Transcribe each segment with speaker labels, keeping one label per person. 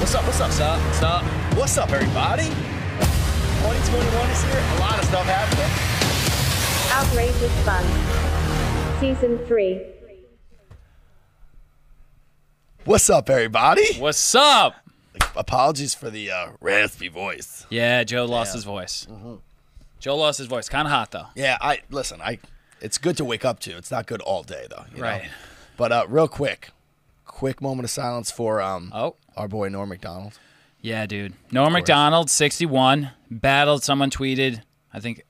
Speaker 1: What's up? What's up? Stop. Stop. What's up, everybody? 2021 is here. A lot of stuff happening.
Speaker 2: Outrageous Fun. Season 3.
Speaker 1: What's up, everybody?
Speaker 3: What's up?
Speaker 1: Apologies for the uh, raspy voice.
Speaker 3: Yeah, Mm-hmm. Joe lost his voice. Joe lost his voice. Kind of hot though.
Speaker 1: Yeah, I listen. I it's good to wake up to. It's not good all day though. you know?
Speaker 3: Right.
Speaker 1: But uh, real quick, quick moment of silence for um
Speaker 3: Oh.
Speaker 1: our boy Norm McDonald.
Speaker 3: Yeah, dude. Norm McDonald, 61, battled. Someone tweeted, I think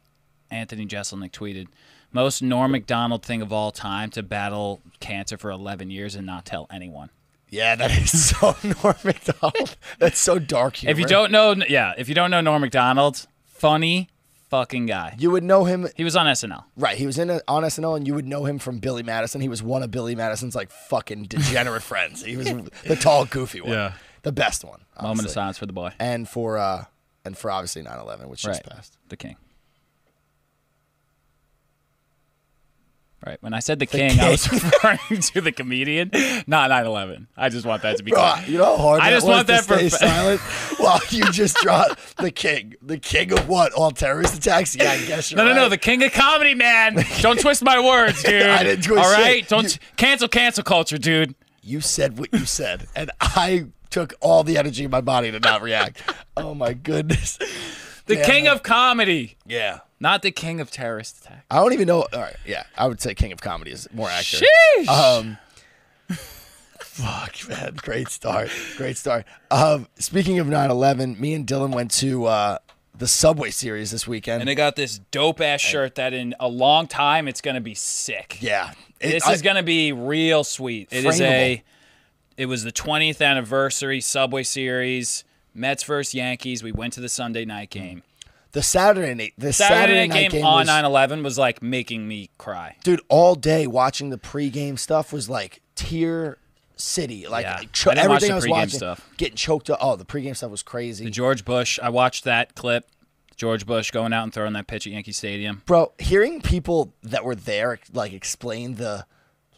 Speaker 3: Anthony Jeselnik tweeted, most Norm McDonald thing of all time to battle cancer for 11 years and not tell anyone.
Speaker 1: Yeah, that is so Norm McDonald. That's so dark humor.
Speaker 3: If you don't know, yeah, if you don't know Norm McDonald, funny fucking guy.
Speaker 1: you would know him
Speaker 3: He was on SNL.
Speaker 1: right. He was in a, on SNL, and you would know him from Billy Madison. He was one of Billy Madison's like fucking degenerate friends. He was the tall, goofy one.
Speaker 3: Yeah.
Speaker 1: the best one.
Speaker 3: Moment of
Speaker 1: honestly.
Speaker 3: silence for the boy.
Speaker 1: And for uh, and for obviously 9/11, which just
Speaker 3: Right.
Speaker 1: passed.
Speaker 3: The king. Right. When I said the,
Speaker 1: The
Speaker 3: king, I was referring to the comedian, not 9 11. I just want that to be clear.
Speaker 1: Bruh, Ah, you know how hard
Speaker 3: I
Speaker 1: that
Speaker 3: just
Speaker 1: was
Speaker 3: want
Speaker 1: to
Speaker 3: that for
Speaker 1: stay
Speaker 3: fa-
Speaker 1: silent while you just draw the king. The king of what? All terrorist attacks? Yeah, I guess you're
Speaker 3: No, no, no. The
Speaker 1: right.
Speaker 3: king of comedy, man. Don't twist my words, dude.
Speaker 1: I didn't twist
Speaker 3: All
Speaker 1: shit.
Speaker 3: right? Don't
Speaker 1: You-
Speaker 3: t- cancel cancel culture, dude.
Speaker 1: You said what you said, and I took all the energy in my body to not react. oh my goodness.
Speaker 3: The
Speaker 1: Yeah,
Speaker 3: king
Speaker 1: man.
Speaker 3: of comedy,
Speaker 1: Yeah.
Speaker 3: not the king of terrorist attack.
Speaker 1: I don't even know. All right, yeah, I would say king of comedy is more accurate.
Speaker 3: Sheesh.
Speaker 1: Um, fuck, man. Great start. Great start. Um, speaking of 9 11, me and Dylan went to uh, the Subway series this weekend.
Speaker 3: And they got this dope ass shirt that in a long time it's going to be sick.
Speaker 1: yeah. It-
Speaker 3: This
Speaker 1: I-
Speaker 3: is going to be real sweet. It is
Speaker 1: Frameable.
Speaker 3: a. It was the 20th anniversary Subway Series Mets versus Yankees. We went to the Sunday night game.
Speaker 1: The Saturday night, the
Speaker 3: Saturday,
Speaker 1: Mm. Saturday,
Speaker 3: night, game,
Speaker 1: was-
Speaker 3: on 9/11 was like making me cry.
Speaker 1: dude, all day watching the pregame stuff was like tier city, like
Speaker 3: Yeah.
Speaker 1: cho-
Speaker 3: I didn't watch
Speaker 1: everything
Speaker 3: the
Speaker 1: I was
Speaker 3: pregame
Speaker 1: watching,
Speaker 3: stuff.
Speaker 1: getting choked up. Oh, the pregame stuff was crazy,
Speaker 3: The George Bush. I watched that clip. George Bush going out and throwing that pitch at Yankee Stadium.
Speaker 1: bro. Hearing people that were there like explain the.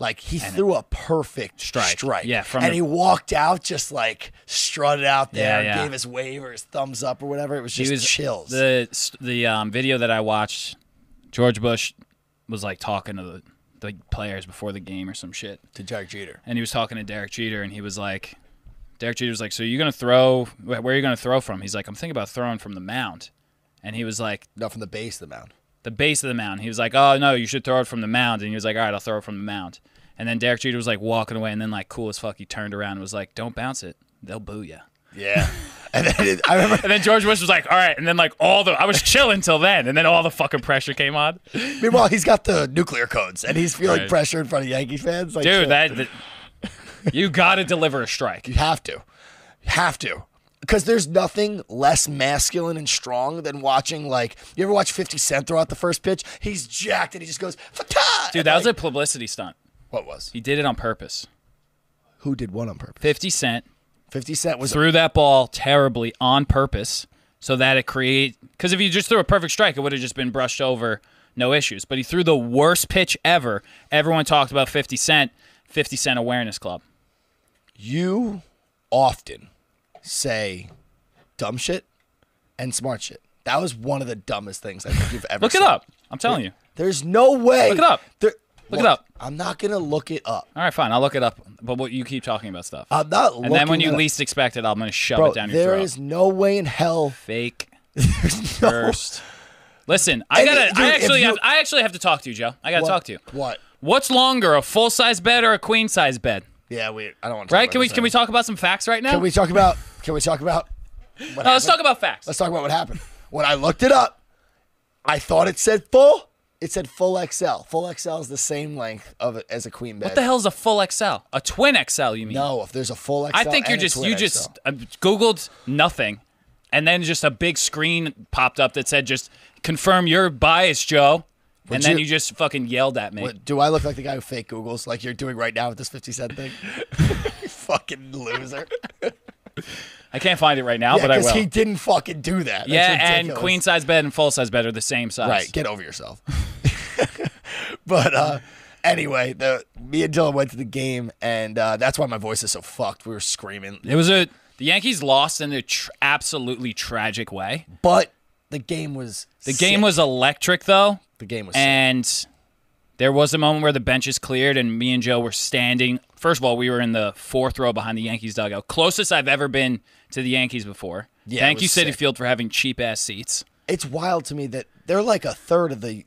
Speaker 1: Like he threw a perfect strike,
Speaker 3: Strike. Yeah, from
Speaker 1: and
Speaker 3: the-
Speaker 1: he walked out just like strutted out there,
Speaker 3: Yeah, yeah.
Speaker 1: gave his wave or his thumbs up or whatever. It was just
Speaker 3: he was
Speaker 1: chills.
Speaker 3: The the um, video that I watched, George Bush was like talking to the, the players before the game or some shit.
Speaker 1: to Jack Jeter,
Speaker 3: and he was talking to Derek Jeter, and he was like, Derek Jeter was like, "So you're gonna throw? wh- Where are you gonna throw from?" He's like, "I'm thinking about throwing from the mound," and he was like,
Speaker 1: not from the base of the mound.
Speaker 3: "The base of the mound." He was like, "Oh no, you should throw it from the mound," and he was like, "All right, I'll throw it from the mound." And then Derek Jeter was like walking away, and then like cool as fuck, he turned around and was like, "Don't bounce it, they'll boo ya."
Speaker 1: Yeah, and then it, I remember
Speaker 3: And then George Bush was like, "All right," and then like all the I was chilling till then, and then all the fucking pressure came on,
Speaker 1: Meanwhile, he's got the nuclear codes and he's feeling
Speaker 3: Right.
Speaker 1: pressure in front of Yankee fans. Like, shit,
Speaker 3: dude. That, that you gotta deliver a strike.
Speaker 1: you have to, You have to, because there's nothing less masculine and strong than watching. Like, you ever watch Fifty Cent throw out the first pitch? He's jacked and he just goes, "Fata!"
Speaker 3: Dude, that was a publicity stunt.
Speaker 1: what was
Speaker 3: He did it on purpose.
Speaker 1: who did what on purpose?
Speaker 3: Fifty Cent
Speaker 1: Fifty Cent was
Speaker 3: threw that ball terribly on purpose so that it create because if you just threw a perfect strike it would have just been brushed over no issues but he threw the worst pitch ever everyone talked about 50 cent 50 cent awareness club
Speaker 1: you often say dumb shit and smart shit. That was one of the dumbest things I think you've ever.
Speaker 3: look it
Speaker 1: said.
Speaker 3: up i'm telling you
Speaker 1: There's no way.
Speaker 3: Look it up.
Speaker 1: There-
Speaker 3: Look it
Speaker 1: Look,
Speaker 3: up.
Speaker 1: I'm not gonna look it up.
Speaker 3: all right fine i'll look it up but what you keep talking about stuff
Speaker 1: I'm not.
Speaker 3: and then when
Speaker 1: looking
Speaker 3: you
Speaker 1: it up.
Speaker 3: least expect it i'm going to shove
Speaker 1: Bro,
Speaker 3: it down your
Speaker 1: there
Speaker 3: throat
Speaker 1: is no way in hell.
Speaker 3: fake
Speaker 1: There's no-
Speaker 3: first listen i
Speaker 1: Any-
Speaker 3: gotta
Speaker 1: dude,
Speaker 3: i
Speaker 1: if
Speaker 3: actually
Speaker 1: you-
Speaker 3: have, i actually have to talk to you joe i gotta
Speaker 1: What-
Speaker 3: talk to you
Speaker 1: What?
Speaker 3: what's longer a full-size bed or a queen-size bed
Speaker 1: Yeah, we. I don't want to.
Speaker 3: right can we can we talk about some facts right now
Speaker 1: Can we talk about? Can we talk about? What
Speaker 3: No, let's talk
Speaker 1: happened?
Speaker 3: about facts.
Speaker 1: Let's talk about what happened. When I looked it up, I thought it said full. It said full XL. Full XL is the same length of it as a queen bed.
Speaker 3: what the hell is a full XL? A twin XL, you mean?
Speaker 1: No, if there's a full XL,
Speaker 3: I think you're
Speaker 1: and a
Speaker 3: just
Speaker 1: twin
Speaker 3: you
Speaker 1: XL.
Speaker 3: just uh, googled nothing, and then just a big screen popped up that said just confirm your bias, Joe. and then
Speaker 1: you-
Speaker 3: you just fucking yelled at me.
Speaker 1: What- do I look like the guy who fake Googles like you're doing right now with this 50 cent thing? You fucking loser.
Speaker 3: I can't find it right now, Oh, but I will.
Speaker 1: he didn't fucking do that. That's
Speaker 3: yeah, and
Speaker 1: ridiculous.
Speaker 3: queen size bed and full size bed are the same size.
Speaker 1: Right, get over yourself. but uh, anyway, the me and Dylan went to the game, and uh, that's why my voice is so fucked. We were screaming.
Speaker 3: It was a The Yankees lost in an tr- absolutely tragic way.
Speaker 1: But the game was
Speaker 3: The game was electric, though.
Speaker 1: the game was sick.
Speaker 3: And there was a moment where the benches cleared, and me and Joe were standing. First of all, we were in the fourth row behind the Yankees dugout, closest I've ever been to the Yankees before.
Speaker 1: Yeah, it
Speaker 3: Thank
Speaker 1: was
Speaker 3: you, City
Speaker 1: sick.
Speaker 3: Field, for having cheap ass seats.
Speaker 1: It's wild to me that they're like a third of the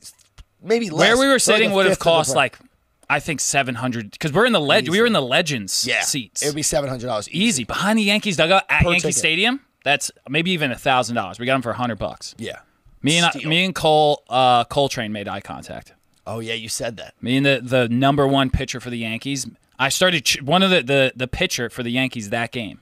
Speaker 1: maybe less,
Speaker 3: Where we were
Speaker 1: third
Speaker 3: sitting
Speaker 1: to
Speaker 3: would have
Speaker 1: fifth of the
Speaker 3: cost
Speaker 1: price.
Speaker 3: like, I think seven hundred because we're in the leg. We were in the Legends
Speaker 1: yeah
Speaker 3: seats.
Speaker 1: It would be seven hundred dollars
Speaker 3: easy behind the Yankees dugout at
Speaker 1: Per
Speaker 3: Yankee
Speaker 1: ticket.
Speaker 3: Stadium. That's maybe even a thousand dollars. We got them for hundred bucks.
Speaker 1: Yeah.
Speaker 3: Me and
Speaker 1: Steal.
Speaker 3: me and Cole uh, Coltrane made eye contact.
Speaker 1: Oh yeah, you said that.
Speaker 3: Me and the the number one pitcher for the Yankees. I started ch- one of the the the pitcher for the Yankees that game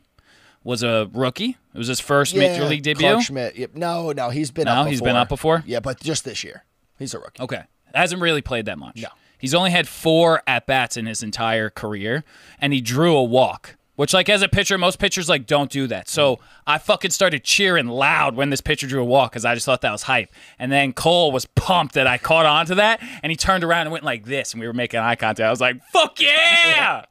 Speaker 3: was a rookie. It was his first
Speaker 1: Yeah,
Speaker 3: major league debut.
Speaker 1: Clark Schmidt. Yep. No, no, he's been
Speaker 3: No,
Speaker 1: up.
Speaker 3: he's been up before?
Speaker 1: Yeah, but just this year, he's a rookie.
Speaker 3: Okay. Hasn't really played that much.
Speaker 1: No.
Speaker 3: He's only had four at bats in his entire career, and he drew a walk. Which, like, as a pitcher, most pitchers like don't do that. So I fucking started cheering loud when this pitcher drew a walk because I just thought that was hype. And then Cole was pumped that I caught on to that, and he turned around and went like this, and we were making eye contact. I was like, "Fuck yeah,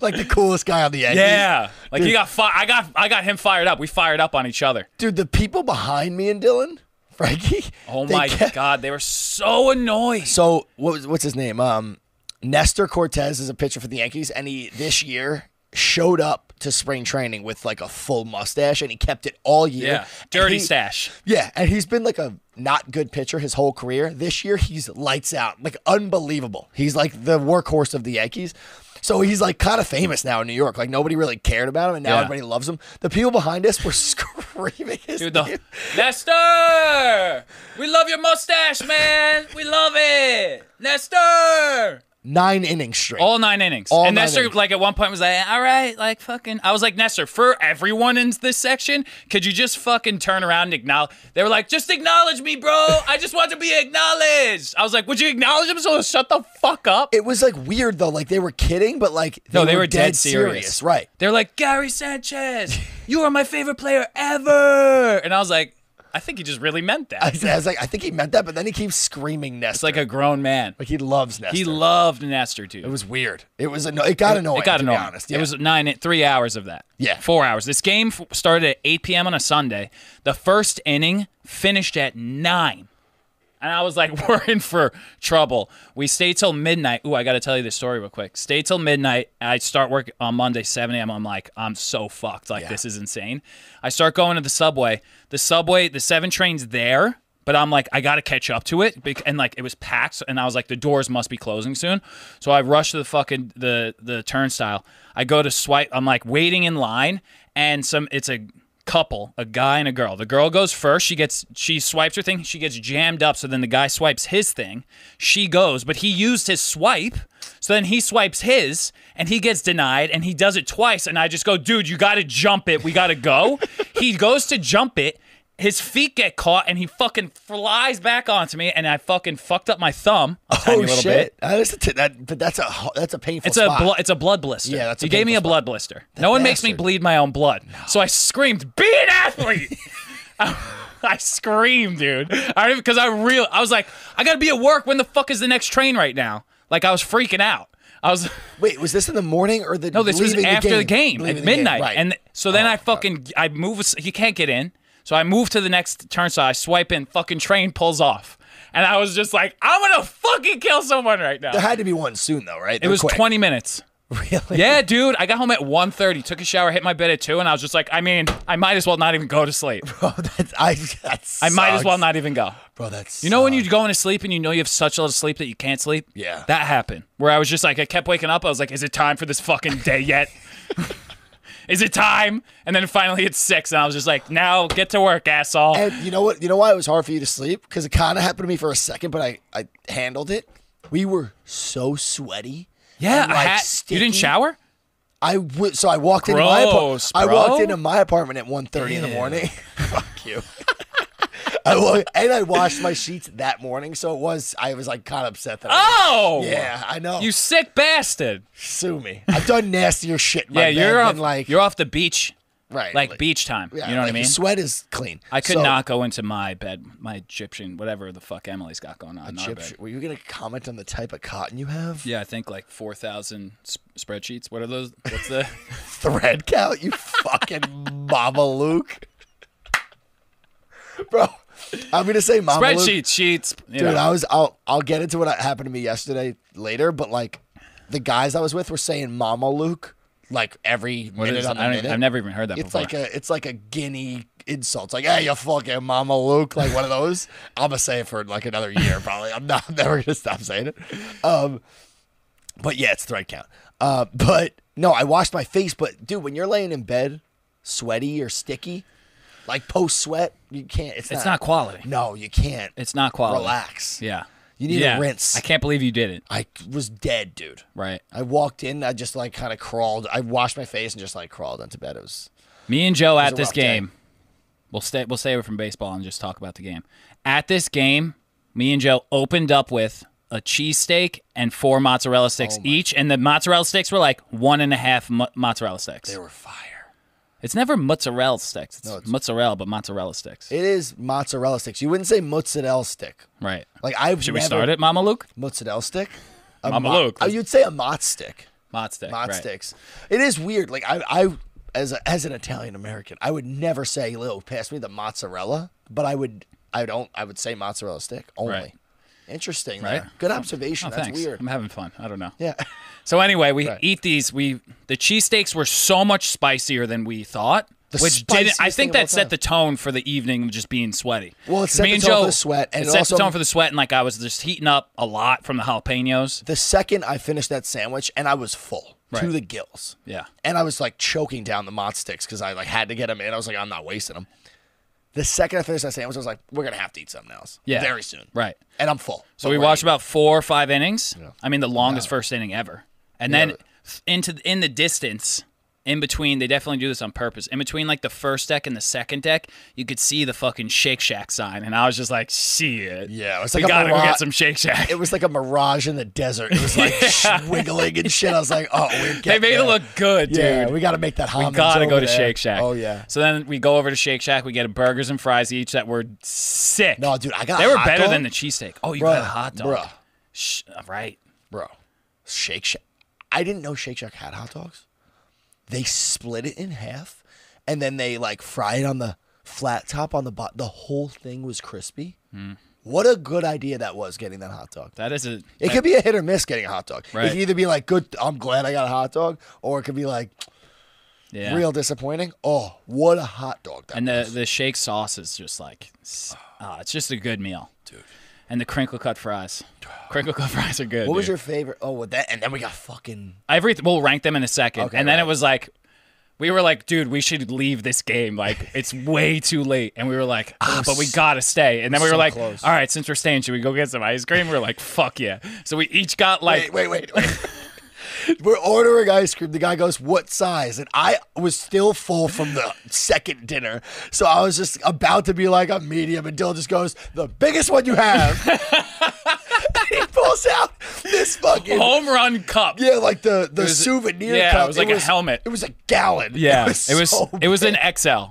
Speaker 1: Like the coolest guy on the Yankees.
Speaker 3: Oh. yeah!" Like he got, fi- I got, I got him fired up. We fired up on each other.
Speaker 1: dude. The people behind me and Dylan, Frankie.
Speaker 3: Oh
Speaker 1: they
Speaker 3: my
Speaker 1: kept-
Speaker 3: god, they were so annoyed.
Speaker 1: So what was, what's his name? Um, Nestor Cortez is a pitcher for the Yankees, and he this year showed up to spring training with like a full mustache, and he kept it all year.
Speaker 3: yeah,
Speaker 1: And
Speaker 3: dirty
Speaker 1: he-
Speaker 3: stash.
Speaker 1: Yeah, and he's been like a not good pitcher his whole career. This year, he's lights out, like unbelievable. He's like the workhorse of the Yankees. So he's like kind of famous now in New York. Like nobody really cared about him, and now
Speaker 3: Yeah.
Speaker 1: everybody loves him. The people behind us were screaming his
Speaker 3: Dude,
Speaker 1: name.
Speaker 3: the Nestor, we love your mustache, man. We love it, Nestor.
Speaker 1: nine innings straight.
Speaker 3: All nine innings,
Speaker 1: All
Speaker 3: and
Speaker 1: nine
Speaker 3: Nestor,
Speaker 1: innings.
Speaker 3: like at one point, was like, "All right, like fucking." I was like, Nestor, for everyone in this section, could you just fucking turn around and acknowledge? They were like, "Just acknowledge me, bro. I just want to be acknowledged." I was like, "Would you acknowledge him?" So shut the fuck up.
Speaker 1: it was like weird though. Like they were kidding, but like they
Speaker 3: no, they were, dead,
Speaker 1: serious, right?
Speaker 3: They're like, Gary Sanchez, you are my favorite player ever, and I was like, I think he just really meant that.
Speaker 1: I was, I was like, I think he meant that, but then he keeps screaming Nestor.
Speaker 3: It's like a grown man.
Speaker 1: like he loves Nestor.
Speaker 3: He loved Nestor too.
Speaker 1: it was weird. It was anno- it got annoying.
Speaker 3: It got
Speaker 1: to
Speaker 3: annoying.
Speaker 1: Be honest. Yeah. Oh,
Speaker 3: It was nine, three hours of that.
Speaker 1: Yeah.
Speaker 3: four hours. This game f- started at 8 p.m. on a Sunday. The first inning finished at nine, and I was like, "We're in for trouble." We stayed till midnight. Ooh, I got to tell you this story real quick. Stayed till midnight. I start work on Monday 7 a.m. I'm like, I'm so fucked. Like this is insane. I start going to the subway. The subway, the seven train's there. But I'm like, I gotta catch up to it, bec- and like it was packed, and I was like, the doors must be closing soon, so I rush to the fucking the the turnstile. I go to swipe. I'm like waiting in line, and some it's a couple, a guy and a girl. The girl goes first. She gets she swipes her thing. She gets jammed up. So then the guy swipes his thing. She goes, but he used his swipe. So then he swipes his, and he gets denied, and he does it twice. And I just go, dude, you got to jump it. We got to go. he goes to jump it. His feet get caught, and he fucking flies back onto me, and I fucking fucked up my thumb a
Speaker 1: Oh
Speaker 3: tiny little
Speaker 1: shit!
Speaker 3: bit.
Speaker 1: That is a t- that, but that's a ho- that's a painful.
Speaker 3: It's
Speaker 1: spot.
Speaker 3: a blo- it's a blood blister.
Speaker 1: Yeah, that's a
Speaker 3: you gave me a
Speaker 1: painful
Speaker 3: blood blister. no one makes me
Speaker 1: bastard.
Speaker 3: bleed my own blood. So I screamed, "Be an athlete!" I screamed, dude. I because I real I was like, I gotta be at work. When the fuck is the next train right now? Like I was freaking out. I was
Speaker 1: Wait, was this in the morning or the
Speaker 3: no, this was
Speaker 1: leaving
Speaker 3: after the game,
Speaker 1: Leaving
Speaker 3: at
Speaker 1: the game,
Speaker 3: midnight,
Speaker 1: right. Oh,
Speaker 3: and so then I fucking I move. as- He can't get in, so I move to the next turnstile. I swipe in, fucking train pulls off, and I was just like, I'm gonna fucking kill someone right now.
Speaker 1: there had to be one soon though, right?
Speaker 3: It was 20 minutes.
Speaker 1: Really?
Speaker 3: Yeah, dude. I got home at 1.30, took a shower, hit my bed at 2, and I was just like, I mean, I might as well not even go to sleep.
Speaker 1: Bro, that's I. That
Speaker 3: I might as well
Speaker 1: sucks.
Speaker 3: not even go.
Speaker 1: Bro, that's
Speaker 3: You know when you're going to sleep and you know you have such a little sleep that you can't sleep?
Speaker 1: Yeah.
Speaker 3: That happened. Where I was just like, I kept waking up. I was like, is it time for this fucking day yet? is it time? And then finally it's 6, and I was just like, now get to work, asshole.
Speaker 1: And you know what? You know why it was hard for you to sleep? Because it kind of happened to me for a second, but I I handled it. We were so sweaty.
Speaker 3: yeah,
Speaker 1: and,
Speaker 3: I
Speaker 1: like,
Speaker 3: had- you
Speaker 1: sticky.
Speaker 3: didn't shower?
Speaker 1: I w- so I walked into my apartment.
Speaker 3: Gross,
Speaker 1: I
Speaker 3: bro.
Speaker 1: walked into my apartment at 1.30 in the morning. Fuck you. I wa- and I washed my sheets that morning, so it was I was like kind of upset that. I-
Speaker 3: Oh!
Speaker 1: yeah, I know.
Speaker 3: You sick bastard.
Speaker 1: sue me. I've done nastier shit. In my
Speaker 3: Yeah, you're
Speaker 1: bed
Speaker 3: off,
Speaker 1: than, like
Speaker 3: you're off the beach,
Speaker 1: right,
Speaker 3: like, beach time.
Speaker 1: yeah,
Speaker 3: you know what I
Speaker 1: like,
Speaker 3: mean?
Speaker 1: your Sweat is clean.
Speaker 3: I could
Speaker 1: So-
Speaker 3: not go into my bed, my Egyptian, whatever the fuck Emily's got going on. in our
Speaker 1: Gypsy-
Speaker 3: bed.
Speaker 1: were you gonna comment on the type of cotton you have?
Speaker 3: Yeah, I think like four thousand sp- spreadsheets. What are those? What's the?
Speaker 1: Thread count, you fucking Mama Luke. Bro, I'm gonna say Mama Luke.
Speaker 3: Spreadsheets, sheets. You
Speaker 1: Dude,
Speaker 3: know.
Speaker 1: I was I'll I'll get into what happened to me yesterday later, but like the guys I was with were saying Mama Luke like every
Speaker 3: What
Speaker 1: minute
Speaker 3: is-
Speaker 1: on the
Speaker 3: I don't-
Speaker 1: minute.
Speaker 3: I've never even heard that
Speaker 1: it's
Speaker 3: before.
Speaker 1: like a it's like a guinea insult. It's like, hey, you fucking Mama Luke, like one of those. I'ma say it for like another year probably. I'm not I'm never gonna stop saying it. Um but yeah, it's thread count. Uh but no, I washed my face, but dude, when you're laying in bed sweaty or sticky, like post sweat, you can't it's,
Speaker 3: it's not quality.
Speaker 1: No, you can't.
Speaker 3: It's not quality.
Speaker 1: Relax.
Speaker 3: Yeah.
Speaker 1: You need to
Speaker 3: yeah.
Speaker 1: rinse. Uh,
Speaker 3: I can't believe you did it.
Speaker 1: I was dead, dude.
Speaker 3: Right.
Speaker 1: I walked in, I just like kind of crawled. I washed my face and just like crawled into bed. It was
Speaker 3: Me and Joe at
Speaker 1: a
Speaker 3: this
Speaker 1: rough day.
Speaker 3: game. We'll stay. We'll stay away from baseball and just talk about the game. At this game, me and Joe opened up with a cheesesteak and four mozzarella sticks
Speaker 1: Oh
Speaker 3: each, and the mozzarella sticks were like one and a half mo- mozzarella sticks.
Speaker 1: were fire.
Speaker 3: it's never mozzarella sticks. It's,
Speaker 1: it's-
Speaker 3: mozzarella, but mozzarella sticks.
Speaker 1: It is mozzarella sticks. You wouldn't say mozzarella stick.
Speaker 3: right.
Speaker 1: Like I've
Speaker 3: Should we
Speaker 1: never,
Speaker 3: start it, Mama Luke?
Speaker 1: Mozzarella stick. A
Speaker 3: Mama
Speaker 1: mo-
Speaker 3: Luke.
Speaker 1: Oh, you'd say a mozz stick.
Speaker 3: Mozz stick.
Speaker 1: Mozz
Speaker 3: right.
Speaker 1: sticks. It is weird. Like I, I as a, as an Italian American, I would never say, "Lil, pass me the mozzarella," but I would. I don't. I would say mozzarella stick only.
Speaker 3: Right.
Speaker 1: Interesting.
Speaker 3: Right.
Speaker 1: there. Good observation.
Speaker 3: Oh,
Speaker 1: That's
Speaker 3: thanks.
Speaker 1: weird.
Speaker 3: I'm having fun. I don't know.
Speaker 1: Yeah.
Speaker 3: So anyway, we
Speaker 1: Right.
Speaker 3: eat these. We the cheesesteaks were so much spicier than we thought,
Speaker 1: The
Speaker 3: which didn't. I
Speaker 1: spiciest thing
Speaker 3: think
Speaker 1: of all
Speaker 3: that set
Speaker 1: time.
Speaker 3: the tone for the evening of just being sweaty.
Speaker 1: Well, it
Speaker 3: Because
Speaker 1: set
Speaker 3: me
Speaker 1: the
Speaker 3: and
Speaker 1: tone for
Speaker 3: Joe-
Speaker 1: the sweat, and
Speaker 3: it
Speaker 1: it
Speaker 3: set
Speaker 1: also-
Speaker 3: the tone for the sweat, and like I was just heating up a lot from the jalapenos.
Speaker 1: the second I finished that sandwich and I was full
Speaker 3: Right.
Speaker 1: to the gills.
Speaker 3: Yeah.
Speaker 1: And I was like choking down the mod sticks because I like had to get them in. I was like, I'm not wasting them. The second I finished that sandwich, I was like, we're gonna have to eat something else.
Speaker 3: Yeah.
Speaker 1: Very soon.
Speaker 3: Right.
Speaker 1: And I'm full.
Speaker 3: So we watched about four or five innings. I mean, the longest first inning ever. And then
Speaker 1: Yeah.
Speaker 3: th- into in the distance, in between, they definitely do this on purpose. In between, like the first deck and the second deck, you could see the fucking Shake Shack sign, and I was just like, "Shit,
Speaker 1: Yeah, it was
Speaker 3: we
Speaker 1: like a
Speaker 3: gotta go
Speaker 1: mirage-
Speaker 3: get some Shake Shack."
Speaker 1: It was like a mirage in the desert. It was like wiggling and shit. I was like, oh, we're
Speaker 3: they
Speaker 1: getting
Speaker 3: made
Speaker 1: there.
Speaker 3: it look good, dude.
Speaker 1: Yeah, we gotta make that homage.
Speaker 3: We gotta go
Speaker 1: over
Speaker 3: to
Speaker 1: there.
Speaker 3: Shake Shack.
Speaker 1: Oh yeah.
Speaker 3: So then we go over to Shake Shack. We get burgers and fries each that were sick.
Speaker 1: No, dude, I got
Speaker 3: they
Speaker 1: a
Speaker 3: were
Speaker 1: hot
Speaker 3: better
Speaker 1: dog.
Speaker 3: than the cheesesteak. Oh, you
Speaker 1: Bruh,
Speaker 3: got a hot dog.
Speaker 1: bruh.
Speaker 3: Sh- right.
Speaker 1: Bro. Shake Shack. I didn't know Shake Shack had hot dogs. They split it in half and then they like fry it on the flat top on the bot. The whole thing was crispy.
Speaker 3: Hmm.
Speaker 1: What a good idea that was getting that hot dog.
Speaker 3: That is a.
Speaker 1: It could be a hit or miss getting a hot dog.
Speaker 3: Right.
Speaker 1: It could either be like, good, I'm glad I got a hot dog, or it could be like,
Speaker 3: yeah.
Speaker 1: real disappointing. Oh, what a hot dog that
Speaker 3: And
Speaker 1: was.
Speaker 3: the the shake sauce is just like, s-
Speaker 1: Oh.
Speaker 3: ah, it's just a good meal, dude. And the crinkle cut fries, crinkle cut fries are good.
Speaker 1: What was
Speaker 3: dude.
Speaker 1: your favorite? Oh, with that. And then we got fucking.
Speaker 3: Every we'll rank them in a second,
Speaker 1: Okay,
Speaker 3: and then
Speaker 1: right.
Speaker 3: it was like, we were like, dude, we should leave this game. Like it's way too late, and we were like, ah, but we gotta stay. And then we were
Speaker 1: Oh, so
Speaker 3: like,
Speaker 1: close.
Speaker 3: all right, since we're staying, should we go get some ice cream? We were like, fuck yeah. So we each got like.
Speaker 1: wait, wait, wait, wait. We're ordering ice cream. The guy goes, "What size?" And I was still full from the second dinner, so I was just about to be like a medium. And Dylan just goes, "The biggest one you have." And he pulls out this fucking
Speaker 3: Home run cup.
Speaker 1: yeah, like the the
Speaker 3: was-
Speaker 1: souvenir.
Speaker 3: yeah, it
Speaker 1: cup.
Speaker 3: was like a helmet.
Speaker 1: It was a gallon.
Speaker 3: Yeah,
Speaker 1: it was
Speaker 3: it was,
Speaker 1: so
Speaker 3: it was an
Speaker 1: big.
Speaker 3: XL.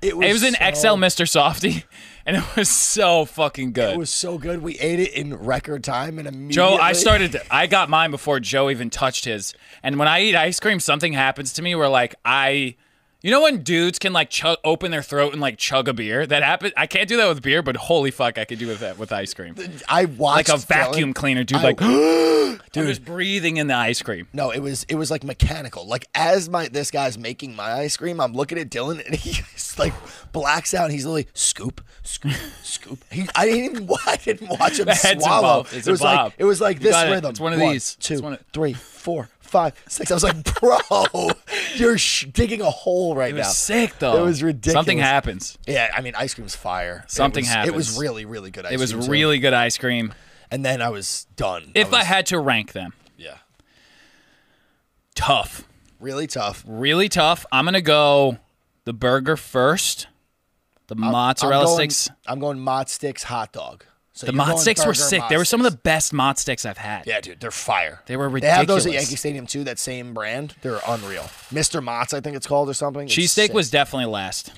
Speaker 1: It was
Speaker 3: It was an
Speaker 1: so-
Speaker 3: XL Mr. Softy, and it was so fucking good.
Speaker 1: It was so good. We ate it in record time and immediately.
Speaker 3: Joe, I started. To, I got mine before Joe even touched his. And when I eat ice cream, something happens to me where like I, you know, when dudes can like chug, open their throat and like chug a beer. That happened. I can't do that with beer, but holy fuck, I could do with that with ice cream.
Speaker 1: I watched
Speaker 3: Like a
Speaker 1: Dylan-
Speaker 3: vacuum cleaner, dude.
Speaker 1: I-
Speaker 3: like, dude, just breathing in the ice cream.
Speaker 1: No, it was it was like mechanical. Like as my this guy's making my ice cream, I'm looking at Dylan and he's like blacks out. And he's literally scoop, scoop, scoop. He, I didn't even wa- I didn't watch him
Speaker 3: The head's
Speaker 1: swallow.
Speaker 3: involved. It's
Speaker 1: it was
Speaker 3: a bob.
Speaker 1: like it was like
Speaker 3: You
Speaker 1: this
Speaker 3: got it.
Speaker 1: rhythm.
Speaker 3: It's one of these.
Speaker 1: two,
Speaker 3: It's one of-
Speaker 1: three, four, five, six. I was like, bro, you're sh- digging a hole right
Speaker 3: It was
Speaker 1: now.
Speaker 3: sick though.
Speaker 1: It was ridiculous.
Speaker 3: Something happens.
Speaker 1: Yeah, I mean, ice cream's fire. It
Speaker 3: Something
Speaker 1: was- It was
Speaker 3: happens.
Speaker 1: really, really good. Ice
Speaker 3: It was
Speaker 1: cream, too.
Speaker 3: really good ice cream.
Speaker 1: And then I was done.
Speaker 3: If I
Speaker 1: was-
Speaker 3: had to rank them,
Speaker 1: yeah,
Speaker 3: tough.
Speaker 1: really tough.
Speaker 3: really tough. I'm gonna go the burger first, the mozzarella
Speaker 1: I'm going,
Speaker 3: sticks.
Speaker 1: I'm going mod sticks, hot dog. So
Speaker 3: The
Speaker 1: you're
Speaker 3: mott
Speaker 1: going
Speaker 3: sticks were
Speaker 1: burger,
Speaker 3: sick.
Speaker 1: mod
Speaker 3: They were some of
Speaker 1: sticks.
Speaker 3: the best mott sticks I've had.
Speaker 1: Yeah, dude, they're fire.
Speaker 3: They were
Speaker 1: They have those at
Speaker 3: ridiculous.
Speaker 1: Yankee Stadium too. That same brand. They're unreal. Mr. Mott's, I think it's called or something. It's
Speaker 3: Cheesesteak
Speaker 1: sick.
Speaker 3: was definitely last.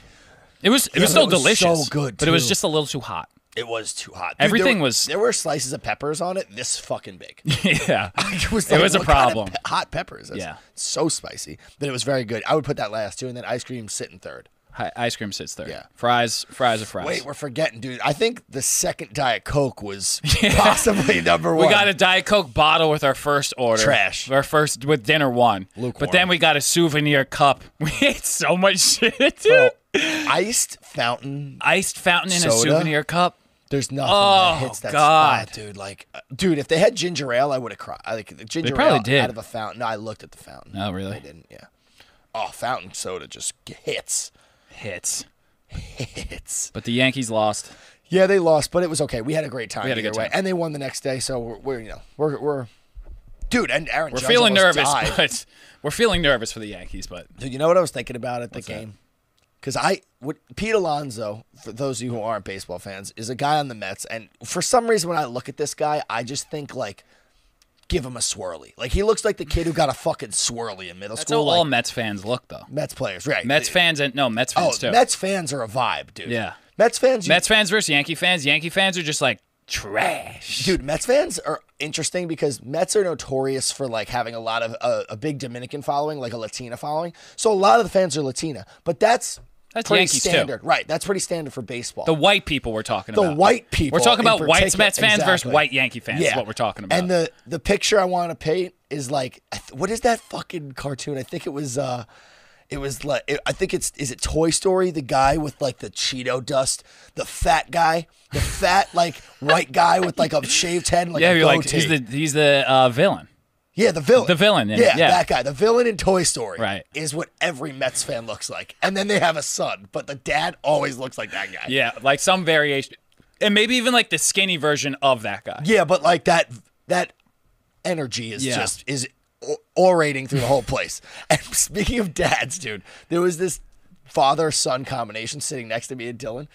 Speaker 3: It was. It was
Speaker 1: but
Speaker 3: still
Speaker 1: it was
Speaker 3: delicious.
Speaker 1: so good,
Speaker 3: but it was
Speaker 1: too.
Speaker 3: just a little too hot.
Speaker 1: It was too hot. there
Speaker 3: Everything
Speaker 1: were-
Speaker 3: was-
Speaker 1: There were slices of peppers on it. This fucking big.
Speaker 3: yeah,
Speaker 1: It was,
Speaker 3: It was a
Speaker 1: what kind of
Speaker 3: problem.
Speaker 1: pe- hot peppers. That's
Speaker 3: Yeah.
Speaker 1: so spicy. But it was very good. I would put that last too, and then ice cream sitting third.
Speaker 3: Hi- ice cream sits third.
Speaker 1: Yeah.
Speaker 3: Fries, fries are fries.
Speaker 1: Wait, we're forgetting, dude. I think the second Diet Coke was possibly number one.
Speaker 3: we got a Diet Coke bottle with our first order.
Speaker 1: Trash.
Speaker 3: Our first with dinner one.
Speaker 1: Lukewarm.
Speaker 3: But then we got a souvenir cup. We ate so much shit, dude.
Speaker 1: Bro, iced fountain.
Speaker 3: Iced fountain in
Speaker 1: Soda?
Speaker 3: a souvenir cup.
Speaker 1: There's nothing
Speaker 3: Oh,
Speaker 1: that hits that
Speaker 3: God.
Speaker 1: spot, dude. Like, uh, dude, if they had ginger ale, I would have cried. Like the ginger
Speaker 3: probably
Speaker 1: ale
Speaker 3: did.
Speaker 1: out of a fountain. No, I looked at the fountain.
Speaker 3: Oh, really?
Speaker 1: I didn't. Yeah. Oh, fountain soda just g- hits.
Speaker 3: Hits.
Speaker 1: Hits.
Speaker 3: But the Yankees lost.
Speaker 1: Yeah, they lost, but it was okay. We had a great time
Speaker 3: We had a
Speaker 1: either
Speaker 3: good
Speaker 1: way,
Speaker 3: time.
Speaker 1: and they won the next day. So we're, we're you know we're we're dude and Aaron.
Speaker 3: We're
Speaker 1: Judge
Speaker 3: feeling
Speaker 1: almost
Speaker 3: nervous,
Speaker 1: died.
Speaker 3: but we're feeling nervous for the Yankees, but
Speaker 1: Dude, you know what I was thinking about at the
Speaker 3: that?
Speaker 1: game? Because I, would, Pete Alonso, for those of you who aren't baseball fans, is a guy on the Mets, and for some reason, when I look at this guy, I just think like, give him a swirly. Like he looks like the kid who got a fucking swirly in middle
Speaker 3: that's how
Speaker 1: school.
Speaker 3: all
Speaker 1: like,
Speaker 3: Mets fans look though.
Speaker 1: Mets players, right?
Speaker 3: Mets fans and no, Mets
Speaker 1: Oh,
Speaker 3: fans too.
Speaker 1: Mets fans are a vibe, dude.
Speaker 3: Yeah.
Speaker 1: Mets fans. you-
Speaker 3: Mets fans versus Yankee fans. Yankee fans are just like trash.
Speaker 1: Dude, Mets fans are interesting because Mets are notorious for like having a lot of uh, a big Dominican following, like a Latina following. So a lot of the fans are Latina, but that's
Speaker 3: That's
Speaker 1: pretty
Speaker 3: Yankees, too.
Speaker 1: standard, right? That's pretty standard for baseball.
Speaker 3: The white people we're talking
Speaker 1: The
Speaker 3: about.
Speaker 1: white people
Speaker 3: We're talking
Speaker 1: in
Speaker 3: about white
Speaker 1: particular-
Speaker 3: Mets fans versus
Speaker 1: exactly.
Speaker 3: white Yankee fans. Is what we're talking about.
Speaker 1: And the the picture I want to paint is like, I th- what is that fucking cartoon? I think it was. uh it was like it, I think it's is it Toy Story the guy with like the Cheeto dust the fat guy the fat like white guy with like a shaved head and, like
Speaker 3: yeah,
Speaker 1: a
Speaker 3: you're like
Speaker 1: goatee.
Speaker 3: he's the he's the uh, villain.
Speaker 1: Yeah, the villain.
Speaker 3: The villain in it,
Speaker 1: Yeah,
Speaker 3: yeah.
Speaker 1: that guy. The villain in Toy Story
Speaker 3: Right.
Speaker 1: is what every Mets fan looks like. And then they have a son, but the dad always looks like that guy.
Speaker 3: Yeah, like some variation, and maybe even like the skinny version of that guy.
Speaker 1: Yeah, but like that that energy is
Speaker 3: Yeah.
Speaker 1: just is o- orating through the whole place. And speaking of dads, dude, there was this father son combination sitting next to me and Dylan,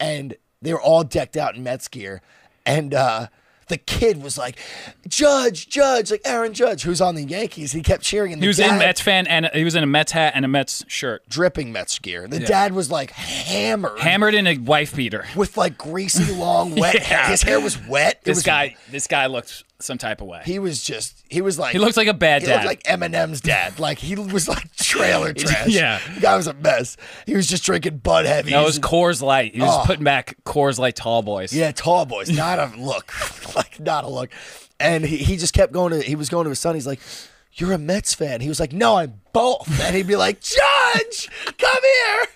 Speaker 1: and they were all decked out in Mets gear, and uh, the kid was like, "Judge, Judge!" Like Aaron Judge, who's on the Yankees, he kept cheering. And
Speaker 3: He
Speaker 1: the
Speaker 3: was in
Speaker 1: dad-
Speaker 3: Mets fan and he was in a Mets hat and a Mets shirt,
Speaker 1: dripping Mets gear. The dad was like hammered
Speaker 3: hammered in a wife beater.
Speaker 1: with like greasy, long, wet hair. His hair was wet. It
Speaker 3: This
Speaker 1: was-
Speaker 3: guy, this guy looked some type of way.
Speaker 1: he was just, he was like,
Speaker 3: He looked like a bad
Speaker 1: he
Speaker 3: dad.
Speaker 1: looked like Eminem's dad. Like he was like trailer trash.
Speaker 3: Yeah.
Speaker 1: the guy was a mess. He was just drinking Bud Heavy.
Speaker 3: no, it was Coors Light. He was
Speaker 1: Oh.
Speaker 3: putting back Coors Light tall boys.
Speaker 1: Yeah, tall boys, not a look, like not a look. And he, he just kept going to he was going to his son. He's like, "You're a Mets fan." He was like, "No, I'm both." And he'd be like, "Judge, come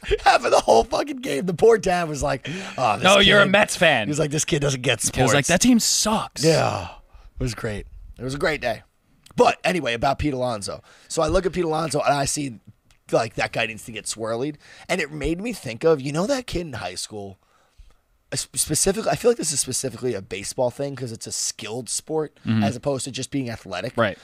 Speaker 1: here!" After the whole fucking game, the poor dad was like, "Oh, this
Speaker 3: No, you're a
Speaker 1: kid-
Speaker 3: Mets fan.
Speaker 1: He was like, "This kid doesn't get sports."
Speaker 3: He was like, that team sucks.
Speaker 1: Yeah, it was great. It was a great day. But anyway, about Pete Alonso. So I look at Pete Alonso and I see like that guy needs to get swirlied, and it made me think of you know that kid in high school. A sp- Specifically, I feel like this is specifically a baseball thing because it's a skilled sport as opposed to just being athletic.
Speaker 3: Right.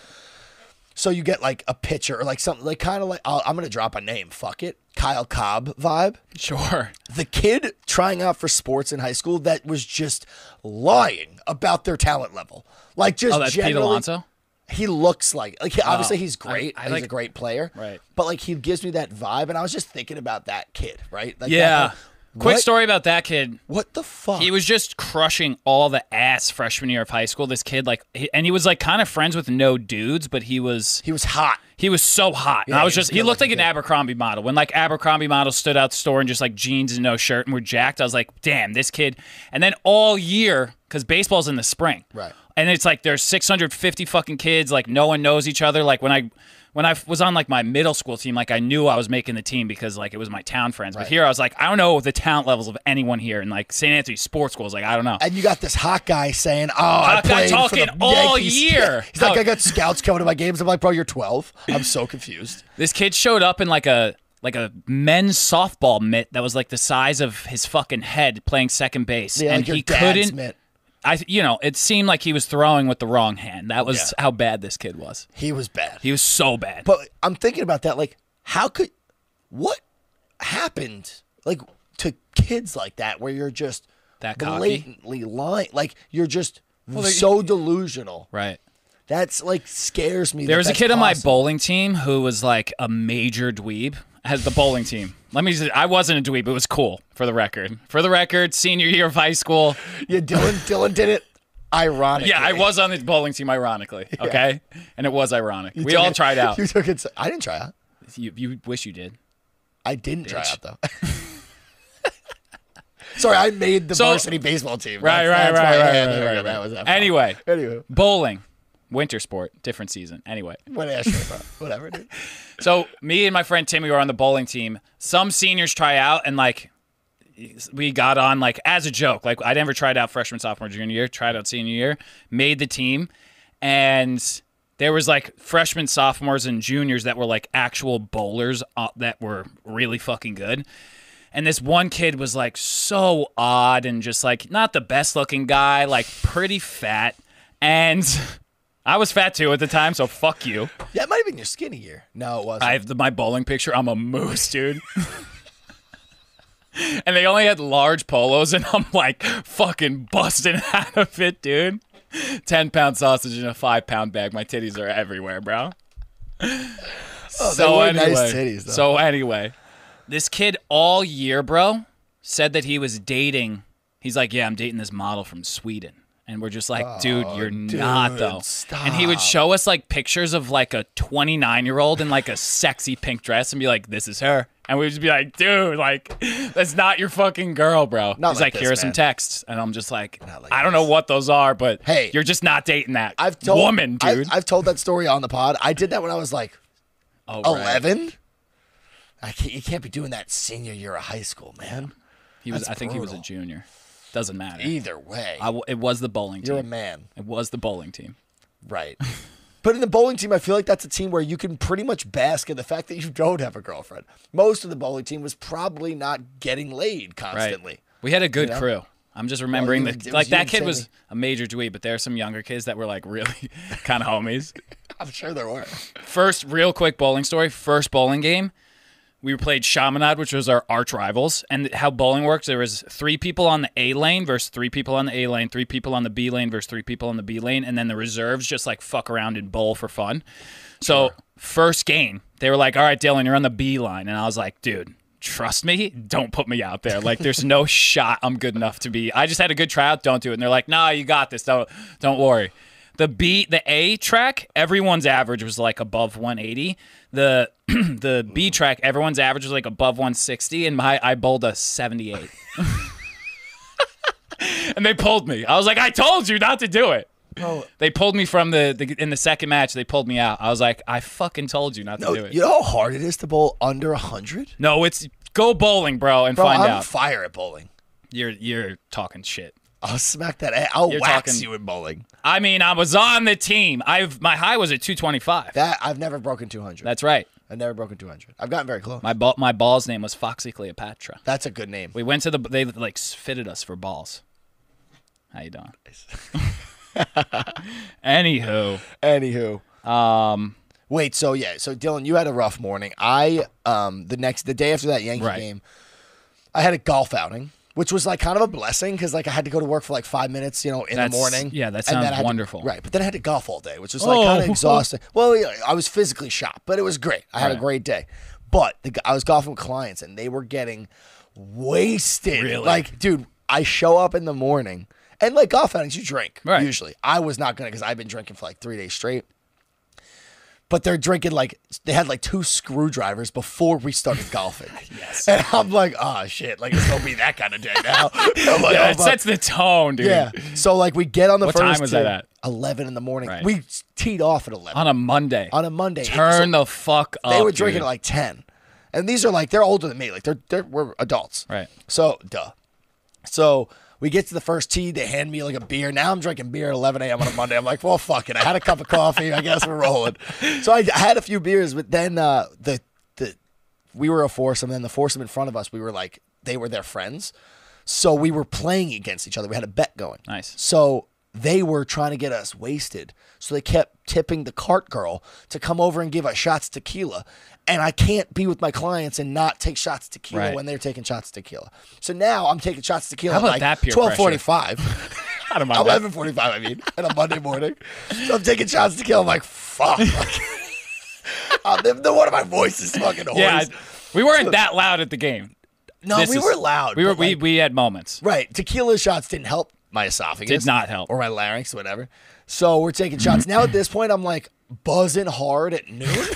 Speaker 1: So you get like a pitcher or like something like kind of like I'll, I'm gonna drop a name. Fuck it, Kyle Cobb vibe
Speaker 3: Sure.
Speaker 1: the kid trying out for sports in high school that was just lying about their talent level. Like just
Speaker 3: Oh, that's Pete
Speaker 1: generally,
Speaker 3: Alonso. Oh,
Speaker 1: He looks like like he- obviously he's
Speaker 3: I-
Speaker 1: great.
Speaker 3: I
Speaker 1: he's a
Speaker 3: like-
Speaker 1: great player.
Speaker 3: Right.
Speaker 1: But like he gives me that vibe, and I was just thinking about that kid, right? Like
Speaker 3: Yeah.
Speaker 1: that-
Speaker 3: Quick
Speaker 1: what-
Speaker 3: story about that kid.
Speaker 1: What the fuck?
Speaker 3: He was just crushing all the ass freshman year of high school. This kid, like, he, and he was like kind of friends with no dudes, but he was
Speaker 1: he was hot.
Speaker 3: he was so hot. and
Speaker 1: Yeah,
Speaker 3: I was
Speaker 1: he was
Speaker 3: just he looked like an Abercrombie model. When like Abercrombie models stood out the store in just like jeans and no shirt and were jacked, I was like, damn, this kid. And then all year, because baseball's in the spring,
Speaker 1: Right.
Speaker 3: And it's like there's 650 fucking kids. Like no one knows each other. Like when I when I was on like my middle school team, like I knew I was making the team because like it was my town friends. But here I was like, I don't know the talent levels of anyone here. And like St. Anthony's sports school is like, I don't know.
Speaker 1: And you got this hot guy saying, "Oh, I
Speaker 3: Hot guy
Speaker 1: played for the
Speaker 3: talking all
Speaker 1: Yankees."
Speaker 3: year.
Speaker 1: He's like,
Speaker 3: How-
Speaker 1: "I got scouts coming to my games." I'm like, "Bro, you're 12." I'm so confused.
Speaker 3: This kid showed up in like a like a men's softball mitt that was like the size of his fucking head playing second base,
Speaker 1: Yeah,
Speaker 3: and
Speaker 1: like your
Speaker 3: he
Speaker 1: dad's
Speaker 3: couldn't.
Speaker 1: mitt.
Speaker 3: I you know it seemed like he was throwing with the wrong hand. That was how bad this kid was.
Speaker 1: He was bad.
Speaker 3: He was so bad.
Speaker 1: But I'm thinking about that. Like, how could, what happened, like, to kids like that where you're just
Speaker 3: That cocky? e-,
Speaker 1: blatantly lying? Like, you're just so delusional.
Speaker 3: right.
Speaker 1: That's like scares me.
Speaker 3: There was a kid on my
Speaker 1: bowl.
Speaker 3: bowling team who was like a major dweeb. Has the bowling team? Let me. Just, I wasn't a dweeb. It was cool. For the record. For the record, senior year of high school.
Speaker 1: Yeah, Dylan, Dylan did it ironically.
Speaker 3: Yeah, I was on the bowling team. Ironically, okay, and it was ironic. we
Speaker 1: took
Speaker 3: all
Speaker 1: it-
Speaker 3: tried out.
Speaker 1: You took it. I didn't try out.
Speaker 3: you, you wish you did.
Speaker 1: I didn't try
Speaker 3: Bitch.
Speaker 1: out though. Sorry, I made the
Speaker 3: So-
Speaker 1: varsity baseball team.
Speaker 3: Right,
Speaker 1: That's-
Speaker 3: right,
Speaker 1: that's
Speaker 3: right,
Speaker 1: why-
Speaker 3: right,
Speaker 1: yeah,
Speaker 3: right,
Speaker 1: there we
Speaker 3: right,
Speaker 1: go.
Speaker 3: right.
Speaker 1: That was that.
Speaker 3: Anyway,
Speaker 1: Anyway.
Speaker 3: bowling, winter sport, different season. Anyway,
Speaker 1: What ass shit, bro. Whatever, dude.
Speaker 3: so me and my friend Timmy were on the bowling team. Some seniors try out and like we got on like as a joke. Like I never tried out freshman, sophomore, junior year. Tried out senior year. Made the team, and there was like freshmen, sophomores, and juniors that were like actual bowlers uh, that were really fucking good. And this one kid was like so odd and just like not the best looking guy, like pretty fat. And I was fat too at the time, so fuck you.
Speaker 1: That might have been your skinny year. No, it wasn't.
Speaker 3: I have the, my bowling picture. I'm a moose, dude. and they only had large polos, and I'm like fucking busting out of it, dude. 10 pound sausage in a five pound bag. My titties are everywhere, bro.
Speaker 1: Oh, they were nice titties, though.
Speaker 3: so anyway, this kid all year, bro, said that he was dating. He's like, yeah, I'm dating this model from Sweden. And we're just like, dude, you're not
Speaker 1: Oh, dude,
Speaker 3: though. And he would
Speaker 1: stop.
Speaker 3: show us like pictures of like a 29 year old in like a sexy pink dress and be like, this is her. And we would just be like, dude, like, that's not your fucking girl, bro.
Speaker 1: Not
Speaker 3: He's like,
Speaker 1: like this,
Speaker 3: here are some
Speaker 1: man.
Speaker 3: texts. And I'm just like,
Speaker 1: Not like
Speaker 3: I don't
Speaker 1: this.
Speaker 3: know what those are, but
Speaker 1: Hey.
Speaker 3: you're just not dating that
Speaker 1: I've told
Speaker 3: woman,
Speaker 1: I-
Speaker 3: dude.
Speaker 1: I've told that story on the pod. I did that when I was like
Speaker 3: Oh, right.
Speaker 1: eleven. I can't, you can't be doing that senior year of high school, man.
Speaker 3: He was. I
Speaker 1: That's
Speaker 3: think he was a
Speaker 1: brutal.
Speaker 3: junior. Doesn't matter.
Speaker 1: Either way,
Speaker 3: I w- it was the bowling
Speaker 1: you're a
Speaker 3: team.
Speaker 1: man,
Speaker 3: It was the bowling team.
Speaker 1: right? But in the bowling team, I feel like that's a team where you can pretty much bask in the fact that you don't have a girlfriend. Most of the bowling team was probably not getting laid
Speaker 3: Right.
Speaker 1: constantly.
Speaker 3: We had a good
Speaker 1: know?
Speaker 3: crew. I'm just remembering
Speaker 1: you-
Speaker 3: that.
Speaker 1: it was
Speaker 3: Like
Speaker 1: you
Speaker 3: that
Speaker 1: and
Speaker 3: kid was
Speaker 1: Sammy.
Speaker 3: a major dweeb, but there are some younger kids that were like really kind of homies.
Speaker 1: I'm sure there were.
Speaker 3: First, real quick bowling story. First bowling game, we played Chaminade, which was our arch rivals, and how bowling works. There was three people on the A lane versus three people on the A lane, three people on the B lane versus three people on the B lane, and then the reserves just like fuck around and bowl for fun. So first game, they were like, "All right, Dylan, you're on the B line," and I was like, "Dude." Trust me, don't put me out there. Like, there's no shot I'm good enough to be. I just had a good tryout. Don't do it. And they're like, "Nah, you got this. Don't, don't worry." The B, the A track, everyone's average was like above 180. The the B track, everyone's average was like above 160, and my I bowled a 78. and they pulled me. I was like, I told you not to do it. They pulled me from the, the in the second match. They pulled me out. I was like, I fucking told you not
Speaker 1: No,
Speaker 3: to do it.
Speaker 1: you know how hard it is to bowl under 100?
Speaker 3: No, it's go bowling, bro, and
Speaker 1: Bro,
Speaker 3: find
Speaker 1: I'm
Speaker 3: out.
Speaker 1: fire at bowling.
Speaker 3: you're you're talking shit.
Speaker 1: I'll smack that. a- I'll
Speaker 3: You're
Speaker 1: wax
Speaker 3: talking-
Speaker 1: you in bowling.
Speaker 3: I mean, I was on the team. I've my high was at 225.
Speaker 1: That I've never broken 200.
Speaker 3: That's right.
Speaker 1: I've never broken 200. I've gotten very close.
Speaker 3: My ball, my ball's name was Foxy Cleopatra.
Speaker 1: That's a good name.
Speaker 3: We went to the they like fitted us for balls. How you doing? Anywho,
Speaker 1: Anywho, um, wait. So yeah, so Dylan, you had a rough morning. I um the next the day after that Yankee
Speaker 3: Right.
Speaker 1: game, I had a golf outing, which was like kind of a blessing because like I had to go to work for like five minutes, you know, in
Speaker 3: That's-
Speaker 1: the morning.
Speaker 3: yeah, that
Speaker 1: And
Speaker 3: sounds
Speaker 1: then I had to-
Speaker 3: wonderful.
Speaker 1: right, but then I had to golf all day, which was like kind
Speaker 3: Oh.
Speaker 1: of exhausting. Well, yeah, I was physically shot, but it was great. I had
Speaker 3: Right.
Speaker 1: a great day. But the, g- I was golfing with clients, and they were getting wasted.
Speaker 3: Really?
Speaker 1: Like, dude, I show up in the morning, and like golf outings, you drink
Speaker 3: Right.
Speaker 1: usually. I was not gonna because I've been drinking for like three days straight but they're drinking like they had like two screwdrivers before we started golfing. yes. And I'm like, oh shit, like it's gonna be that kind of day now. I'm like,
Speaker 3: yeah,
Speaker 1: "Oh,
Speaker 3: it
Speaker 1: fuck."
Speaker 3: sets the tone, dude.
Speaker 1: Yeah. So like we get on the
Speaker 3: What
Speaker 1: first
Speaker 3: time was that
Speaker 1: tee,
Speaker 3: at?
Speaker 1: eleven in the morning.
Speaker 3: Right.
Speaker 1: We teed off at eleven
Speaker 3: On a Monday.
Speaker 1: on a Monday. It-
Speaker 3: Turn the fuck
Speaker 1: so
Speaker 3: up.
Speaker 1: they were drinking
Speaker 3: Oh, dude.
Speaker 1: at like ten. And these are like they're older than me. Like they're they're we're adults.
Speaker 3: Right.
Speaker 1: So duh. So we get to the first tee, they hand me like a beer. Now I'm drinking beer at 11 a.m. on a Monday. I'm like, well, fuck it. I had a cup of coffee. I guess we're rolling. So I, I had a few beers, but then uh, the the we were a foursome. Then the foursome in front of us, we were like, they were their friends. So we were playing against each other. We had a bet going.
Speaker 3: Nice.
Speaker 1: So they were trying to get us wasted. So they kept tipping the cart girl to come over and give us shots tequila. And I can't be with my clients and not take shots tequila
Speaker 3: Right.
Speaker 1: when they're taking shots tequila. So now I'm taking shots tequila
Speaker 3: How about
Speaker 1: like
Speaker 3: that peer
Speaker 1: 1245,
Speaker 3: I don't mind that.
Speaker 1: 1145, I mean, on a Monday morning. So I'm taking shots tequila. I'm like, fuck. Like, uh, the, the one of my voice is fucking hoarse.
Speaker 3: Yeah, we weren't that loud at the game.
Speaker 1: no,
Speaker 3: This
Speaker 1: we
Speaker 3: is-
Speaker 1: were loud.
Speaker 3: We were
Speaker 1: but,
Speaker 3: we,
Speaker 1: like-
Speaker 3: we had moments.
Speaker 1: Right. Tequila shots didn't help my esophagus.
Speaker 3: Did not help.
Speaker 1: Or my larynx, whatever. So we're taking shots. Now at this point, I'm like buzzing hard at noon.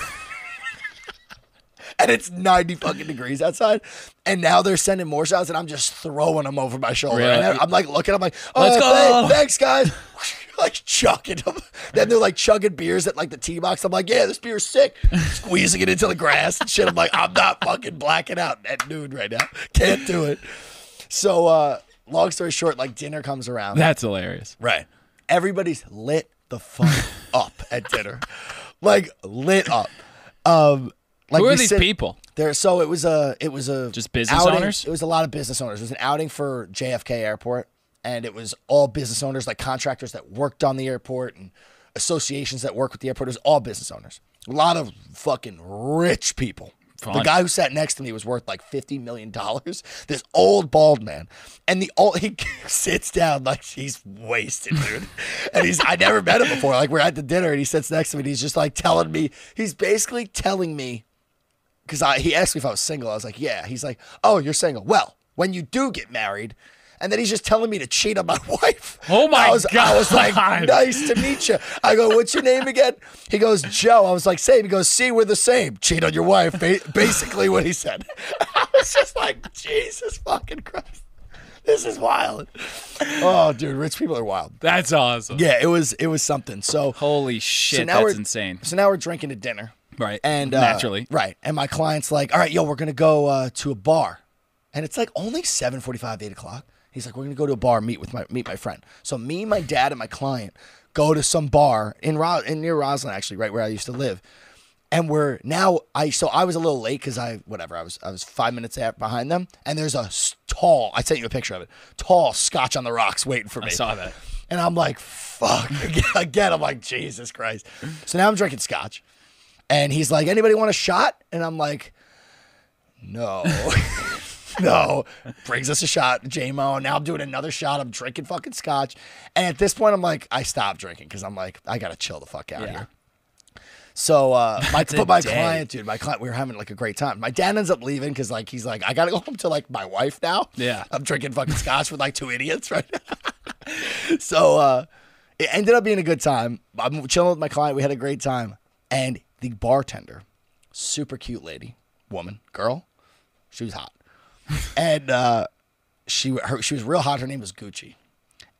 Speaker 1: and it's 90 fucking degrees outside. And now they're sending more shots, and I'm just throwing them over my shoulder.
Speaker 3: Really?
Speaker 1: And I'm like looking, I'm like, oh,
Speaker 3: Let's go.
Speaker 1: thank- thanks, guys. like chugging them. Then they're like chugging beers at like the tee box. I'm like, yeah, this beer's sick. Squeezing it into the grass and shit. I'm like, I'm not fucking blacking out at noon right now. Can't do it. So, uh, long story short, like dinner comes around.
Speaker 3: That's hilarious.
Speaker 1: Right. Everybody's lit the fuck up at dinner. Like lit up. Um like
Speaker 3: Who are
Speaker 1: we
Speaker 3: these
Speaker 1: sit-
Speaker 3: people?
Speaker 1: There so it was a it was a
Speaker 3: Just business
Speaker 1: outing-
Speaker 3: owners?
Speaker 1: It was a lot of business owners. It was an outing for JFK Airport and it was all business owners like contractors that worked on the airport and associations that work with the airport. It was all business owners. A lot of fucking rich people. The
Speaker 3: Fun.
Speaker 1: guy who sat next to me was worth like fifty million dollars. This old bald man, and the old he sits down like he's wasted, dude. and he's I never met him before. Like we're at the dinner, and he sits next to me, and he's just like telling me. He's basically telling me because I he asked me if I was single. I was like, yeah. He's like, oh, you're single. Well, when you do get married. And then he's just telling me to cheat on my wife.
Speaker 3: Oh my
Speaker 1: I was, I was like,
Speaker 3: God.
Speaker 1: nice to meet you. I go, what's your name again? He goes, Joe. I was like, same. He goes, see, we're the same. Cheat on your wife. Ba- basically what he said. I was just like, Jesus fucking Christ. This is wild. Oh, dude, rich people are wild.
Speaker 3: That's awesome.
Speaker 1: Yeah, it was it was something. So
Speaker 3: Holy shit,
Speaker 1: now
Speaker 3: that's
Speaker 1: we're-
Speaker 3: insane.
Speaker 1: So now we're drinking to dinner.
Speaker 3: Right.
Speaker 1: And uh,
Speaker 3: Naturally.
Speaker 1: Right. And my client's like, all right, yo, we're gonna go uh, to a bar. And it's like only 7:45, 8 o'clock. He's like, we're gonna go to a bar, meet with my meet my friend. So me, my dad, and my client go to some bar in Ro- in near Roslyn, actually, right where I used to live. And we're now I so I was a little late because I whatever I was I was five minutes a- behind them and there's a s- tall I sent you a picture of it tall Scotch on the rocks waiting for me
Speaker 3: I saw that.
Speaker 1: and I'm like, fuck. Again, again, I'm like, Jesus Christ. So now I'm drinking scotch. And he's like, anybody want a shot? And I'm like, no. no. Brings us a shot, J-Mo. And now I'm doing another shot. I'm drinking fucking scotch. And at this point, I'm like, I stopped drinking because I'm like, I got to chill the fuck out
Speaker 3: Yeah.
Speaker 1: here. So, uh, my,
Speaker 3: a
Speaker 1: but my
Speaker 3: day.
Speaker 1: client, dude, my client, we were having like a great time. My dad ends up leaving because like he's like, I gotta go home to like my wife now.
Speaker 3: Yeah.
Speaker 1: I'm drinking fucking scotch with like two idiots right now so uh, it ended up being a good time. I'm chilling with my client. We had a great time. And the bartender, super cute lady, woman, girl, she was hot. And uh, she her, she was real hot. Her name was Gucci.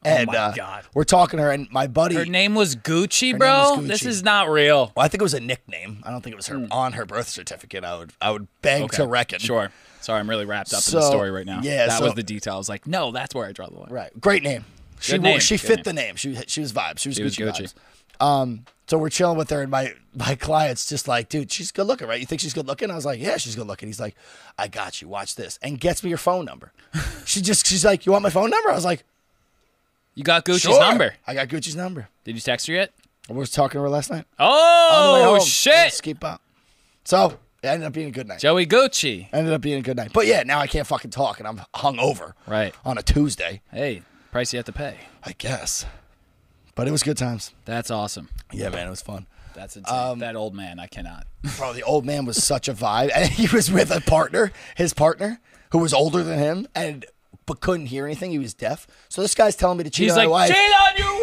Speaker 1: And
Speaker 3: Oh my
Speaker 1: uh,
Speaker 3: God.
Speaker 1: we're talking to her, and my buddy.
Speaker 3: Her name was Gucci,
Speaker 1: name
Speaker 3: bro.
Speaker 1: was
Speaker 3: This
Speaker 1: Gucci.
Speaker 3: is not real.
Speaker 1: well, I think it was a nickname. I don't think it was her on her birth certificate. I would I would beg to reckon.
Speaker 3: Hmm. Sure. Sorry, I'm really wrapped up in
Speaker 1: So,
Speaker 3: the story right now.
Speaker 1: yeah,
Speaker 3: that
Speaker 1: so-
Speaker 3: was the detail. I was like, no, that's where I draw the line.
Speaker 1: Right. Great name. She
Speaker 3: Good
Speaker 1: wa-
Speaker 3: name,
Speaker 1: she
Speaker 3: good
Speaker 1: fit
Speaker 3: name.
Speaker 1: the name. She was- she was vibe. She was
Speaker 3: She was
Speaker 1: Gucci.
Speaker 3: Gucci.
Speaker 1: vibes. Um so we're chilling with her and my my client's just like, dude, she's good looking, right? You think she's good looking? I was like, yeah, she's good looking. He's like, I got you. Watch this. And gets me your phone number. she just she's like, "You want my phone number?" I was like,
Speaker 3: You got Gucci's
Speaker 1: "Sure."
Speaker 3: number.
Speaker 1: I got Gucci's number.
Speaker 3: Did you text her yet?
Speaker 1: I was talking to her last night. On the way
Speaker 3: Oh
Speaker 1: home.
Speaker 3: shit,
Speaker 1: Let's keep up. So, it ended up being a good night.
Speaker 3: Joey Gucci.
Speaker 1: Ended up being a good night. But yeah, now I can't fucking talk and I'm hungover.
Speaker 3: Right.
Speaker 1: On a Tuesday,
Speaker 3: Hey, price you have to pay.
Speaker 1: I guess. But it was good times.
Speaker 3: That's awesome.
Speaker 1: Yeah, man, it was fun.
Speaker 3: That's insane.
Speaker 1: Um,
Speaker 3: that old man. I cannot.
Speaker 1: Bro, the old man was such a vibe. And he was with a partner, his partner, who was older than him and but couldn't hear anything. He was deaf. So this guy's telling me to cheat
Speaker 3: He's
Speaker 1: on
Speaker 3: like,
Speaker 1: my
Speaker 3: cheat
Speaker 1: wife.
Speaker 3: on your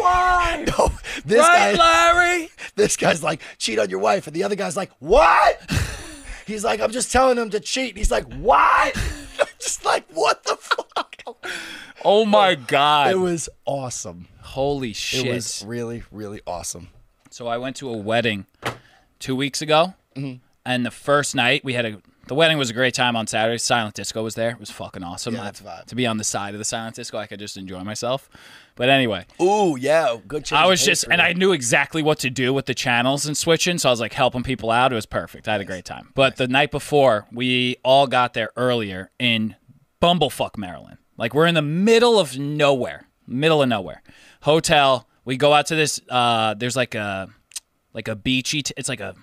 Speaker 3: wife,
Speaker 1: No, this
Speaker 3: right,
Speaker 1: guy
Speaker 3: Larry?
Speaker 1: this guy's like, cheat on your wife. And the other guy's like, What? He's like, I'm just telling him to cheat. And he's like, What? I'm just like, what the fuck?
Speaker 3: Oh my god.
Speaker 1: It was awesome.
Speaker 3: Holy shit.
Speaker 1: It was really, really awesome.
Speaker 3: So I went to a wedding two weeks ago,
Speaker 1: Mm-hmm.
Speaker 3: and the first night we had a. The wedding was a great time on Saturday. Silent Disco was there. It was fucking awesome.
Speaker 1: Yeah, that's a vibe.
Speaker 3: To be on the side of the Silent Disco, I could just enjoy myself. But anyway,
Speaker 1: Ooh, yeah. Good change.
Speaker 3: I
Speaker 1: of
Speaker 3: was
Speaker 1: pace
Speaker 3: just,
Speaker 1: for
Speaker 3: and
Speaker 1: you.
Speaker 3: I knew exactly what to do with the channels and switching. So I was like helping people out. It was perfect. I had a great time. But the night before, we all got there earlier in Bumblefuck, Maryland. Like we're in the middle of nowhere, middle of nowhere. Hotel. We go out to this. Uh, there's like a, like a beachy. T- it's like a,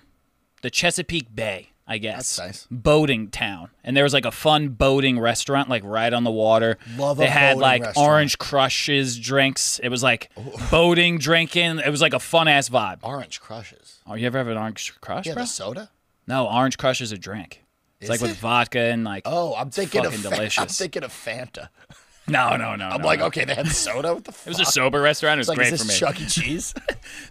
Speaker 3: the Chesapeake Bay, I guess.
Speaker 1: That's nice.
Speaker 3: Boating town, and there was like a fun boating restaurant, like right on the water.
Speaker 1: Love a
Speaker 3: they had
Speaker 1: boating
Speaker 3: like
Speaker 1: restaurant.
Speaker 3: orange crushes drinks. It was like
Speaker 1: Oh.
Speaker 3: boating, drinking. It was like a fun ass vibe.
Speaker 1: Orange crushes.
Speaker 3: Oh, you ever have an orange crush,
Speaker 1: Yeah,
Speaker 3: bro?
Speaker 1: the soda?
Speaker 3: No, orange crush is a drink.
Speaker 1: Is
Speaker 3: It's like
Speaker 1: it?
Speaker 3: with vodka and like.
Speaker 1: Oh, I'm thinking of
Speaker 3: fucking
Speaker 1: Fa- I'm
Speaker 3: delicious.
Speaker 1: thinking of Fanta.
Speaker 3: no, no, no.
Speaker 1: I'm like, okay, they had soda. What the fuck?
Speaker 3: It was a sober restaurant. It was
Speaker 1: like,
Speaker 3: great
Speaker 1: is
Speaker 3: for
Speaker 1: this
Speaker 3: me.
Speaker 1: Chuck E. Cheese?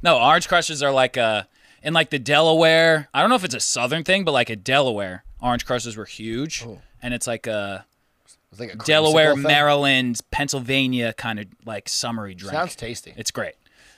Speaker 3: No, uh, orange crushes are like a in like the Delaware. I don't know if it's a southern thing, but like a Delaware. orange crushers were huge, and it's like a
Speaker 1: It's like a creamsicle
Speaker 3: Delaware,
Speaker 1: Oh. thing.
Speaker 3: Maryland, Pennsylvania kind of like summery drink.
Speaker 1: Sounds tasty.
Speaker 3: It's great.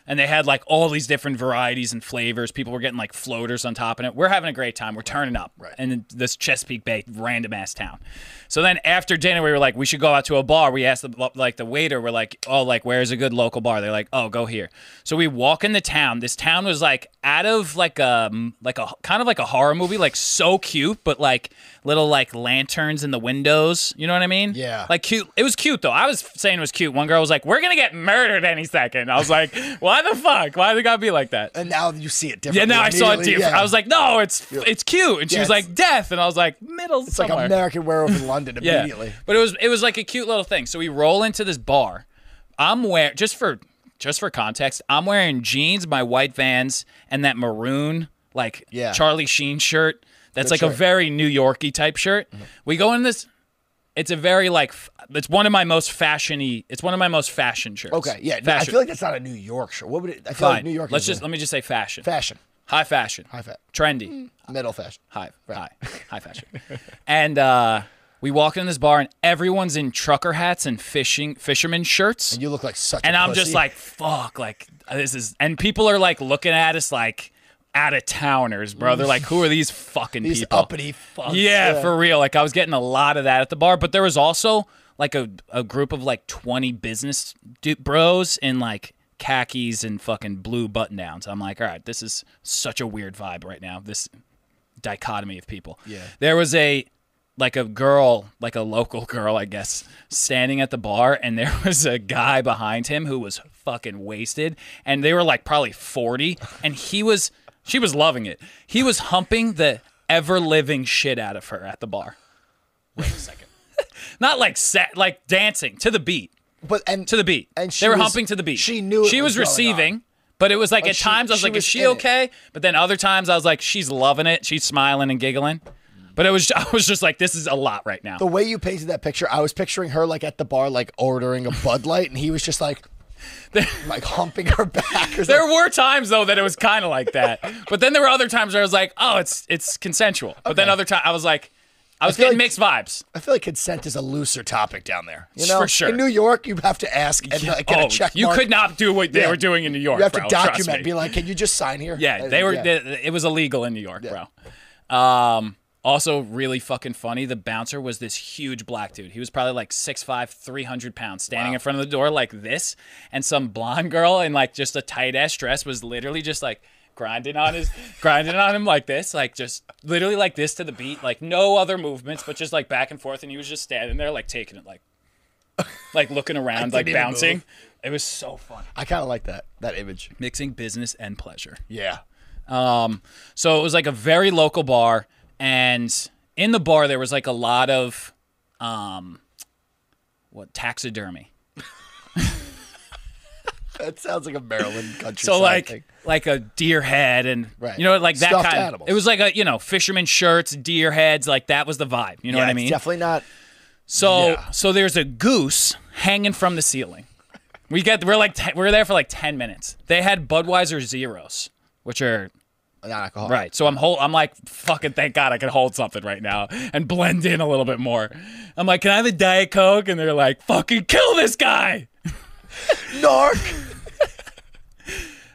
Speaker 3: And they had like all these different varieties and flavors. People were getting like floaters on top of it. We're having a great time. We're turning up.
Speaker 1: Right.
Speaker 3: And in this Chesapeake Bay random ass town. So then after dinner, we were like, we should go out to a bar. We asked the like the waiter, we're like, oh, like where's a good local bar? They're like, oh, go here. So we walk in the town. This town was like out of like a like a kind of like a horror movie, like so cute, but like little like lanterns in the windows. You know what I mean?
Speaker 1: Yeah.
Speaker 3: Like cute. It was cute though. I was saying it was cute. One girl was like, "We're gonna get murdered any second. I was like, "Why the fuck? Why they gotta be like that?"
Speaker 1: and now you see it
Speaker 3: Yeah,
Speaker 1: differently.
Speaker 3: now I saw it
Speaker 1: immediately.
Speaker 3: different.
Speaker 1: Yeah.
Speaker 3: I was like, "No, it's it's cute," and she
Speaker 1: Yeah,
Speaker 3: was
Speaker 1: it's-
Speaker 3: like, "Death," and I was like, "Middle
Speaker 1: it's like
Speaker 3: somewhere."
Speaker 1: American Werewolf in London immediately.
Speaker 3: But it was it was like a cute little thing. So we roll into this bar. I'm wearing just for just for context, I'm wearing jeans, my white vans, and that maroon like
Speaker 1: Yeah.
Speaker 3: Charlie Sheen shirt. That's
Speaker 1: Good
Speaker 3: like a
Speaker 1: shirt. Mm-hmm.
Speaker 3: very New Yorky type shirt. We go in this. It's a very like f- it's one of my most fashiony. It's one of my most fashion shirts.
Speaker 1: Okay, yeah. I
Speaker 3: fashion.
Speaker 1: feel like that's not a New York shirt. What would it? I feel
Speaker 3: Fine.
Speaker 1: like New York.
Speaker 3: Let's
Speaker 1: is
Speaker 3: just
Speaker 1: a-
Speaker 3: let me just say fashion.
Speaker 1: fashion,
Speaker 3: High fashion.
Speaker 1: High fa- Hmm.
Speaker 3: Trendy.
Speaker 1: middle fashion.
Speaker 3: High,
Speaker 1: Right.
Speaker 3: high, high fashion. and uh, we walk in this bar, and everyone's in trucker hats and fishing fisherman shirts.
Speaker 1: You look like such.
Speaker 3: and
Speaker 1: i
Speaker 3: I'm just like, fuck, like this is. And people are like looking at us like out of towners, bro. They're like, who are these fucking
Speaker 1: these
Speaker 3: people?
Speaker 1: uppity fucks.
Speaker 3: yeah, for real. Like I was getting a lot of that at the bar, but there was also like a, a group of like 20 business du- bros in like khakis and fucking blue button downs. I'm like, all right, this is such a weird vibe right now. This dichotomy of people.
Speaker 1: Yeah.
Speaker 3: There was a like a girl, like a local girl, I guess, standing at the bar, and there was a guy behind him who was fucking wasted, and they were like probably forty, and he was, she was loving it. He was humping the ever living shit out of her at the bar.
Speaker 1: Wait a second.
Speaker 3: Not like set, like dancing to the beat,
Speaker 1: But and
Speaker 3: to the beat.
Speaker 1: And she
Speaker 3: they were
Speaker 1: was-
Speaker 3: humping to the beat.
Speaker 1: she knew it
Speaker 3: she
Speaker 1: was
Speaker 3: was,
Speaker 1: going
Speaker 3: receiving.
Speaker 1: on.
Speaker 3: But it was like at
Speaker 1: she-
Speaker 3: times I was
Speaker 1: she
Speaker 3: like,
Speaker 1: was
Speaker 3: is she
Speaker 1: in it.
Speaker 3: okay? But then other times I was like, she's loving it. She's smiling and giggling. But it was I was just like, this is a lot right now.
Speaker 1: the way you painted that picture, I was picturing her like at the bar, like ordering a Bud Light, and he was just like, like humping her back. Or
Speaker 3: There
Speaker 1: something.
Speaker 3: were times though that it was kind of like that, but then there were other times where I was like, "Oh, it's it's consensual." But then
Speaker 1: Okay.
Speaker 3: other time I was like, I was
Speaker 1: feel
Speaker 3: getting
Speaker 1: like-
Speaker 3: mixed vibes.
Speaker 1: I feel like consent is a looser topic down there. You know,
Speaker 3: For sure.
Speaker 1: In New York, you have to ask and like, get
Speaker 3: oh,
Speaker 1: a check.
Speaker 3: you
Speaker 1: mark.
Speaker 3: could not do what they
Speaker 1: Yeah.
Speaker 3: were doing in New York.
Speaker 1: You have to
Speaker 3: bro, trust
Speaker 1: document.
Speaker 3: me.
Speaker 1: Be like, can you just sign here?
Speaker 3: yeah, they were.
Speaker 1: Yeah.
Speaker 3: they- it was illegal in New York, bro. Um, also, really fucking funny. The bouncer was this huge black dude. He was probably like 6'5", 300 pounds, standing in front of the door like this, and some blonde girl in like just a tight ass dress was literally just like grinding on his grinding on him like this like just literally like this to the beat like no other movements but just like back and forth and he was just standing there like taking it like like looking around like
Speaker 1: didn't even
Speaker 3: bouncing
Speaker 1: move.
Speaker 3: it was so fun
Speaker 1: I kind of like that that image.
Speaker 3: mixing business and pleasure
Speaker 1: Yeah.
Speaker 3: um, so it was like a very local bar, and in the bar there was like a lot of, um, what taxidermy.
Speaker 1: That sounds like a Maryland country.
Speaker 3: So like
Speaker 1: thing.
Speaker 3: like a deer head and
Speaker 1: Right.
Speaker 3: you know like that
Speaker 1: Stuffed
Speaker 3: kind.
Speaker 1: animals.
Speaker 3: It was like a you know fisherman shirts, deer heads, like that was the vibe. You know
Speaker 1: yeah,
Speaker 3: what I
Speaker 1: it's
Speaker 3: mean?
Speaker 1: definitely not.
Speaker 3: So
Speaker 1: Yeah.
Speaker 3: so there's a goose hanging from the ceiling. We get we're like te- we're there for like ten minutes. They had Budweiser zeros, which are
Speaker 1: Not alcohol.
Speaker 3: Right. So I'm hold, I'm like, fucking thank God I can hold something right now and blend in a little bit more. I'm like, can I have a Diet Coke? And they're like, fucking kill this guy.
Speaker 1: Narc.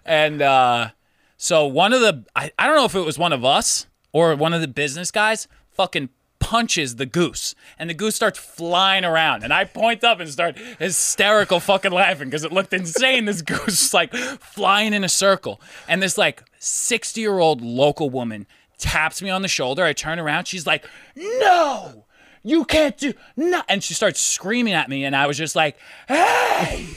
Speaker 3: And uh, so one of the, I, I don't know if it was one of us or one of the business guys, fucking punches the goose. And the goose starts flying around. And I point up and start hysterical fucking laughing because it looked insane. This goose was like flying in a circle. And this like 60 year old local woman taps me on the shoulder. I turn around. She's like, no. You can't do no, and she starts screaming at me, and I was just like, "Hey,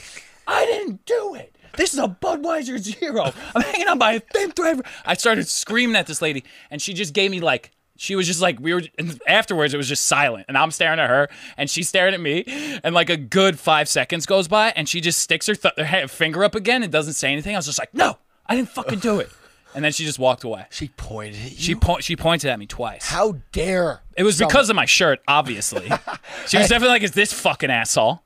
Speaker 3: I didn't do it. This is a Budweiser Zero. I'm hanging on by a thin thread. I started screaming at this lady, and she just gave me like, she was just like, we were, and afterwards it was just silent. And I'm staring at her, and she's staring at me, and like a good five seconds goes by, and she just sticks her, th- her he- finger up again and doesn't say anything. I was just like, no, I didn't fucking do it. And then she just walked away.
Speaker 1: She pointed at you.
Speaker 3: She, po- she pointed at me twice.
Speaker 1: How dare?
Speaker 3: It was because of my shirt, obviously. she was definitely like, is this fucking asshole?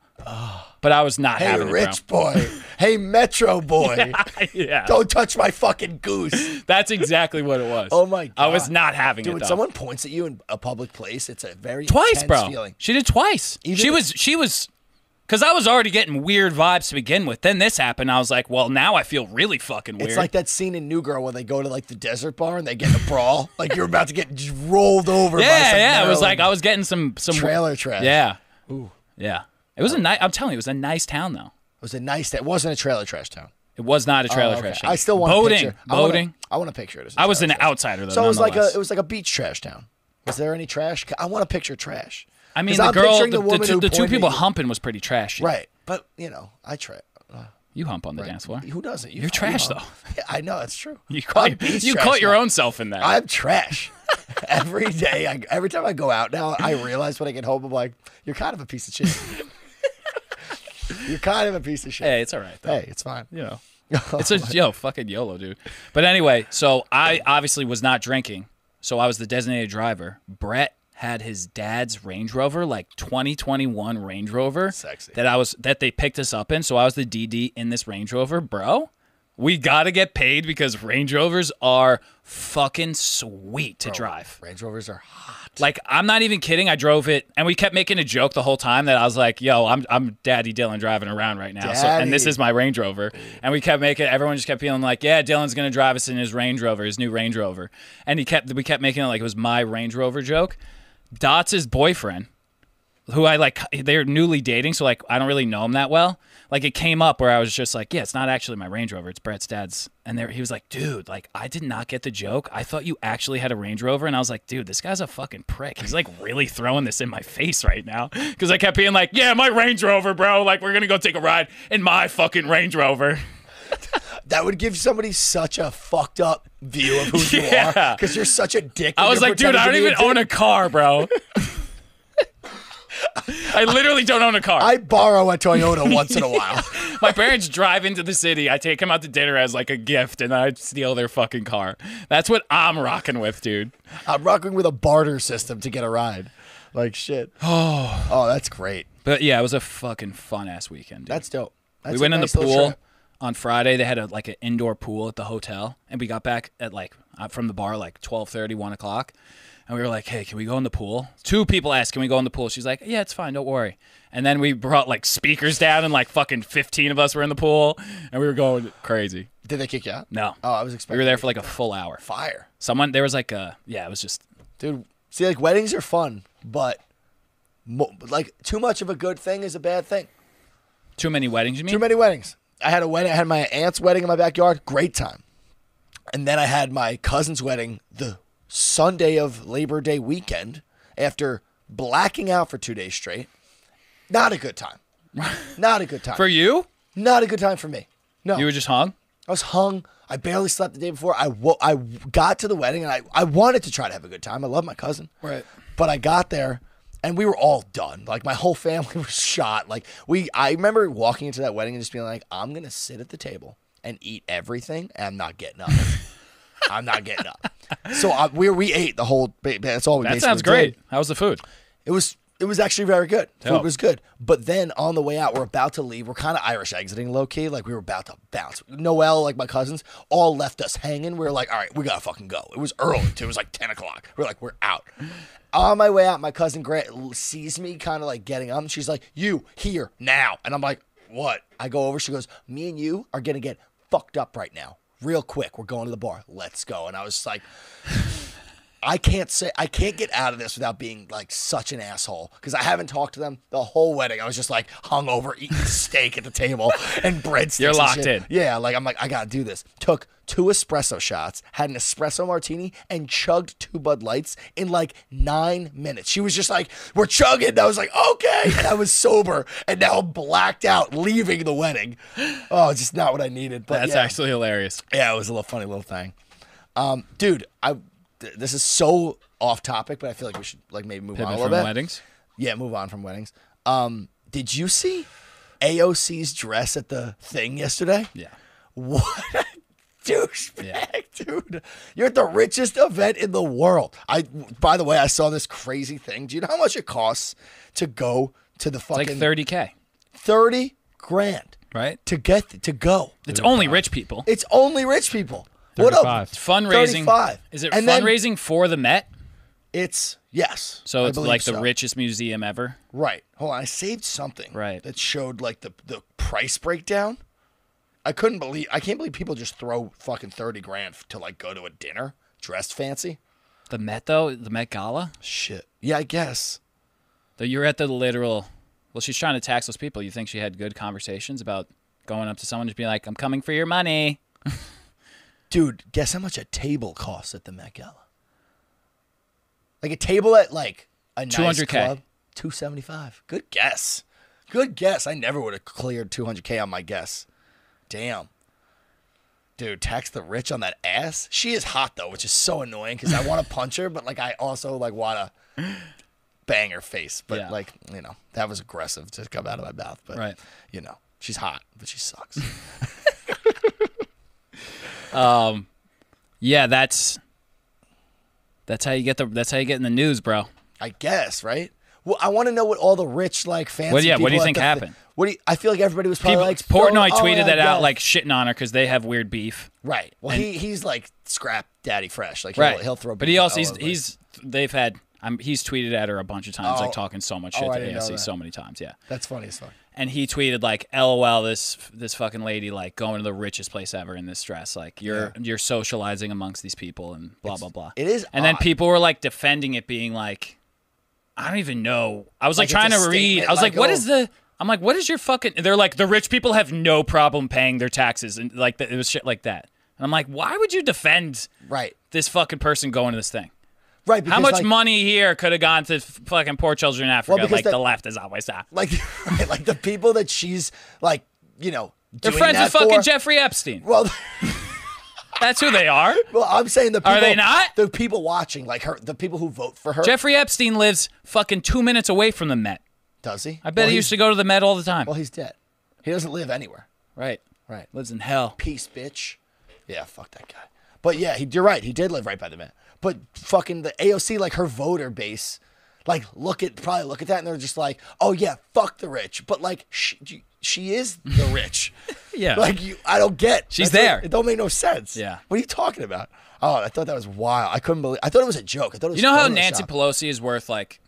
Speaker 3: but I was not
Speaker 1: Hey,
Speaker 3: having
Speaker 1: rich boy. Hey, Metro boy.
Speaker 3: it. Bro. yeah,
Speaker 1: Don't touch my fucking goose.
Speaker 3: that's exactly what it was.
Speaker 1: Oh my
Speaker 3: I was
Speaker 1: God.
Speaker 3: not having
Speaker 1: Dude,
Speaker 3: it.
Speaker 1: when
Speaker 3: though.
Speaker 1: someone points at you in a public place, it's a very
Speaker 3: twice,
Speaker 1: intense
Speaker 3: bro.
Speaker 1: feeling.
Speaker 3: She did twice.
Speaker 1: Even
Speaker 3: she
Speaker 1: if-
Speaker 3: was she was because I was already getting weird vibes to begin with. Then this happened. I was like, well, now I feel really fucking weird.
Speaker 1: It's like that scene in New Girl where they go to like the desert bar and they get in a brawl. like you're about to get j- rolled over. by
Speaker 3: yeah,
Speaker 1: some
Speaker 3: yeah. It was like uh,
Speaker 1: Maryland
Speaker 3: I was getting some some
Speaker 1: trailer trash.
Speaker 3: Yeah. Yeah. It was a nice. I'm telling you, it was a nice town though.
Speaker 1: It was a nice. It wasn't a trailer trash town.
Speaker 3: It was not a trailer
Speaker 1: Oh, okay.
Speaker 3: trash. town.
Speaker 1: I still want
Speaker 3: boating.
Speaker 1: A picture.
Speaker 3: Boating.
Speaker 1: I want, a, I want a picture. It as a
Speaker 3: I was
Speaker 1: trailer
Speaker 3: an
Speaker 1: trash.
Speaker 3: outsider though.
Speaker 1: So it was like a
Speaker 3: nonetheless.
Speaker 1: it was like a beach trash town. Was there any trash? I want to picture trash.
Speaker 3: I mean,
Speaker 1: 'Cause
Speaker 3: the
Speaker 1: I'm
Speaker 3: girl,
Speaker 1: picturing
Speaker 3: the, the
Speaker 1: woman
Speaker 3: two,
Speaker 1: who
Speaker 3: the two
Speaker 1: pointed
Speaker 3: people
Speaker 1: at you.
Speaker 3: humping was pretty trashy.
Speaker 1: Right, but you know, I try.
Speaker 3: You hump on the dance floor.
Speaker 1: Who doesn't? You
Speaker 3: You're
Speaker 1: fucking
Speaker 3: trash,
Speaker 1: are.
Speaker 3: though.
Speaker 1: Yeah, I know that's true.
Speaker 3: You
Speaker 1: I'm
Speaker 3: caught,
Speaker 1: beach
Speaker 3: you
Speaker 1: trash
Speaker 3: caught your
Speaker 1: now.
Speaker 3: own self in that.
Speaker 1: I'm trash. every day, I, every time I go out now, I realize when I get home, I'm like, you're kind of a piece of shit. you're kind of a piece of shit.
Speaker 3: hey, it's all right though.
Speaker 1: Hey, it's fine.
Speaker 3: you know. It's a yo fucking YOLO, dude. But anyway, so I obviously was not drinking, so I was the designated driver. Brett had his dad's Range Rover, like 2021 Range Rover,
Speaker 1: Sexy.
Speaker 3: that I was that they picked us up in. So I was the DD in this Range Rover, bro. We gotta get paid because Range Rovers are fucking sweet to drive.
Speaker 1: Range Rovers are hot.
Speaker 3: Like I'm not even kidding. I drove it, and we kept making a joke the whole time that I was like, "Yo, I'm I'm Daddy Dylan driving around right now, so, and this
Speaker 1: Daddy.
Speaker 3: is my Range Rover." And we kept making everyone just kept feeling like, "Yeah, Dylan's gonna drive us in his Range Rover, his new Range Rover," and he kept we kept making it like it was my Range Rover joke. Dots' boyfriend, who I like, they're newly dating, so like I don't really know him that well. Like it came up where I was just like, "Yeah, it's not actually my Range Rover; it's Brett's dad's." And there he was like, "Dude, like I did not get the joke. I thought you actually had a Range Rover." And I was like, "Dude, this guy's a fucking prick. He's like really throwing this in my face right now." Because I kept being like, "Yeah, my Range Rover, bro. Like we're gonna go take a ride in my fucking Range Rover."
Speaker 1: That would give somebody such a fucked up view of who you
Speaker 3: Yeah.
Speaker 1: are because you're such a dick.
Speaker 3: I was like, "Dude, I don't even own a car, bro." I literally don't own a car.
Speaker 1: I borrow a Toyota once in a while.
Speaker 3: My parents drive into the city. I take them out to dinner as like a gift, and I steal their fucking car. That's what I'm rocking with, dude.
Speaker 1: I'm rocking with a barter system to get a ride. Like shit. Oh, oh, that's great.
Speaker 3: But yeah, it was a fucking fun ass weekend. Dude.
Speaker 1: That's dope. That's
Speaker 3: we
Speaker 1: a
Speaker 3: went
Speaker 1: nice
Speaker 3: in the
Speaker 1: little
Speaker 3: pool
Speaker 1: trip.
Speaker 3: on Friday. They had a, like an indoor pool at the hotel, and we got back at like uh, from the bar like 12:30, 1 o'clock, and we were like, "Hey, can we go in the pool?" Two people asked, "Can we go in the pool?" She's like, "Yeah, it's fine, don't worry." And then we brought like speakers down, and like fucking 15 of us were in the pool, and we were going crazy.
Speaker 1: Did they kick you out?
Speaker 3: No,
Speaker 1: Oh, I was
Speaker 3: we
Speaker 1: expecting.
Speaker 3: were there for like a full hour.
Speaker 1: fire,
Speaker 3: Someone there was like a yeah, it was just
Speaker 1: dude. See, like weddings are fun, but mo- like too much of a good thing is a bad thing.
Speaker 3: too many weddings. You mean?
Speaker 1: Too many weddings. I had a wedding. I had my aunt's wedding in my backyard. Great time. And then I had my cousin's wedding the Sunday of Labor Day weekend after blacking out for two days straight. Not a good time. Not a good time.
Speaker 3: For you,
Speaker 1: Not a good time for me. No.
Speaker 3: you were just hung.
Speaker 1: I was hung. I barely slept the day before. I wo- I got to the wedding and I, I wanted to try to have a good time. I love my cousin.
Speaker 3: Right.
Speaker 1: But I got there and we were all done. Like my whole family was shot. Like we I remember walking into that wedding and just being like, I'm gonna sit at the table and eat everything and I'm not getting up. I'm not getting up. So I, we we ate the whole. ba- That's all we.
Speaker 3: That
Speaker 1: basically
Speaker 3: sounds
Speaker 1: did.
Speaker 3: great. How was the food?
Speaker 1: It was it was actually very good.
Speaker 3: Dope.
Speaker 1: Food was good. But then on the way out, we're about to leave. We're kind of Irish exiting low key. Like we were about to bounce. Noel, like my cousins, all left us hanging. We were like, all right, we gotta fucking go. It was early. too. It was like ten o'clock. We're like, we're out. On my way out, my cousin Grant l- sees me kind of like getting up, and she's like, "You here now?" And I'm like, "What?" I go over. She goes, "Me and you are gonna get fucked up right now, real quick. We're going to the bar. Let's go." And I was just like, I can't say I can't get out of this without being like such an asshole because I haven't talked to them the whole wedding. I was just like hung over eating steak at the table and breadsticks.
Speaker 3: You're
Speaker 1: and
Speaker 3: locked
Speaker 1: shit.
Speaker 3: in.
Speaker 1: Yeah, like I'm like I gotta do this. Took two espresso shots, had an espresso martini, and chugged two Bud Lights in like nine minutes. She was just like, "We're chugging." And I was like, "Okay," and I was sober and now I'm blacked out leaving the wedding. Oh, just not what I needed. But
Speaker 3: That's
Speaker 1: yeah.
Speaker 3: actually hilarious.
Speaker 1: Yeah, it was a little funny little thing. Um, dude, I th- this is so off topic, but I feel like we should like maybe move on a
Speaker 3: Pivot
Speaker 1: little
Speaker 3: from
Speaker 1: bit.
Speaker 3: weddings.
Speaker 1: Yeah, move on from weddings. Um, did you see AOC's dress at the thing yesterday?
Speaker 3: Yeah.
Speaker 1: What a douchebag,
Speaker 3: Yeah.
Speaker 1: dude. You're at the richest event in the world. I by the way, I saw this crazy thing. Do you know how much it costs to go to the
Speaker 3: Like
Speaker 1: fucking
Speaker 3: 30k.
Speaker 1: thirty grand
Speaker 3: right?
Speaker 1: to get to go.
Speaker 3: It's only rich people.
Speaker 1: It's only rich people. What up?
Speaker 4: 35.
Speaker 3: Fundraising.
Speaker 1: 35.
Speaker 3: Is it
Speaker 1: And then-
Speaker 3: fundraising for the Met?
Speaker 1: It's yes.
Speaker 3: So
Speaker 1: I
Speaker 3: it's
Speaker 1: believe
Speaker 3: like the
Speaker 1: so.
Speaker 3: richest museum ever.
Speaker 1: Right. Hold on. I saved something.
Speaker 3: Right.
Speaker 1: That showed like the the price breakdown. I couldn't believe. I can't believe people just throw fucking thirty grand f- to like go to a dinner dressed fancy.
Speaker 3: The Met though, the Met Gala.
Speaker 1: Shit. Yeah, I guess.
Speaker 3: Though you're at the literal. Well, she's trying to tax those people. You think she had good conversations about going up to someone and just being like, "I'm coming for your money."
Speaker 1: Dude, guess how much a table costs at the Met Gala? Like a table at like a nice
Speaker 3: 200K.
Speaker 1: club, two seventy five. Good guess. Good guess. I never would have cleared two hundred k on my guess. Damn. Dude, tax the rich on that ass. She is hot though, which is so annoying because I want to punch her, but like I also like want to bang her face. But
Speaker 3: Yeah.
Speaker 1: like you know, that was aggressive to come out of my mouth. But
Speaker 3: Right.
Speaker 1: you know, she's hot, but she sucks.
Speaker 3: Yeah, that's that's how you get the that's how you get in the news, bro.
Speaker 1: I guess, right? Well, I want to know what all the rich, like fancy.
Speaker 3: Well, yeah, what do you
Speaker 1: people at
Speaker 3: think
Speaker 1: the-
Speaker 3: happened?
Speaker 1: What do you, I feel like everybody was probably
Speaker 3: People,
Speaker 1: like
Speaker 3: Portnoy
Speaker 1: oh, oh,
Speaker 3: tweeted
Speaker 1: yeah,
Speaker 3: that
Speaker 1: yeah.
Speaker 3: out like shitting on her because they have weird beef.
Speaker 1: right. Well, he he's like scrap daddy fresh, like he'll, he'll throw.
Speaker 3: But he
Speaker 1: people
Speaker 3: also
Speaker 1: all
Speaker 3: he's
Speaker 1: over the place.
Speaker 3: he's they've had um, he's tweeted at her a bunch of times,
Speaker 1: Oh.
Speaker 3: like talking so much shit
Speaker 1: Oh, I
Speaker 3: to
Speaker 1: didn't know
Speaker 3: AFC
Speaker 1: that.
Speaker 3: so many times. Yeah,
Speaker 1: that's funny as fuck.
Speaker 3: and he tweeted like, "LOL, this this fucking lady like going to the richest place ever in this dress. Like you're you're socializing amongst these people and blah blah blah."
Speaker 1: it is
Speaker 3: and then
Speaker 1: odd.
Speaker 3: people were like defending it, being like, "I don't even know." I was like,
Speaker 1: Like, it's
Speaker 3: trying
Speaker 1: a
Speaker 3: to read.
Speaker 1: statement,
Speaker 3: I was like,
Speaker 1: like,
Speaker 3: "What
Speaker 1: oh."
Speaker 3: is the?" I'm like, "What is your fucking?" They're like, "The rich people have no problem paying their taxes," and like it was shit like that. And I'm like, "Why would you defend
Speaker 1: Right,
Speaker 3: this fucking person going to this thing?"
Speaker 1: right.
Speaker 3: How
Speaker 1: because,
Speaker 3: much
Speaker 1: like,
Speaker 3: money here could have gone to f- fucking poor children in Africa?
Speaker 1: because
Speaker 3: like
Speaker 1: that-
Speaker 3: the left is always that.
Speaker 1: Like, right, like the people that she's like, you know,
Speaker 3: They're
Speaker 1: doing
Speaker 3: friends
Speaker 1: that
Speaker 3: with fucking
Speaker 1: for-
Speaker 3: Jeffrey Epstein.
Speaker 1: Well,
Speaker 3: That's who they are.
Speaker 1: well, I'm saying the people,
Speaker 3: Are they not?
Speaker 1: the people watching, like her, the people who vote for her?
Speaker 3: Jeffrey Epstein lives fucking two minutes away from the Met.
Speaker 1: does he?
Speaker 3: I bet
Speaker 1: well,
Speaker 3: he
Speaker 1: he's-
Speaker 3: used to go to the Met all the time.
Speaker 1: Well, he's dead. He doesn't live anywhere.
Speaker 3: right.
Speaker 1: Right.
Speaker 3: Lives in hell.
Speaker 1: peace, bitch. Yeah, fuck that guy. But yeah, he, you're right. He did live right by the Met. But fucking the AOC, like her voter base, like look at probably look at that, and they're just like, oh yeah, fuck the rich. But like she, she is the rich.
Speaker 3: Yeah.
Speaker 1: Like you, I don't get.
Speaker 3: She's
Speaker 1: That's
Speaker 3: there.
Speaker 1: what- it don't make no sense.
Speaker 3: Yeah.
Speaker 1: What are you talking about? Oh, I thought that was wild. I couldn't believe. I thought it was a joke. I thought it was.
Speaker 3: You know how
Speaker 1: Photoshop.
Speaker 3: Nancy Pelosi is worth like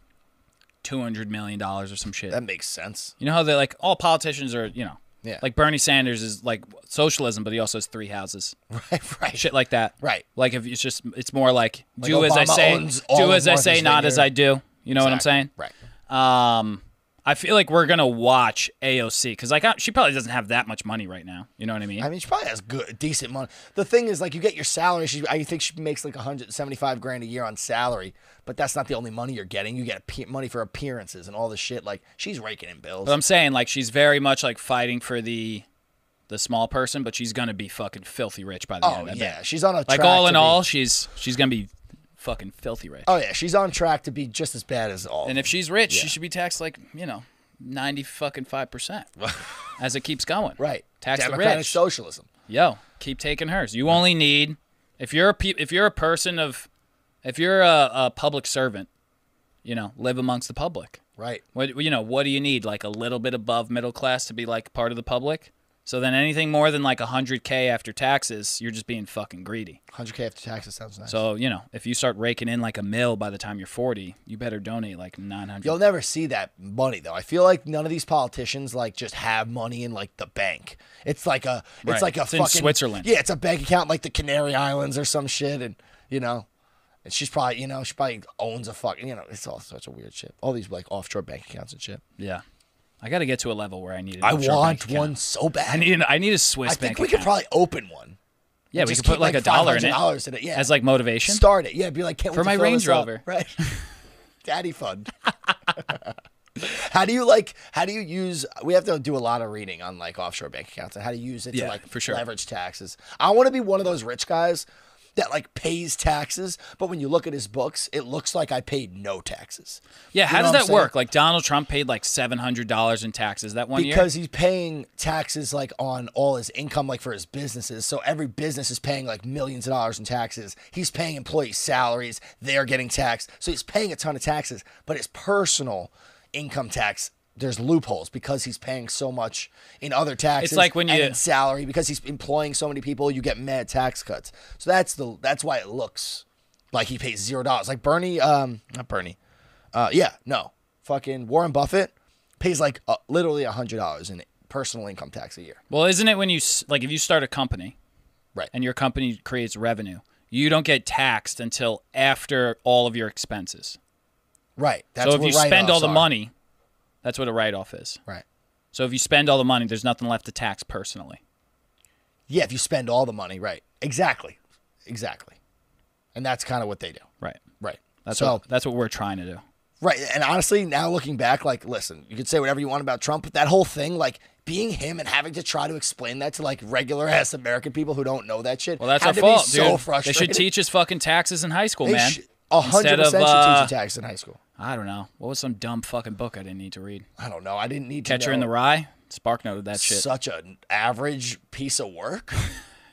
Speaker 3: $200 million or some shit?
Speaker 1: That makes sense.
Speaker 3: You know how they like all politicians are, you know,
Speaker 1: Yeah.
Speaker 3: like Bernie Sanders is like socialism, but he also has three houses,
Speaker 1: Right. Right.
Speaker 3: shit like that.
Speaker 1: Right.
Speaker 3: Like if it's just it's more like, do as I
Speaker 1: Obama
Speaker 3: say,
Speaker 1: owns all
Speaker 3: do
Speaker 1: of
Speaker 3: as I say,
Speaker 1: Martha's
Speaker 3: not as
Speaker 1: Vineyard.
Speaker 3: I do. You know what I'm saying?
Speaker 1: Right.
Speaker 3: Um, I feel like we're gonna watch AOC because like I- she probably doesn't have that much money right now. You know what I mean?
Speaker 1: I mean, she probably has good, decent money. The thing is, like, you get your salary. She, I think she makes like 175 grand a year on salary, but that's not the only money you're getting. You get appe- money for appearances and all this shit. Like, she's raking in bills.
Speaker 3: but I'm saying like she's very much like fighting for the the small person, but she's gonna be fucking filthy rich by the
Speaker 1: oh
Speaker 3: end. I
Speaker 1: yeah,
Speaker 3: bet.
Speaker 1: she's on a
Speaker 3: like
Speaker 1: track
Speaker 3: all in
Speaker 1: to be-
Speaker 3: all, she's she's gonna be fucking filthy rich.
Speaker 1: Oh yeah, she's on track to be just as bad as all.
Speaker 3: And if she's rich, she should be taxed like you know ninety fucking five percent as it keeps going.
Speaker 1: right,
Speaker 3: tax the
Speaker 1: democratic
Speaker 3: rich.
Speaker 1: socialism.
Speaker 3: Yo, keep taking hers. You only need if you're a pe- if you're a person of if you're a, a public servant, you know, live amongst the public.
Speaker 1: Right,
Speaker 3: What you know, what do you need? Like a little bit above middle class to be like part of the public. So then anything more than like 100k after taxes, you're just being fucking greedy.
Speaker 1: 100k after taxes sounds nice.
Speaker 3: So, you know, if you start raking in like a mill by the time you're 40, you better donate like 900.
Speaker 1: You'll never see that money though. I feel like none of these politicians like just have money in like the bank. It's like a it's
Speaker 3: Right.
Speaker 1: like a
Speaker 3: It's in
Speaker 1: fucking
Speaker 3: Switzerland.
Speaker 1: Yeah, it's a bank account like the Canary Islands or some shit and you know. And she's probably, you know, she probably owns a fucking, you know, it's all such a weird shit. All these like offshore bank accounts and shit.
Speaker 3: yeah. I got to get to a level where I need an
Speaker 1: I
Speaker 3: offshore bank
Speaker 1: want
Speaker 3: account.
Speaker 1: one so bad.
Speaker 3: I need an, I need a Swiss
Speaker 1: I think
Speaker 3: bank
Speaker 1: we could
Speaker 3: account.
Speaker 1: probably open one.
Speaker 3: Yeah, we
Speaker 1: Just
Speaker 3: could put
Speaker 1: keep,
Speaker 3: like, a dollar in it
Speaker 1: $500 in it, yeah.
Speaker 3: as like motivation.
Speaker 1: Start it. Yeah, be like, can't
Speaker 3: For
Speaker 1: wait to
Speaker 3: my
Speaker 1: fill
Speaker 3: Range
Speaker 1: this up.
Speaker 3: Rover.
Speaker 1: Right. Daddy fund. how do you like how do you use we have to do a lot of reading on like offshore bank accounts and how to use it
Speaker 3: Yeah,
Speaker 1: to like
Speaker 3: for sure.
Speaker 1: leverage taxes. I want to be one of those rich guys that like pays taxes, but when you look at his books, it looks like I paid no taxes.
Speaker 3: Yeah,
Speaker 1: You
Speaker 3: how
Speaker 1: know
Speaker 3: does
Speaker 1: what I'm
Speaker 3: that work?
Speaker 1: saying?
Speaker 3: Like Donald Trump paid like seven hundred dollars in taxes that one year.
Speaker 1: because he's paying taxes like on all his income like for his businesses so every business is paying like millions of dollars in taxes he's paying employees salaries they're getting taxed so he's paying a ton of taxes but his personal income tax there's loopholes because he's paying so much in other taxes.
Speaker 3: like when
Speaker 1: and
Speaker 3: you-
Speaker 1: in salary because he's employing so many people, you get mad tax cuts. So that's the that's why it looks like he pays zero dollars. Like Bernie, um, not Bernie, uh, yeah, no, fucking Warren Buffett pays like uh, literally a hundred dollars in personal income tax a year.
Speaker 3: Well, isn't it when you s- like if you start a company,
Speaker 1: Right.
Speaker 3: and your company creates revenue, you don't get taxed until after all of your expenses.
Speaker 1: Right. That's
Speaker 3: So if
Speaker 1: what
Speaker 3: you spend
Speaker 1: write-offs
Speaker 3: all the
Speaker 1: are.
Speaker 3: money, that's what a write-off is.
Speaker 1: right?
Speaker 3: So if you spend all the money, there's nothing left to tax personally.
Speaker 1: Yeah, if you spend all the money, right? Exactly, exactly, and that's kind of what they do,
Speaker 3: Right.
Speaker 1: right?
Speaker 3: That's
Speaker 1: so
Speaker 3: what that's what we're trying to do.
Speaker 1: Right. And honestly, now looking back, like, listen, you could say whatever you want about Trump, but that whole thing, like, being him and having to try to explain that to like regular ass American people who don't know that shit.
Speaker 3: Well, that's
Speaker 1: had
Speaker 3: our
Speaker 1: to be
Speaker 3: fault,
Speaker 1: so
Speaker 3: dude. They
Speaker 1: Frustrating.
Speaker 3: should teach us fucking taxes in high school,
Speaker 1: They
Speaker 3: man.
Speaker 1: sh- A hundred
Speaker 3: Instead of,
Speaker 1: percent should
Speaker 3: uh,
Speaker 1: teach you tax in high school.
Speaker 3: I don't know. What was some dumb fucking book I didn't need to read?
Speaker 1: I don't know. I didn't need to
Speaker 3: Catcher in
Speaker 1: know
Speaker 3: the Rye. Spark noted that shit.
Speaker 1: such an average piece of work.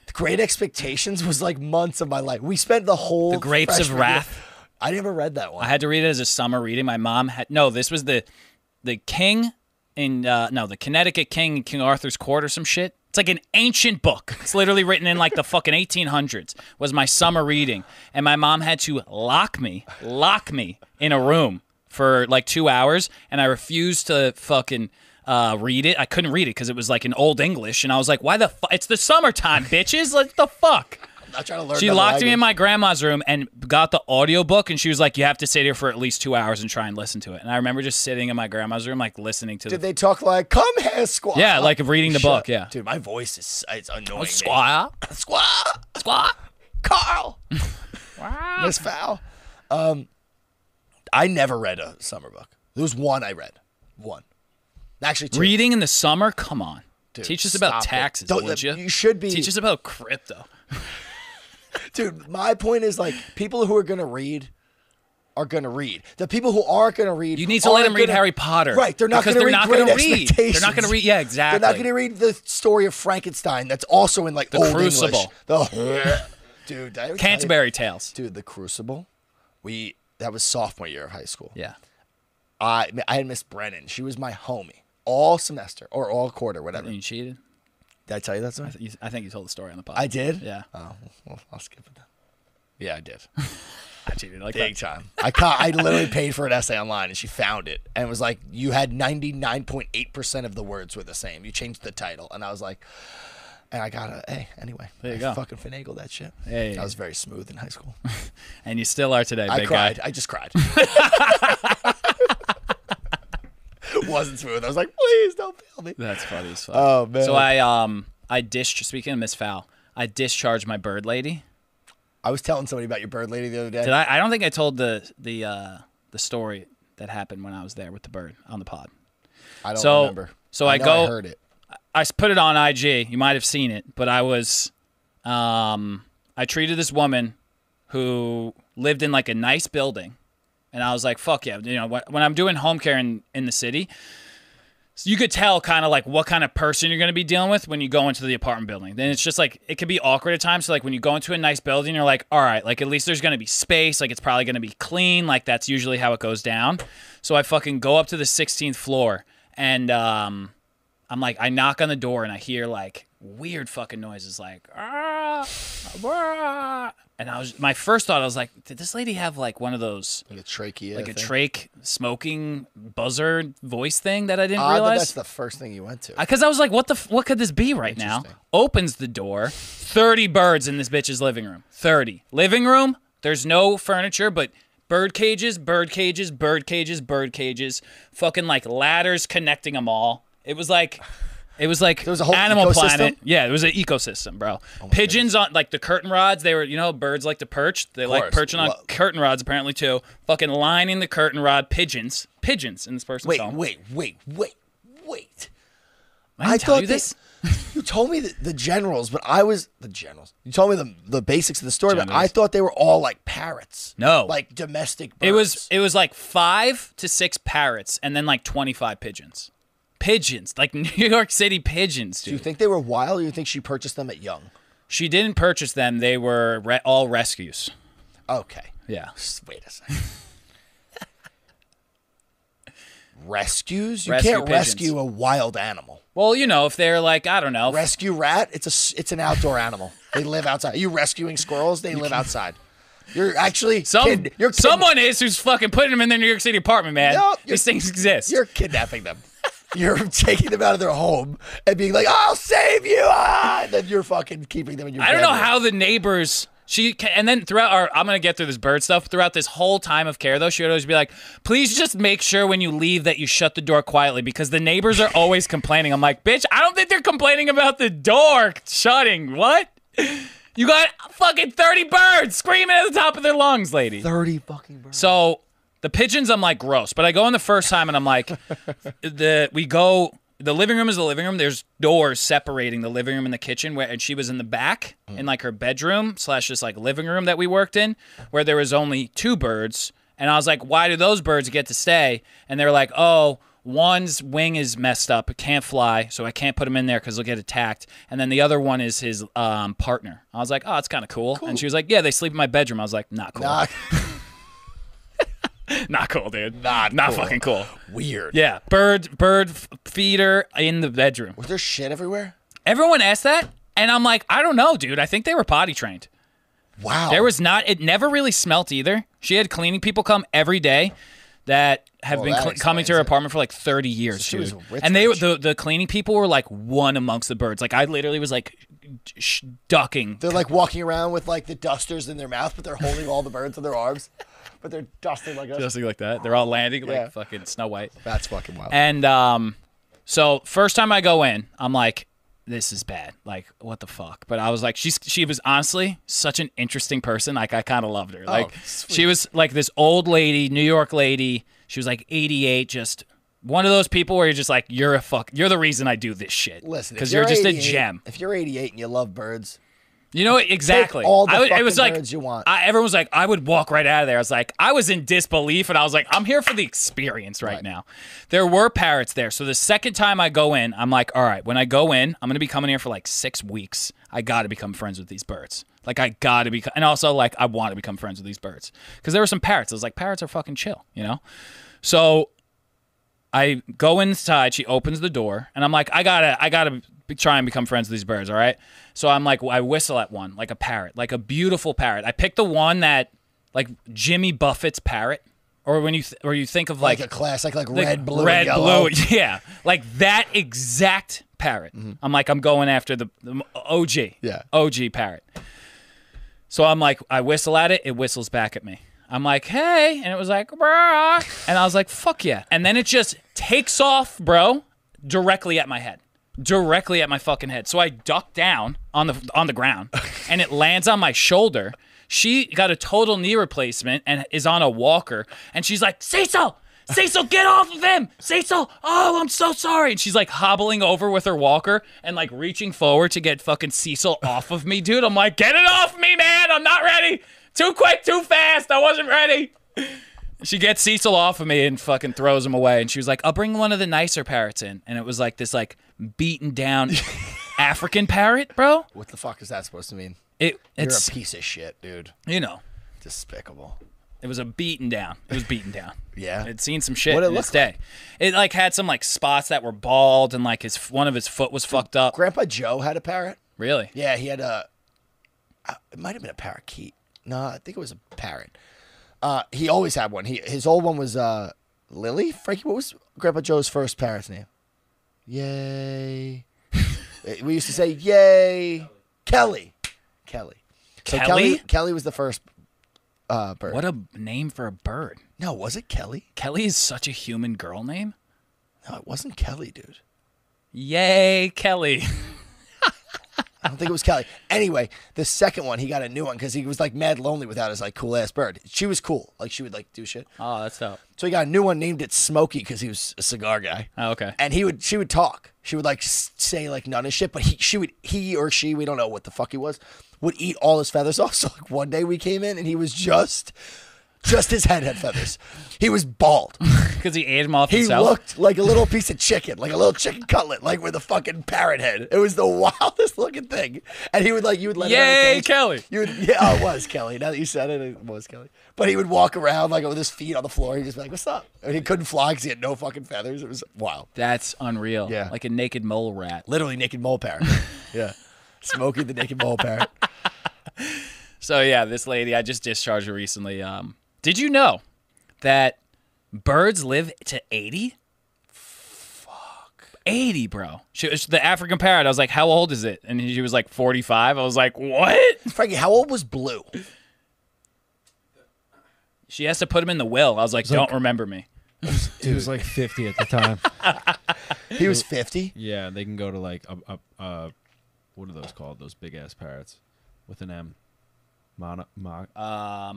Speaker 1: The Great Expectations was like months of my life. We spent the whole
Speaker 3: The Grapes of
Speaker 1: freshman year-
Speaker 3: Wrath.
Speaker 1: I never read that one.
Speaker 3: I had to read it as a summer reading. My mom had no. This was the the king in uh, no the Connecticut king in King Arthur's court or some shit. It's like an ancient book. It's literally written in like the fucking 1800s. Was my summer reading, and my mom had to lock me, lock me in a room for like two hours, and I refused to fucking. Uh, read it. I couldn't read it because it was like in old English, and I was like, "Why the? Fu- it's the summertime, bitches! Like the fuck."
Speaker 1: I'm not trying to learn.
Speaker 3: She
Speaker 1: another
Speaker 3: locked me
Speaker 1: language.
Speaker 3: in my grandma's room and got the audiobook and she was like, You have to sit here for at least two hours and try and listen to it. And I remember just sitting in my grandma's room, like listening to
Speaker 1: Did
Speaker 3: the
Speaker 1: they talk like "Come here, squaw"?
Speaker 3: Yeah, like reading the book, yeah.
Speaker 1: Dude, my voice is it's annoying. me.
Speaker 3: Squaw.
Speaker 1: Squaw,
Speaker 3: Squaw.
Speaker 1: Carl, Miss Fowl. Um, I never read a summer book. There was one I read. One, actually, two.
Speaker 3: Reading in the summer? Come on.
Speaker 1: Dude,
Speaker 3: Teach us about
Speaker 1: stop it.
Speaker 3: taxes,
Speaker 1: Don't-
Speaker 3: would you?
Speaker 1: you should be-
Speaker 3: Teach us about crypto.
Speaker 1: Dude, my point is like people who are gonna read are gonna read. The people who aren't gonna read,
Speaker 3: You need to let
Speaker 1: aren't
Speaker 3: them read
Speaker 1: gonna-
Speaker 3: Harry Potter.
Speaker 1: Right, they're not
Speaker 3: Because
Speaker 1: gonna
Speaker 3: they're
Speaker 1: read
Speaker 3: not
Speaker 1: Great
Speaker 3: gonna read. They're not gonna
Speaker 1: Expectations.
Speaker 3: read- yeah,
Speaker 1: They're not
Speaker 3: exactly.
Speaker 1: gonna read the story of Frankenstein. That's also in like the old
Speaker 3: Crucible.
Speaker 1: English. The dude, did I ever tell you-
Speaker 3: Canterbury Tales.
Speaker 1: dude, the Crucible. We that was sophomore year of high school.
Speaker 3: Yeah.
Speaker 1: I I had Miss Brennan. She was my homie all semester or all quarter, whatever.
Speaker 3: You cheated?
Speaker 1: Did I tell you that story?
Speaker 3: You- Mm-hmm. I think you told the story on the podcast.
Speaker 1: I did.
Speaker 3: Yeah.
Speaker 1: Oh, well, I'll skip it then. Yeah, I did.
Speaker 3: I cheated. Like
Speaker 1: Big
Speaker 3: that.
Speaker 1: time. I caught, I literally paid for an essay online and she found it and was like, "You had ninety nine point eight percent of the words were the same. You changed the title." And I was like, "And I got a A anyway."
Speaker 3: There you
Speaker 1: I
Speaker 3: go.
Speaker 1: Fucking finagled that shit.
Speaker 3: Hey.
Speaker 1: I was very smooth in high school.
Speaker 3: And you still are today,
Speaker 1: I
Speaker 3: big
Speaker 1: cried.
Speaker 3: guy.
Speaker 1: I just cried. Wasn't smooth. I was like, please don't fail me.
Speaker 3: That's funny as fuck.
Speaker 1: Oh, man.
Speaker 3: So I um I discharged. Speaking of Miss Fowl, I discharged my bird lady.
Speaker 1: I was telling somebody about your bird lady the other day.
Speaker 3: Did I? I don't think I told the the uh, the story that happened when I was there with the bird on the pod.
Speaker 1: I don't
Speaker 3: So-
Speaker 1: remember.
Speaker 3: so I
Speaker 1: know
Speaker 3: go-
Speaker 1: I heard it.
Speaker 3: I s- put it on IG. You might have seen it, but I was, um, I treated this woman who lived in like a nice building, and I was like, "Fuck yeah!" You know, wh- when I'm doing home care in in the city, so you could tell kind of like what kind of person you're going to be dealing with when you go into the apartment building. Then it's just like it could be awkward at times. So like when you go into a nice building, you're like, all right, like at least there's going to be space. Like it's probably going to be clean. Like that's usually how it goes down. So I fucking go up to the 16th floor and um, I'm like, I knock on the door and I hear like weird fucking noises, like ah, ah. and I was my first thought I was like, did this lady have like one of those?
Speaker 1: Like a trachea.
Speaker 3: Like a
Speaker 1: thing.
Speaker 3: trach smoking buzzer voice thing that I didn't
Speaker 1: Odd Ah, that
Speaker 3: realize
Speaker 1: that's the first thing you went to.
Speaker 3: because Uh, I was like, what the f- what could this be right now?
Speaker 1: Interesting.
Speaker 3: Opens the door, thirty birds in this bitch's living room. Thirty living room. There's no furniture, but bird cages, bird cages, bird cages, bird cages. Fucking like ladders connecting them all. It was like. It was like
Speaker 1: was a whole
Speaker 3: Animal
Speaker 1: ecosystem? Oh
Speaker 3: Planet. Yeah, it was an ecosystem, bro. Pigeons on like the curtain rods. They were, you know, how birds like to perch. They like
Speaker 1: course.
Speaker 3: perching on
Speaker 1: Lo-
Speaker 3: curtain rods apparently too. Fucking lining the curtain rod, pigeons, pigeons in this person's
Speaker 1: wait,
Speaker 3: home.
Speaker 1: wait, wait, wait, wait.
Speaker 3: I, didn't
Speaker 1: I
Speaker 3: tell
Speaker 1: thought
Speaker 3: you
Speaker 1: that-
Speaker 3: this.
Speaker 1: You told me the, the generals, but I was the generals. You told me the the basics of the story, but I
Speaker 3: Generals.
Speaker 1: thought they were all like parrots.
Speaker 3: No.
Speaker 1: like domestic. Birds.
Speaker 3: It was it was like five to six parrots and then like twenty five pigeons. Pigeons, like New York City pigeons,
Speaker 1: Do you
Speaker 3: dude.
Speaker 1: think they were wild? or You think she purchased them at young?
Speaker 3: She didn't purchase them; they were re- all rescues.
Speaker 1: Okay.
Speaker 3: Yeah,
Speaker 1: S- Wait a second. rescues. You
Speaker 3: Rescue
Speaker 1: can't
Speaker 3: pigeons.
Speaker 1: rescue a wild animal.
Speaker 3: Well, you know, if they're like, I don't know,
Speaker 1: Rescue rat. It's a s- it's an outdoor animal. They live outside. You rescuing squirrels? They live outside. You're actually
Speaker 3: some
Speaker 1: kid- you're kid-
Speaker 3: someone is who's fucking putting them in their New York City apartment, man.
Speaker 1: No, you're-
Speaker 3: These things exist.
Speaker 1: You're kidnapping them. You're taking them out of their home and being like, "I'll save you," ah! and then you're fucking keeping them in your.
Speaker 3: I don't know
Speaker 1: bedroom.
Speaker 3: how the neighbors. She ca- and then throughout our, I'm gonna get through this bird stuff. Throughout this whole time of care, though, she would always be like, "Please just make sure when you leave that you shut the door quietly because the neighbors are always complaining." I'm like, "Bitch, I don't think they're complaining about the door shutting. What? You got fucking 30 birds screaming at the top of their lungs, lady.
Speaker 1: thirty fucking birds.
Speaker 3: So the pigeons, I'm like gross, but I go in the first time and I'm like, the we go. The living room is the living room. There's doors separating the living room and the kitchen. Where and she was in the back in like her bedroom slash just like living room that we worked in, where there was only two birds. And I was like, why do those birds get to stay? And they're like, oh, one's wing is messed up, it can't fly, so I can't put him in there because he'll get attacked. And then the other one is his um, partner. I was like, oh, it's kind of cool. And she was like, yeah, they sleep in my bedroom. I was like, not cool
Speaker 1: Nah,
Speaker 3: not cool, dude.
Speaker 1: Not
Speaker 3: not
Speaker 1: cool.
Speaker 3: fucking cool.
Speaker 1: weird.
Speaker 3: Yeah, bird bird f- feeder in the bedroom.
Speaker 1: Was there shit everywhere?
Speaker 3: Everyone asked that, and I'm like, I don't know, dude. I think they were potty trained.
Speaker 1: Wow.
Speaker 3: There was not. It never really smelt either. She had cleaning people come every day that have
Speaker 1: Well,
Speaker 3: been
Speaker 1: Oh, that
Speaker 3: cl- coming to
Speaker 1: explains
Speaker 3: her
Speaker 1: it.
Speaker 3: apartment for like 30 years.
Speaker 1: she was
Speaker 3: dude.
Speaker 1: rich,
Speaker 3: and they
Speaker 1: rich.
Speaker 3: the the cleaning people were like one amongst the birds. Like I literally was like sh- ducking.
Speaker 1: They're like walking around with like the dusters in their mouth, but they're holding all the birds in their arms, but they're dusting like us.
Speaker 3: Something like that. They're all landing
Speaker 1: Yeah.
Speaker 3: like fucking Snow White.
Speaker 1: That's fucking wild.
Speaker 3: And um, so first time I go in, I'm like, this is bad. Like, what the fuck? But I was like, she's she was honestly such an interesting person. Like, I kind of loved
Speaker 1: Oh,
Speaker 3: her. Like, she was like this old lady, New York lady. She was like 88, just one of those people where you're just like, you're a fuck, you're the reason I do this shit.
Speaker 1: Listen, if
Speaker 3: because you're, just a
Speaker 1: 88
Speaker 3: gem.
Speaker 1: If you're 88 and you love birds,
Speaker 3: You know what? Exactly.
Speaker 1: all the
Speaker 3: I would- it
Speaker 1: fucking
Speaker 3: was like
Speaker 1: birds you want.
Speaker 3: I, everyone was like, I would walk right out of there. I was like, I was in disbelief, and I was like, I'm here for the experience right, now. There were parrots there, so the second time I go in, I'm like, all right. When I go in, I'm gonna be coming here for like six weeks. I got to become friends with these birds. Like I got to be, and also like I want to become friends with these birds because there were some parrots. I was like, parrots are fucking chill, you know. So I go inside. She opens the door, and I'm like, I gotta, I gotta be, try and become friends with these birds. All right. So I'm like, I whistle at one, like a parrot, like a beautiful parrot. I picked the one that, like Jimmy Buffett's parrot, or when you, th- or you think of like,
Speaker 1: like a classic, like,
Speaker 3: like
Speaker 1: red, blue,
Speaker 3: red,
Speaker 1: and yellow.
Speaker 3: blue, yeah, like that exact parrot. I'm like, I'm going after the, the OG,
Speaker 1: Mm-hmm. Yeah.
Speaker 3: OG parrot. So I'm like, I whistle at it, it whistles back at me. I'm like, hey, and it was like, brah, and I was like, fuck yeah, and then it just takes off, bro, directly at my head, directly at my fucking head. So I duck down on the on the ground, and it lands on my shoulder. She got a total knee replacement and is on a walker, and she's like, Cecil, Cecil, get off of him, Cecil. Oh, I'm so sorry. And she's like hobbling over with her walker and like reaching forward to get fucking Cecil off of me, dude. I'm like, get it off me, man. I'm not ready. Too quick, too fast. I wasn't ready. She gets Cecil off of me and fucking throws him away. And she was like, I'll bring one of the nicer parrots in. And it was like this like beaten down African parrot, bro.
Speaker 1: What the fuck is that supposed to mean?
Speaker 3: It
Speaker 1: You're
Speaker 3: it's
Speaker 1: a piece of shit, dude.
Speaker 3: you know,
Speaker 1: Despicable.
Speaker 3: it was a beaten down. It was beaten down.
Speaker 1: Yeah.
Speaker 3: It'd seen some shit
Speaker 1: What'd it
Speaker 3: in its
Speaker 1: look
Speaker 3: day. It like had some like spots that were bald and like his one of his foot was fucked up.
Speaker 1: Grandpa Joe had a parrot.
Speaker 3: Really?
Speaker 1: Yeah, he had a. uh, It might have been a parakeet. No, I think it was a parrot. Uh, he always had one. He his old one was uh, Lily. Frankie, what was Grandpa Joe's first parrot's name? Yay! Uh, we used to say Yay, Kelly, Kelly. So
Speaker 3: Kelly?
Speaker 1: Kelly, Kelly was the first uh, bird.
Speaker 3: What a name for a bird.
Speaker 1: No, was it Kelly?
Speaker 3: Kelly is such a human girl name.
Speaker 1: No, it wasn't Kelly, dude.
Speaker 3: Yay, Kelly.
Speaker 1: I don't think it was Kelly. Anyway, the second one, he got a new one because he was like mad lonely without his like cool ass bird. She was cool, like she would like do shit.
Speaker 3: Oh, that's dope.
Speaker 1: So he got a new one named it Smokey because he was a cigar guy.
Speaker 3: Oh, okay.
Speaker 1: And he would, she would talk. She would like s- say like none of shit, but he, she would, he or she, we don't know what the fuck he was, would eat all his feathers off. So like one day we came in and he was just Just his head had feathers. He was bald.
Speaker 3: because he ate him off
Speaker 1: He
Speaker 3: himself.
Speaker 1: looked like a little piece of chicken, like a little chicken cutlet, like with a fucking parrot head. It was the wildest looking thing. And he would like you would let
Speaker 3: Yay,
Speaker 1: him out of the cage.
Speaker 3: Kelly.
Speaker 1: You would, yeah, oh, it was Kelly. Now that you said it, it was Kelly. But he would walk around like with his feet on the floor. He'd just be like, "What's up?" And he couldn't fly because he had no fucking feathers. It was wild.
Speaker 3: That's unreal.
Speaker 1: Yeah.
Speaker 3: Like a naked mole rat.
Speaker 1: Literally naked mole parrot. yeah, Smokey the naked mole parrot.
Speaker 3: So yeah, this lady I just discharged her recently. Um, did you know that birds live to eighty? Fuck, eighty, bro. She, she- the African parrot. I was like, how old is it? And she was like forty-five. I was like, what?
Speaker 1: Frankie, how old was Blue?
Speaker 3: She has to put him in the will. I was like, don't remember me.
Speaker 4: It was like 50 at the time.
Speaker 1: He was fifty.
Speaker 4: yeah, they can go to like a, a, a what are those called? Those big ass parrots with an M. Mono, mo-
Speaker 1: I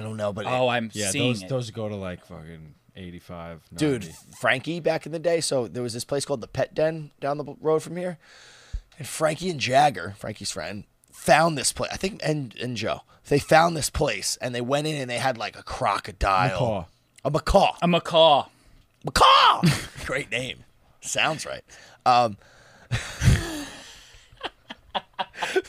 Speaker 1: don't know, but
Speaker 3: Oh, I'm
Speaker 4: yeah,
Speaker 3: seeing
Speaker 4: those
Speaker 3: it.
Speaker 4: those go to like fucking 85.
Speaker 1: dude
Speaker 4: 90.
Speaker 1: frankie back in the day so there was this place called the pet den down the b- road from here and frankie and jagger frankie's friend found this place i think and, and joe they found this place and they went in and they had like a crocodile a macaw
Speaker 3: a macaw.
Speaker 1: macaw great name sounds right um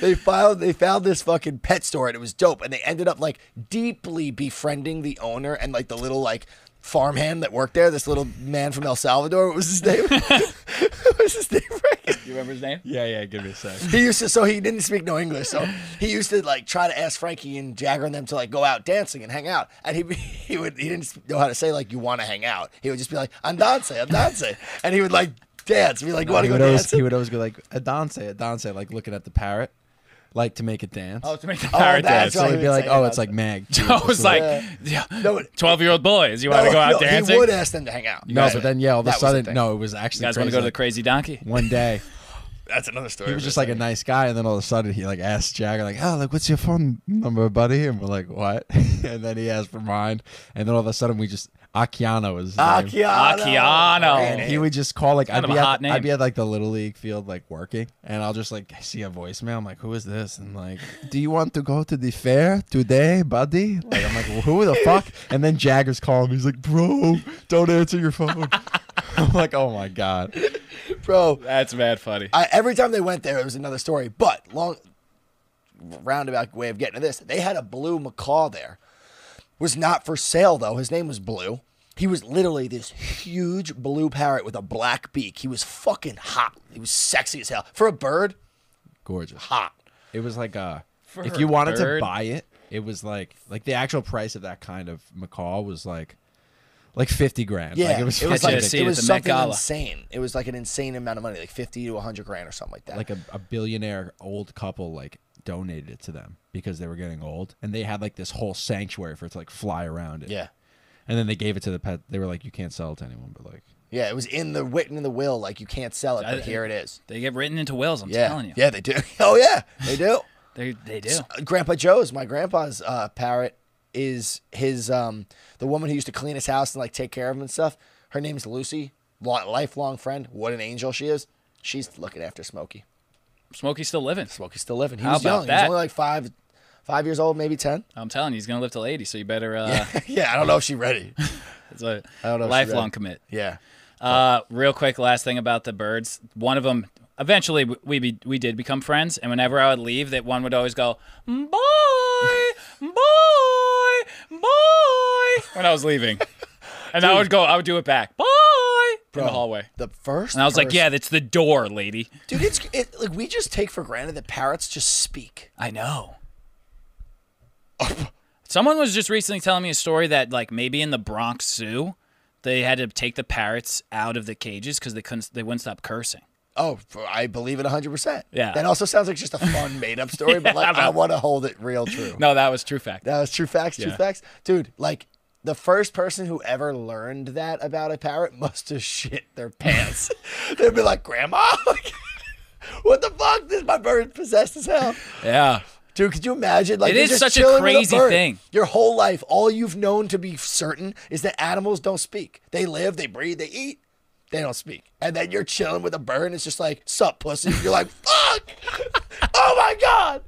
Speaker 1: they found they found this fucking pet store and it was dope and they ended up like deeply befriending the owner and like the little like farmhand that worked there this little man from el salvador what was his name what was his name Frank?
Speaker 3: You remember his name?
Speaker 4: Yeah, yeah, give me a sec.
Speaker 1: he used to so he didn't speak no english so he used to like try to ask frankie and jagger and them to like go out dancing and hang out and he he would he didn't know how to say like you want to hang out he would just be like andance andance and he would like dance be like want to
Speaker 4: He
Speaker 1: go
Speaker 4: would, always,
Speaker 1: dance
Speaker 4: he would always go like a danse, a danse, like looking at the parrot, like to make it dance.
Speaker 3: Oh, to make the
Speaker 1: Oh,
Speaker 3: parrot
Speaker 1: that's
Speaker 3: dance.
Speaker 4: so
Speaker 1: right.
Speaker 4: he'd
Speaker 1: he
Speaker 4: be
Speaker 1: would
Speaker 4: like,
Speaker 1: say
Speaker 4: oh,
Speaker 1: that.
Speaker 4: it's like Mag.
Speaker 3: I was like,
Speaker 1: Yeah.
Speaker 3: yeah,
Speaker 1: No, it-
Speaker 3: twelve-year-old boys. You want to go out
Speaker 1: no,
Speaker 3: dancing?
Speaker 1: He would ask them to hang out.
Speaker 4: no,
Speaker 1: That's
Speaker 4: but
Speaker 1: it.
Speaker 4: then yeah, all of
Speaker 1: That
Speaker 4: a
Speaker 1: was the
Speaker 4: sudden,
Speaker 1: thing.
Speaker 4: no, it was actually.
Speaker 3: you guys want to
Speaker 4: crazy,
Speaker 3: go to the
Speaker 4: like,
Speaker 3: crazy donkey?
Speaker 4: One day,
Speaker 1: that's another story.
Speaker 4: he was just like a nice guy, and then all of a sudden he like asked Jagger like, "Oh, like what's your phone number, buddy?" And we're like, "What?" and then he asked for mine, and then all of a sudden we just Akiano was his name. And
Speaker 3: Akiano.
Speaker 4: he would just call like
Speaker 3: Kind
Speaker 4: I'd
Speaker 3: of
Speaker 4: be
Speaker 3: a
Speaker 4: at,
Speaker 3: hot name.
Speaker 4: I'd be at like the little league field like working, and I'll just like see a voicemail. I'm like, "Who is this?" And like, "Do you want to go to the fair today, buddy?" Like I'm like, well, "Who the fuck?" And then Jagger's calling me. He's like, "Bro, don't answer your phone." I'm like, "Oh my god."
Speaker 1: bro.
Speaker 3: That's mad funny.
Speaker 1: I, every time they went there, it was another story. But long roundabout way of getting to this, they had a blue macaw there. Was not for sale though. His name was Blue. He was literally this huge blue parrot with a black beak. He was fucking hot. He was sexy as hell for a bird.
Speaker 4: Gorgeous.
Speaker 1: Hot.
Speaker 4: It was like a
Speaker 3: For
Speaker 4: if
Speaker 3: her
Speaker 4: you wanted
Speaker 3: bird.
Speaker 4: to buy it, it was like like the actual price of that kind of macaw was like like fifty grand.
Speaker 1: Yeah,
Speaker 4: like it was,
Speaker 3: was
Speaker 4: fucking
Speaker 1: like
Speaker 3: Catch a
Speaker 4: ridiculous.
Speaker 3: seat
Speaker 1: it
Speaker 3: at
Speaker 1: was
Speaker 3: the Met
Speaker 1: something
Speaker 3: Gala.
Speaker 1: insane. It was like an insane amount of money, like fifty to hundred grand or something like that.
Speaker 4: like a, a billionaire old couple like donated it to them because they were getting old and they had like this whole sanctuary for it to like fly around it.
Speaker 1: yeah,
Speaker 4: And then they gave it to the pet. They were like, you can't sell it to anyone, but like
Speaker 1: yeah. It was in the written in the will, like you can't sell it,
Speaker 3: I-
Speaker 1: but here it is.
Speaker 3: They get written into wills. I'm
Speaker 1: Yeah,
Speaker 3: telling you.
Speaker 1: yeah, they do. Oh yeah, they do.
Speaker 3: They they do.
Speaker 1: uh, Grandpa Joe's, my grandpa's uh, parrot, is his um the woman who used to clean his house and like take care of him and stuff. Her name's Lucy, lo- lifelong friend. What an angel she is. She's looking after Smokey.
Speaker 3: Smokey's still living.
Speaker 1: Smokey's still living. He
Speaker 3: How
Speaker 1: was
Speaker 3: about
Speaker 1: young. He was
Speaker 3: that?
Speaker 1: only like five, five years old, maybe ten.
Speaker 3: I'm telling you, he's gonna live till 80. So you better. Uh,
Speaker 1: yeah, I don't know if she's ready.
Speaker 3: It's a
Speaker 1: I don't know if she
Speaker 3: lifelong
Speaker 1: read.
Speaker 3: commit.
Speaker 1: Yeah,
Speaker 3: Uh, real quick, last thing about the birds. One of them. Eventually, we we, be, we did become friends, and whenever I would leave, that one would always go, "Boy, boy, boy," when I was leaving, and I would go, I would do it back, "Boy," in the hallway,
Speaker 1: The first,
Speaker 3: and I was like,
Speaker 1: person-
Speaker 3: "Yeah, that's the door, lady."
Speaker 1: dude, it's it, like we just take for granted that parrots just speak.
Speaker 3: I know. Someone was just recently telling me a story that, like, maybe in the Bronx Zoo, they had to take the parrots out of the cages because they couldn't, they wouldn't stop cursing.
Speaker 1: Oh, for- I believe it 100%.
Speaker 3: Yeah.
Speaker 1: That also sounds like just a fun made up story, but like I want to hold it real true.
Speaker 3: No, that was true fact.
Speaker 1: That was true facts, true
Speaker 3: Yeah.
Speaker 1: facts. Dude, like the first person who ever learned that about a parrot must have shit their pants. They'd be like, Grandma, like, what the fuck? This my bird possessed as hell.
Speaker 3: yeah.
Speaker 1: Dude, could you imagine? Like
Speaker 3: It
Speaker 1: you're
Speaker 3: is
Speaker 1: just
Speaker 3: such a
Speaker 1: chilling with
Speaker 3: crazy
Speaker 1: bird.
Speaker 3: thing.
Speaker 1: Your whole life, all you've known to be certain is that animals don't speak. They live, they breathe, they eat, they don't speak. And then you're chilling with a bird, and it's just like, "Sup, pussy?" You're like, "Fuck! oh my god!"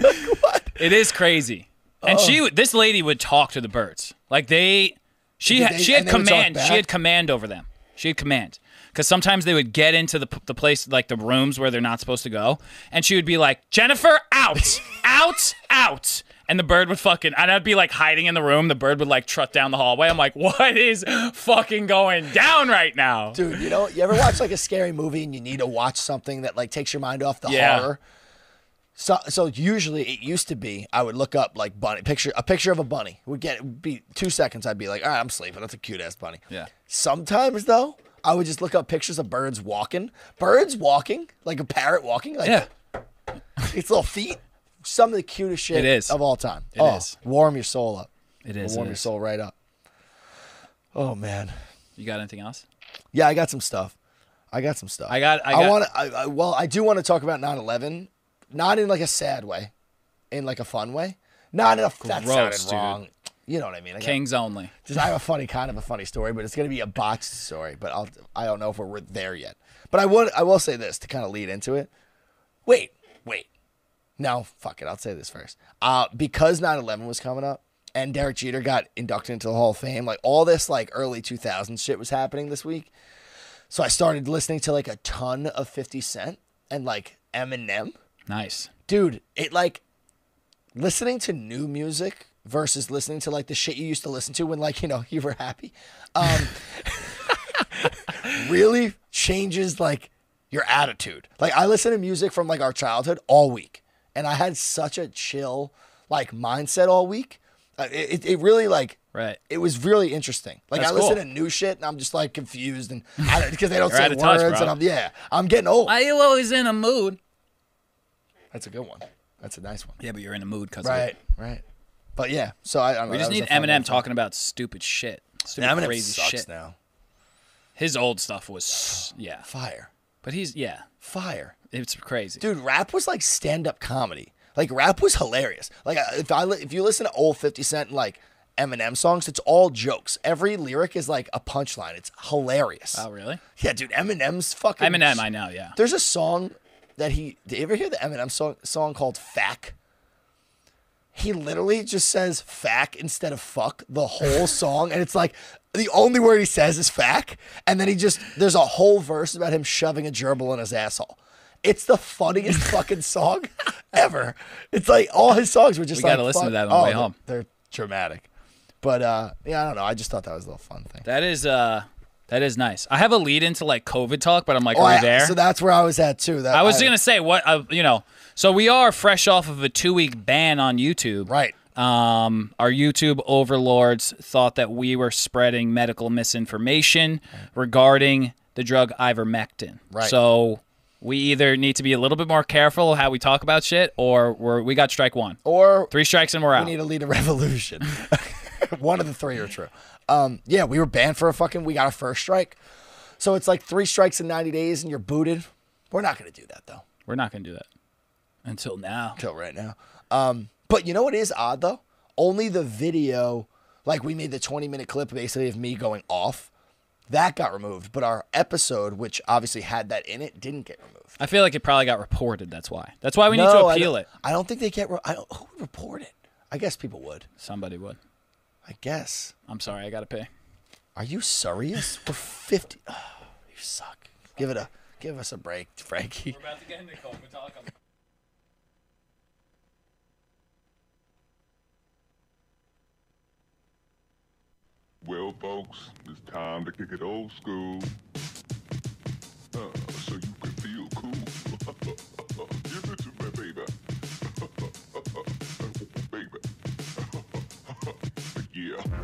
Speaker 1: like, what?
Speaker 3: It is crazy. And
Speaker 1: Oh.
Speaker 3: she, this lady would talk to the birds. Like they, she
Speaker 1: Did
Speaker 3: had,
Speaker 1: they-
Speaker 3: she had
Speaker 1: and they would talk
Speaker 3: command. She
Speaker 1: back?
Speaker 3: had command over them. She had command. Because sometimes they would get into the, p- the place, like the rooms where they're not supposed to go. And she would be like, Jennifer, out, out, out. And the bird would fucking, and I'd be like hiding in the room. The bird would like trot down the hallway. I'm like, what is fucking going down right now?
Speaker 1: Dude, you know, you ever watch like a scary movie and you need to watch something that like takes your mind off the
Speaker 3: Yeah.
Speaker 1: horror? So, so usually it used to be I would look up like bunny picture a picture of a bunny would get it would be two seconds I'd be like all right I'm sleeping that's a cute ass bunny
Speaker 3: Yeah.
Speaker 1: sometimes though I would just look up pictures of birds walking birds walking like a parrot walking like
Speaker 3: Yeah.
Speaker 1: its little feet some of the cutest shit
Speaker 3: It is.
Speaker 1: of all time
Speaker 3: It
Speaker 1: oh,
Speaker 3: is.
Speaker 1: warm your soul up
Speaker 3: It is,
Speaker 1: It'll
Speaker 3: it
Speaker 1: warm your
Speaker 3: is.
Speaker 1: soul right up oh man
Speaker 3: You got anything else?
Speaker 1: yeah, I got some stuff. I got some stuff.
Speaker 3: I got- I got-
Speaker 1: want to. I, I, well, I do want to talk about 9/11, not in like a sad way, in like a fun way. Not in a that sounded
Speaker 3: Gross, dude.
Speaker 1: wrong. You know what I mean? I got-
Speaker 3: Kings only.
Speaker 1: just I have a funny kind of a funny story, but it's gonna be a botched story. But I'll I don't know if we're we're there yet. But I would I will say this to kind of lead into it. Wait, wait. No, fuck it. I'll say this first. Uh, because 9-11 was coming up and Derek Jeter got inducted into the Hall of Fame, like all this like early 2000s shit was happening this week. So I started listening to like a ton of 50 Cent and like Eminem
Speaker 3: Nice.
Speaker 1: dude, it like listening to new music versus listening to like the shit you used to listen to when like you know you were happy, um, really changes like your attitude. Like I listen to music from like our childhood all week, and I had such a chill like mindset all week. Uh, it, it- it really like
Speaker 3: Right.
Speaker 1: it was really interesting. Like
Speaker 3: That's
Speaker 1: I listen
Speaker 3: cool.
Speaker 1: to new shit and I'm just like confused and I because they don't
Speaker 3: You're
Speaker 1: say
Speaker 3: out of
Speaker 1: words
Speaker 3: touch, bro.
Speaker 1: and I'm yeah I'm getting old.
Speaker 3: Why are you always in a mood?
Speaker 1: That's a good one. That's a nice one.
Speaker 3: Yeah, but you're in a mood because
Speaker 1: Right, right. But yeah, so I, I don't know.
Speaker 3: We just need Eminem talking about stupid shit. Stupid
Speaker 1: Eminem
Speaker 3: crazy
Speaker 1: sucks
Speaker 3: shit.
Speaker 1: now.
Speaker 3: His old stuff was yeah.
Speaker 1: Fire,
Speaker 3: But he's yeah.
Speaker 1: fire,
Speaker 3: It's crazy.
Speaker 1: dude. Rap was like stand-up comedy. Like rap was hilarious. Like I- if I li- if you listen to old Fifty Cent and, like Eminem songs, it's all jokes. Every lyric is like a punchline. It's hilarious.
Speaker 3: Oh really?
Speaker 1: Yeah, dude. Eminem's fucking
Speaker 3: Eminem, I know, yeah.
Speaker 1: There's a song that he. Did you ever hear the Eminem song, song called "Fack"? He literally just says "fack" instead of "fuck" the whole song, and it's like the only word he says is "fack," and then he just there's a whole verse about him shoving a gerbil in his asshole. It's the funniest fucking song ever. It's like all his songs were just
Speaker 3: We
Speaker 1: like
Speaker 3: gotta listen to
Speaker 1: fuck-
Speaker 3: that on the
Speaker 1: oh,
Speaker 3: way
Speaker 1: they're-
Speaker 3: home.
Speaker 1: They're, dramatic, but uh, yeah, I don't know. I just thought that was a little fun thing.
Speaker 3: That is uh that is nice. I have a lead into like COVID talk, but I'm like,
Speaker 1: Oh,
Speaker 3: are
Speaker 1: I-
Speaker 3: we there?
Speaker 1: So that's where I was at too. That
Speaker 3: I was gonna say what uh, you know. So we are fresh off of a two week ban on YouTube.
Speaker 1: right.
Speaker 3: Um, our YouTube overlords thought that we were spreading medical misinformation regarding the drug ivermectin.
Speaker 1: Right.
Speaker 3: So we either need to be a little bit more careful how we talk about shit, or we're, we got strike one.
Speaker 1: Or
Speaker 3: Three strikes and we're out.
Speaker 1: Oh. we need to lead a revolution. One of the three are true. Um, yeah, we were banned for a fucking. We got a first strike, so it's like three strikes in ninety days, and you're booted. We're not gonna do that though.
Speaker 3: we're not gonna do that until now.
Speaker 1: Till right now. Um, but you know what is odd though? Only the video, like we made the twenty minute clip basically of me going off, that got removed. But our episode, which obviously had that in it, didn't get removed.
Speaker 3: I feel like it probably got reported. That's why. That's why we need
Speaker 1: No,
Speaker 3: to
Speaker 1: I
Speaker 3: appeal
Speaker 1: don't-
Speaker 3: it.
Speaker 1: I don't think they get. Re- I don't, who would report it? I guess people would.
Speaker 3: Somebody would.
Speaker 1: I guess.
Speaker 3: I'm sorry. I gotta pay.
Speaker 1: Are you serious? We're fifty. Oh, you suck. Give it a. Give us a break, Frankie.
Speaker 3: about to get into COVID talk.
Speaker 5: Well, folks, it's time to kick it old school. Uh, so you can feel cool. Give it to me, baby. baby. yeah.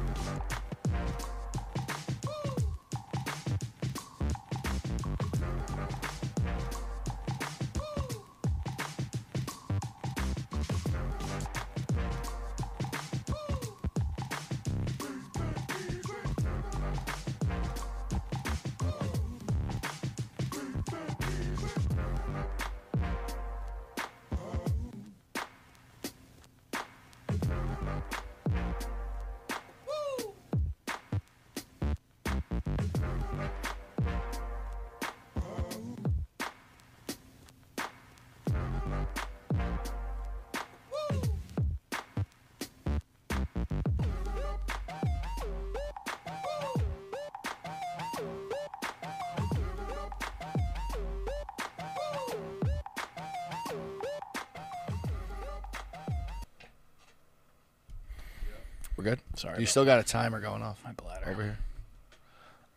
Speaker 1: We're good.
Speaker 3: Sorry
Speaker 1: You
Speaker 3: about
Speaker 1: still got a timer going off
Speaker 3: My bladder.
Speaker 1: over here.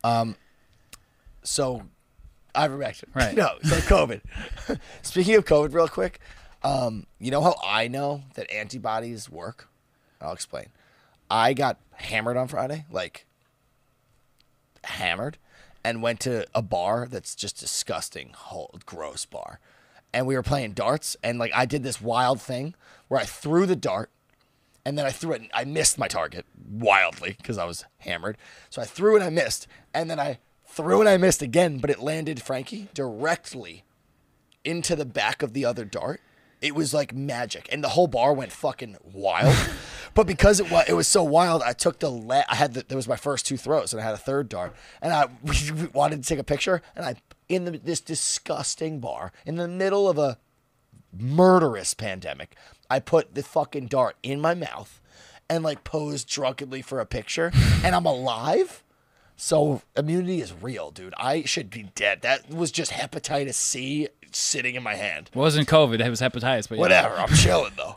Speaker 1: Um, so ivermectin.
Speaker 3: Right.
Speaker 1: No, so COVID. Speaking of COVID, real quick, um, you know how I know that antibodies work? I'll explain. I got hammered on Friday, like hammered, and went to a bar that's just disgusting, whole, gross bar. And we were playing darts, and like I did this wild thing where I threw the dart and then I threw it. And I missed my target wildly because I was hammered. So I threw and I missed, and then I threw and I missed again, but it landed Frankie directly into the back of the other dart. It was like magic, and the whole bar went fucking wild. but because it was it was so wild, I took the la- I had the, there was my first two throws, and I had a third dart, and I wanted to take a picture, and I in the, this disgusting bar in the middle of a murderous pandemic. I put the fucking dart in my mouth and like posed drunkenly for a picture, and I'm alive. So immunity is real, dude. I should be dead. That was just hepatitis C sitting in my hand.
Speaker 3: It wasn't COVID. It was hepatitis. But yeah.
Speaker 1: Whatever. I'm chilling though.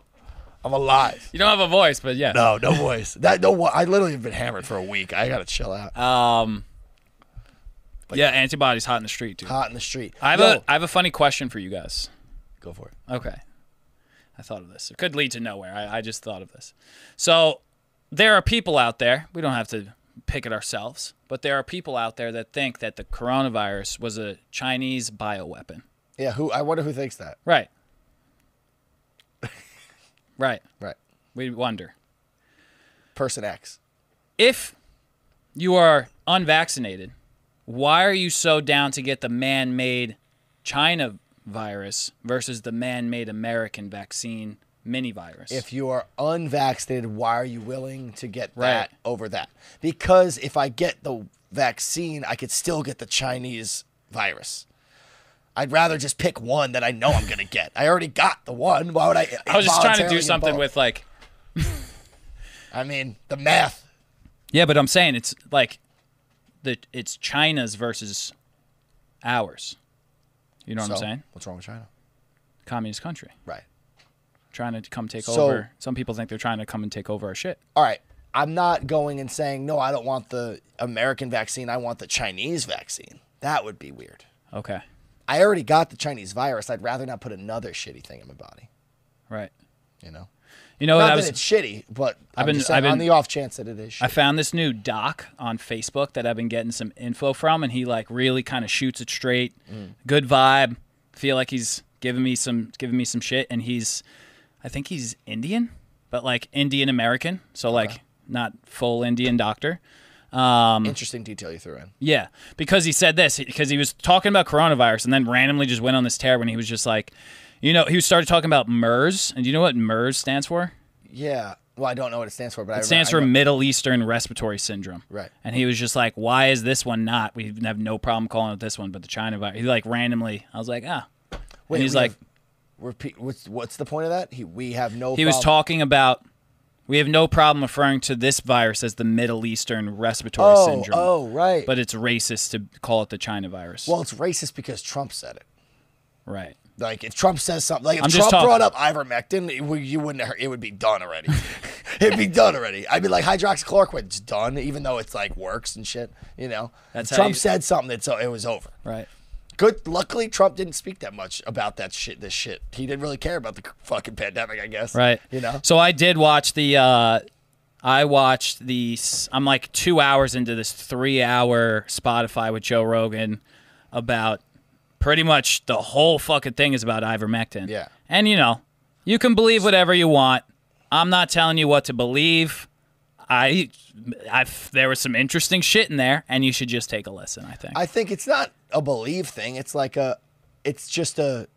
Speaker 1: I'm alive.
Speaker 3: You don't have a voice, but yeah.
Speaker 1: No, no voice. That no. I literally have been hammered for a week. I gotta chill out.
Speaker 3: Um. yeah, antibodies hot in the street, dude.
Speaker 1: Hot in the street.
Speaker 3: I have
Speaker 1: Yo,
Speaker 3: a I have a funny question for you guys.
Speaker 1: go for it.
Speaker 3: Okay. I thought of this. It could lead to nowhere. I, I just thought of this. So there are people out there, we don't have to pick it ourselves, but there are people out there that think that the coronavirus was a Chinese bioweapon.
Speaker 1: Yeah. Who? I wonder who thinks that.
Speaker 3: Right. right.
Speaker 1: Right.
Speaker 3: We wonder.
Speaker 1: Person X.
Speaker 3: If you are unvaccinated, why are you so down to get the man made China virus versus the man made American vaccine mini virus?
Speaker 1: If you are unvaccinated, why are you willing to get
Speaker 3: Right.
Speaker 1: that over that? Because if I get the vaccine, I could still get the Chinese virus. I'd rather just pick one that I know I'm gonna get. I already got the one. Why would I?
Speaker 3: I was just trying to
Speaker 1: voluntarily
Speaker 3: do
Speaker 1: get
Speaker 3: something
Speaker 1: both?
Speaker 3: with like
Speaker 1: I mean, the math.
Speaker 3: Yeah, but I'm saying it's like the it's China's versus ours. You know what I'm
Speaker 1: So,
Speaker 3: saying?
Speaker 1: What's wrong with China?
Speaker 3: Communist country.
Speaker 1: Right.
Speaker 3: Trying to come take
Speaker 1: So-
Speaker 3: over. Some people think they're trying to come and take over our shit.
Speaker 1: All right. I'm not going and saying no. I don't want the American vaccine. I want the Chinese vaccine. That would be weird.
Speaker 3: Okay.
Speaker 1: I already got the Chinese virus. I'd rather not put another shitty thing in my body.
Speaker 3: Right.
Speaker 1: You know.
Speaker 3: You know what
Speaker 1: Not that
Speaker 3: I Oh, was
Speaker 1: it's shitty, but I've
Speaker 3: been-
Speaker 1: been,
Speaker 3: I've
Speaker 1: on
Speaker 3: been-
Speaker 1: the off chance that it is.
Speaker 3: I
Speaker 1: Shitty.
Speaker 3: found this new doc on Facebook that I've been getting some info from, and he like really kind of shoots it straight. Good vibe. Feel like he's giving me some giving me some shit, and he's, I think he's Indian, but like Indian American, so like not full Indian doctor. Um,
Speaker 1: Interesting detail you threw in.
Speaker 3: Yeah, because he said this because he was talking about coronavirus and then randomly just went on this tear when he was just like, you know, he started talking about MERS, and do you know what MERS stands for?
Speaker 1: Yeah. Well, I don't know what it stands for, but I
Speaker 3: It stands
Speaker 1: I
Speaker 3: for
Speaker 1: know-
Speaker 3: Middle Eastern Respiratory Syndrome.
Speaker 1: Right.
Speaker 3: And he was just like, why is this one not? We have no problem calling it this one, but the China virus. He like randomly, I was like, ah.
Speaker 1: Wait,
Speaker 3: and he's
Speaker 1: we
Speaker 3: like,
Speaker 1: have- repeat. What's what's the point of that? He we have no.
Speaker 3: he was
Speaker 1: problem-
Speaker 3: talking about. We have no problem referring to this virus as the Middle Eastern Respiratory
Speaker 1: Oh,
Speaker 3: Syndrome.
Speaker 1: oh, right.
Speaker 3: But it's racist to call it the China virus.
Speaker 1: Well, it's racist because Trump said it.
Speaker 3: right.
Speaker 1: Like if Trump says something, like if
Speaker 3: I'm just
Speaker 1: Trump
Speaker 3: talking-
Speaker 1: brought up ivermectin, it, would- you wouldn't. It would be done already. It'd be done already. I'd be like hydroxychloroquine's done, even though it's like works and shit. You know,
Speaker 3: That's how
Speaker 1: Trump
Speaker 3: you-
Speaker 1: said something, it's it was over.
Speaker 3: Right.
Speaker 1: Good. Luckily, Trump didn't speak that much about that shit. This shit. He didn't really care about the fucking pandemic. I guess.
Speaker 3: Right.
Speaker 1: You know.
Speaker 3: So I did watch the. Uh, I watched the. s- I'm like two hours into this three hour Spotify with Joe Rogan about pretty much the whole fucking thing is about ivermectin.
Speaker 1: Yeah.
Speaker 3: And you know, you can believe whatever you want. I'm not telling you what to believe. I, I, there was some interesting shit in there, and you should just take a listen. I think.
Speaker 1: I think it's not a believe thing. It's like a, it's just a,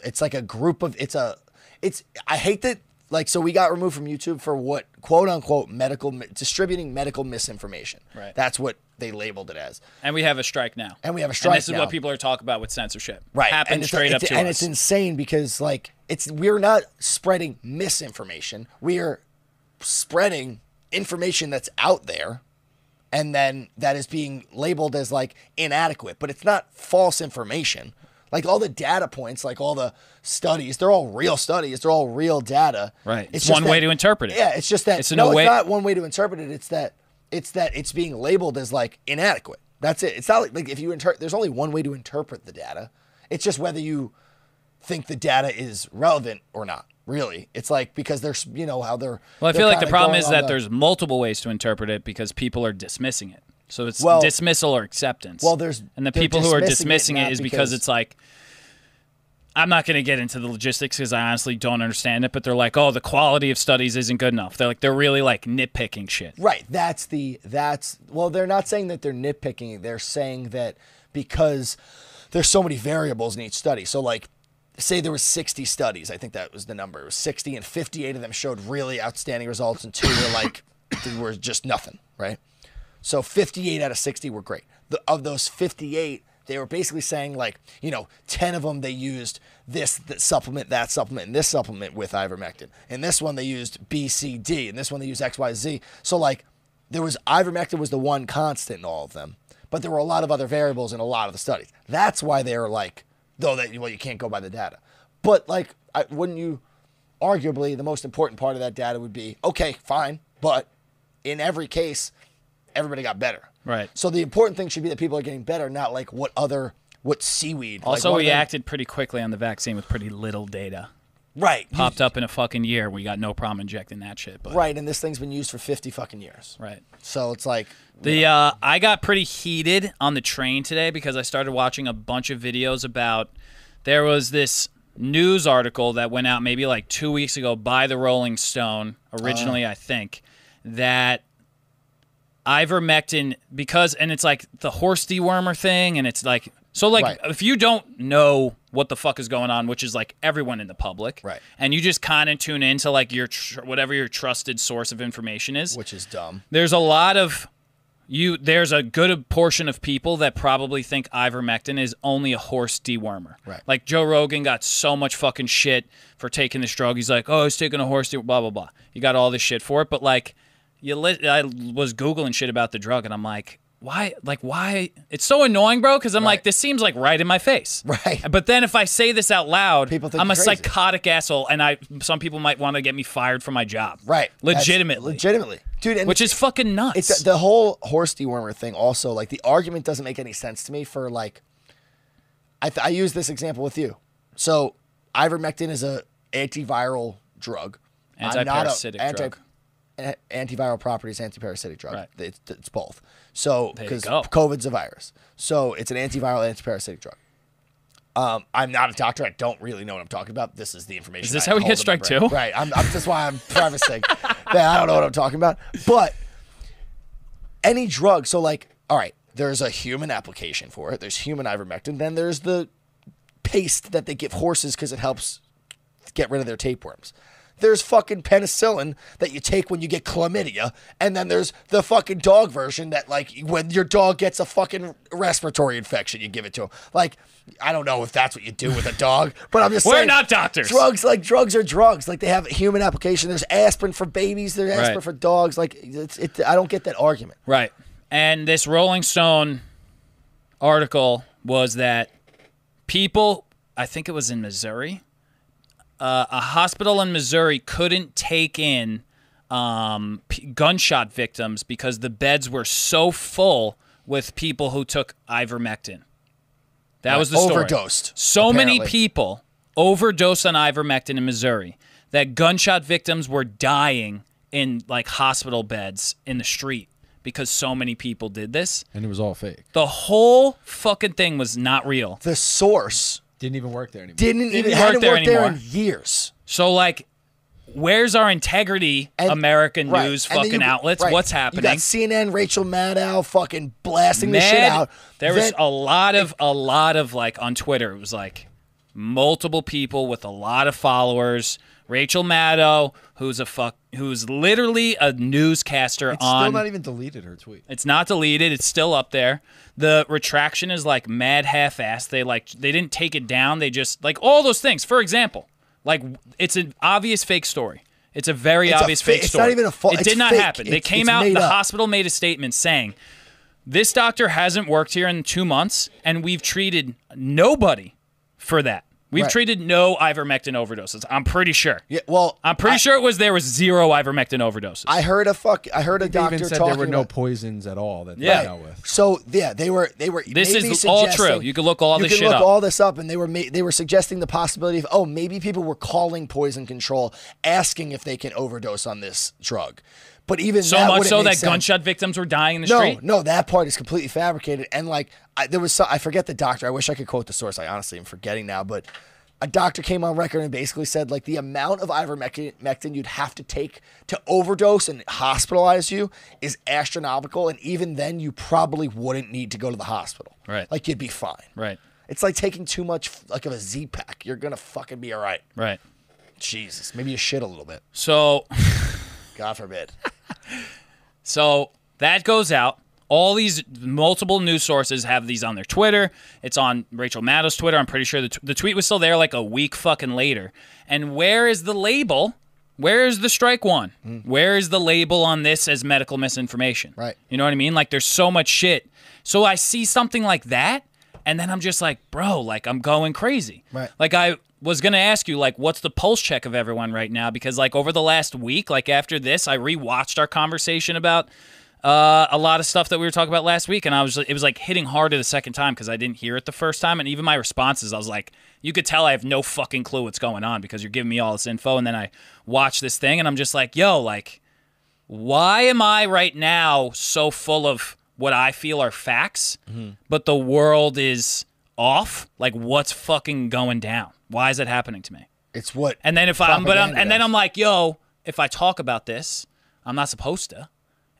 Speaker 1: it's like a group of, it's a, it's, I hate that, like, so we got removed from YouTube for what, quote unquote, medical, mi- distributing medical misinformation.
Speaker 3: Right.
Speaker 1: That's what they labeled it as.
Speaker 3: and we have a strike now.
Speaker 1: And we have a strike
Speaker 3: this is
Speaker 1: now.
Speaker 3: what people are talking about with censorship.
Speaker 1: Right.
Speaker 3: Happened
Speaker 1: it's-
Speaker 3: straight
Speaker 1: it's-
Speaker 3: up to
Speaker 1: And
Speaker 3: us.
Speaker 1: it's insane because, like, it's, we're not spreading misinformation. We are spreading information that's out there and then that is being labeled as like inadequate, but it's not false information. Like all the data points, like all the studies, they're all real studies. They're all real data.
Speaker 3: Right. It's
Speaker 1: just
Speaker 3: one way to interpret it.
Speaker 1: Yeah, it's just that.
Speaker 3: It's in
Speaker 1: no,
Speaker 3: a way-
Speaker 1: it's not one way to interpret it. It's that. It's that it's being labeled as like inadequate. That's it. It's not like, like if you interpret. There's only one way to interpret the data. It's just whether you think the data is relevant or not. Really, it's like because there's you know how they're.
Speaker 3: Well, I
Speaker 1: they're
Speaker 3: feel like
Speaker 1: kinda
Speaker 3: the problem
Speaker 1: going
Speaker 3: is
Speaker 1: on
Speaker 3: that
Speaker 1: the-
Speaker 3: there's multiple ways to interpret it because people are dismissing it. So it's
Speaker 1: Well-
Speaker 3: dismissal or acceptance.
Speaker 1: Well, there's-
Speaker 3: and the
Speaker 1: they're
Speaker 3: people who are
Speaker 1: dismissing
Speaker 3: dismissing
Speaker 1: it
Speaker 3: it
Speaker 1: not
Speaker 3: is because,
Speaker 1: because-
Speaker 3: it's like I'm not going to get into the logistics because I honestly don't understand it. But they're like, oh, the quality of studies isn't good enough. They're like they're really like nitpicking shit.
Speaker 1: Right. That's the that's well, they're not saying that they're nitpicking. They're saying that because there's so many variables in each study. So like say there was 60 studies. I think that was the number. It was 60 and 58 of them showed really outstanding results and two were like they were just nothing, right? So 58 out of 60 were great. The, of those 58, they were basically saying like, you know, 10 of them they used this, th- supplement, that supplement, and this supplement with ivermectin. And this one they used B, C, D, and this one they used X, Y, Z. So like, there was ivermectin was the one constant in all of them, but there were a lot of other variables in a lot of the studies. That's why they were like, though that well, you can't go by the data. But like, I, wouldn't you? Arguably, the most important part of that data would be okay, fine, but in every case, everybody got better.
Speaker 3: Right.
Speaker 1: So the important thing should be that people are getting better, not like what other what seaweed. like,
Speaker 3: Also,
Speaker 1: what
Speaker 3: we
Speaker 1: other-
Speaker 3: acted pretty quickly on the vaccine with pretty little data.
Speaker 1: right, you-
Speaker 3: Popped up in a fucking year. We got no problem injecting that shit. But
Speaker 1: right, and this thing's been used for fifty fucking years.
Speaker 3: right.
Speaker 1: So it's like
Speaker 3: The uh, I got pretty heated on the train today because I started watching a bunch of videos about there was this news article that went out maybe like two weeks ago by the Rolling Stone originally
Speaker 1: Uh.
Speaker 3: I think that ivermectin because and it's like the horse dewormer thing and it's like so like
Speaker 1: Right.
Speaker 3: if you don't know what the fuck is going on which is like everyone in the public
Speaker 1: Right.
Speaker 3: and you just kind of tune into like your tr- whatever your trusted source of information is
Speaker 1: which is dumb.
Speaker 3: there's a lot of you there's a good portion of people that probably think ivermectin is only a horse dewormer.
Speaker 1: Right.
Speaker 3: Like Joe Rogan got so much fucking shit for taking this drug. He's like, oh, he's taking a horse de- blah blah blah. You got all this shit for it, but like, you li- I was googling shit about the drug, and I'm like, why? Like why? It's so annoying, bro. Because I'm like, this seems like right in my face.
Speaker 1: Right.
Speaker 3: But then if I say this out loud,
Speaker 1: People think
Speaker 3: I'm a
Speaker 1: you're crazy.
Speaker 3: psychotic asshole, and I some people might want to get me fired from my job.
Speaker 1: Right, That's-
Speaker 3: Legitimately.
Speaker 1: legitimately, dude. And
Speaker 3: which is fucking nuts.
Speaker 1: It's the whole horse dewormer thing. Also, like the argument doesn't make any sense to me. For like, I th- I use this example with you. So, ivermectin is a antiviral drug. I'm not a-
Speaker 3: Antiparasitic drug.
Speaker 1: a- antiviral properties, antiparasitic drug.
Speaker 3: Right.
Speaker 1: It's, it's both. So,
Speaker 3: you
Speaker 1: because
Speaker 3: go.
Speaker 1: COVID's a virus, so it's an antiviral, antiparasitic drug. Um, I'm not a doctor. I don't really know what I'm talking about. This is the information.
Speaker 3: Is this
Speaker 1: I
Speaker 3: how we
Speaker 1: hold
Speaker 3: get
Speaker 1: in my
Speaker 3: strike
Speaker 1: brain.
Speaker 3: two?
Speaker 1: Right. I'm, I'm, that's why I'm prefacing that I don't know what I'm talking about. But any drug. So like, all right, there's a human application for it. There's human ivermectin. Then there's the paste that they give horses because it helps get rid of their tapeworms. There's fucking penicillin that you take when you get chlamydia, and then there's the fucking dog version that like when your dog gets a fucking respiratory infection, you give it to him. Like, I don't know if that's what you do with a dog, but I'm just
Speaker 3: We're
Speaker 1: saying,
Speaker 3: not doctors.
Speaker 1: Drugs like drugs are drugs. Like they have a human application. There's aspirin for babies. There's aspirin
Speaker 3: Right.
Speaker 1: for dogs. Like it's, it, I don't get that argument.
Speaker 3: right. And this Rolling Stone article was that people, I think it was in Missouri, uh, a hospital in Missouri couldn't take in um, p- gunshot victims because the beds were so full with people who took ivermectin. That was the story.
Speaker 1: Overdosed,
Speaker 3: So many
Speaker 1: apparently.
Speaker 3: people overdosed on ivermectin in Missouri that gunshot victims were dying in like hospital beds in the street because so many people did this.
Speaker 4: And it was all fake.
Speaker 3: The whole fucking thing was not real.
Speaker 1: The source
Speaker 4: Didn't even work there anymore.
Speaker 1: didn't, even
Speaker 3: work
Speaker 1: hadn't
Speaker 3: there
Speaker 1: worked there in
Speaker 3: anymore.
Speaker 1: years.
Speaker 3: So like where's our integrity
Speaker 1: And-
Speaker 3: American
Speaker 1: right.
Speaker 3: news
Speaker 1: And then
Speaker 3: fucking
Speaker 1: you-
Speaker 3: outlets?
Speaker 1: right.
Speaker 3: What's
Speaker 1: You
Speaker 3: happening?
Speaker 1: got CNN, Rachel Maddow, fucking blasting the shit
Speaker 3: Mad-
Speaker 1: out.
Speaker 3: There was
Speaker 1: Then-
Speaker 3: a lot of a lot of like on Twitter. It was like multiple people with a lot of followers. Rachel Maddow, who's a fuck, who's literally a newscaster
Speaker 4: It's
Speaker 3: on.
Speaker 4: still not even deleted her tweet.
Speaker 3: it's not deleted. It's still up there. The retraction is like mad half-assed. They like they didn't take it down. They just like all those things. For example, like it's an obvious fake story. It's a very
Speaker 1: It's a
Speaker 3: obvious
Speaker 1: fa-
Speaker 3: fake
Speaker 1: it's
Speaker 3: story.
Speaker 1: not even a fa-
Speaker 3: It
Speaker 1: it's
Speaker 3: did not
Speaker 1: fake.
Speaker 3: happen. They
Speaker 1: It's-
Speaker 3: came
Speaker 1: it's
Speaker 3: out.
Speaker 1: made
Speaker 3: The
Speaker 1: up.
Speaker 3: hospital made a statement saying this doctor hasn't worked here in two months and we've treated nobody for that. We've
Speaker 1: Right.
Speaker 3: treated no ivermectin overdoses. I'm pretty sure.
Speaker 1: Yeah, well,
Speaker 3: I'm pretty
Speaker 1: I-
Speaker 3: sure it was there was zero ivermectin overdoses.
Speaker 1: I heard a fuck. I heard a
Speaker 4: They
Speaker 1: doctor
Speaker 4: even said
Speaker 1: talking
Speaker 4: there were no
Speaker 1: about-
Speaker 4: poisons at all that
Speaker 3: Yeah.
Speaker 4: they dealt with.
Speaker 1: So yeah, they were they were.
Speaker 3: This
Speaker 1: maybe
Speaker 3: is all
Speaker 1: suggesting-
Speaker 3: true. You can look all
Speaker 1: you
Speaker 3: this
Speaker 1: can
Speaker 3: shit
Speaker 1: look
Speaker 3: up.
Speaker 1: all this up, and they were ma- they were suggesting the possibility of oh maybe people were calling poison control asking if they can overdose on this drug, but even
Speaker 3: so
Speaker 1: that
Speaker 3: much
Speaker 1: wouldn't
Speaker 3: so
Speaker 1: make
Speaker 3: that
Speaker 1: sense.
Speaker 3: gunshot victims were dying in the
Speaker 1: No,
Speaker 3: street.
Speaker 1: no, that part is completely fabricated. And like, I, there was some, I forget the doctor. I wish I could quote the source. I honestly am forgetting now, but a doctor came on record and basically said like the amount of ivermectin you'd have to take to overdose and hospitalize you is astronomical. And even then, you probably wouldn't need to go to the hospital.
Speaker 3: Right.
Speaker 1: Like you'd be fine.
Speaker 3: Right,
Speaker 1: It's like taking too much like of a Z pack. You're gonna fucking be all right.
Speaker 3: right.
Speaker 1: Jesus, maybe you shit a little bit.
Speaker 3: So
Speaker 1: God forbid.
Speaker 3: So that goes out. All these multiple news sources have these on their Twitter. It's on Rachel Maddow's Twitter. I'm pretty sure the, t- the tweet was still there like a week fucking later. And where is the label? Where is the strike one? Where is the label on this as medical misinformation?
Speaker 1: Right.
Speaker 3: You know what I mean? Like there's so much shit. So I see something like that and then I'm just like, bro, like I'm going crazy.
Speaker 1: Right.
Speaker 3: Like I was gonna ask you, like, what's the pulse check of everyone right now? Because like over the last week, like after this, I rewatched our conversation about uh, a lot of stuff that we were talking about last week, and I was it was like hitting harder the second time because I didn't hear it the first time, and even my responses, I was like, you could tell I have no fucking clue what's going on because you're giving me all this info, and then I watch this thing, and I'm just like, yo, like, why am I right now so full of what I feel are facts,
Speaker 1: Mm-hmm.
Speaker 3: but the world is off? Like, what's fucking going down? Why is it happening to me?
Speaker 1: It's what.
Speaker 3: And then if I'm, but I'm,
Speaker 1: propaganda
Speaker 3: and then
Speaker 1: does.
Speaker 3: I'm like, yo, if I talk about this, I'm not supposed to,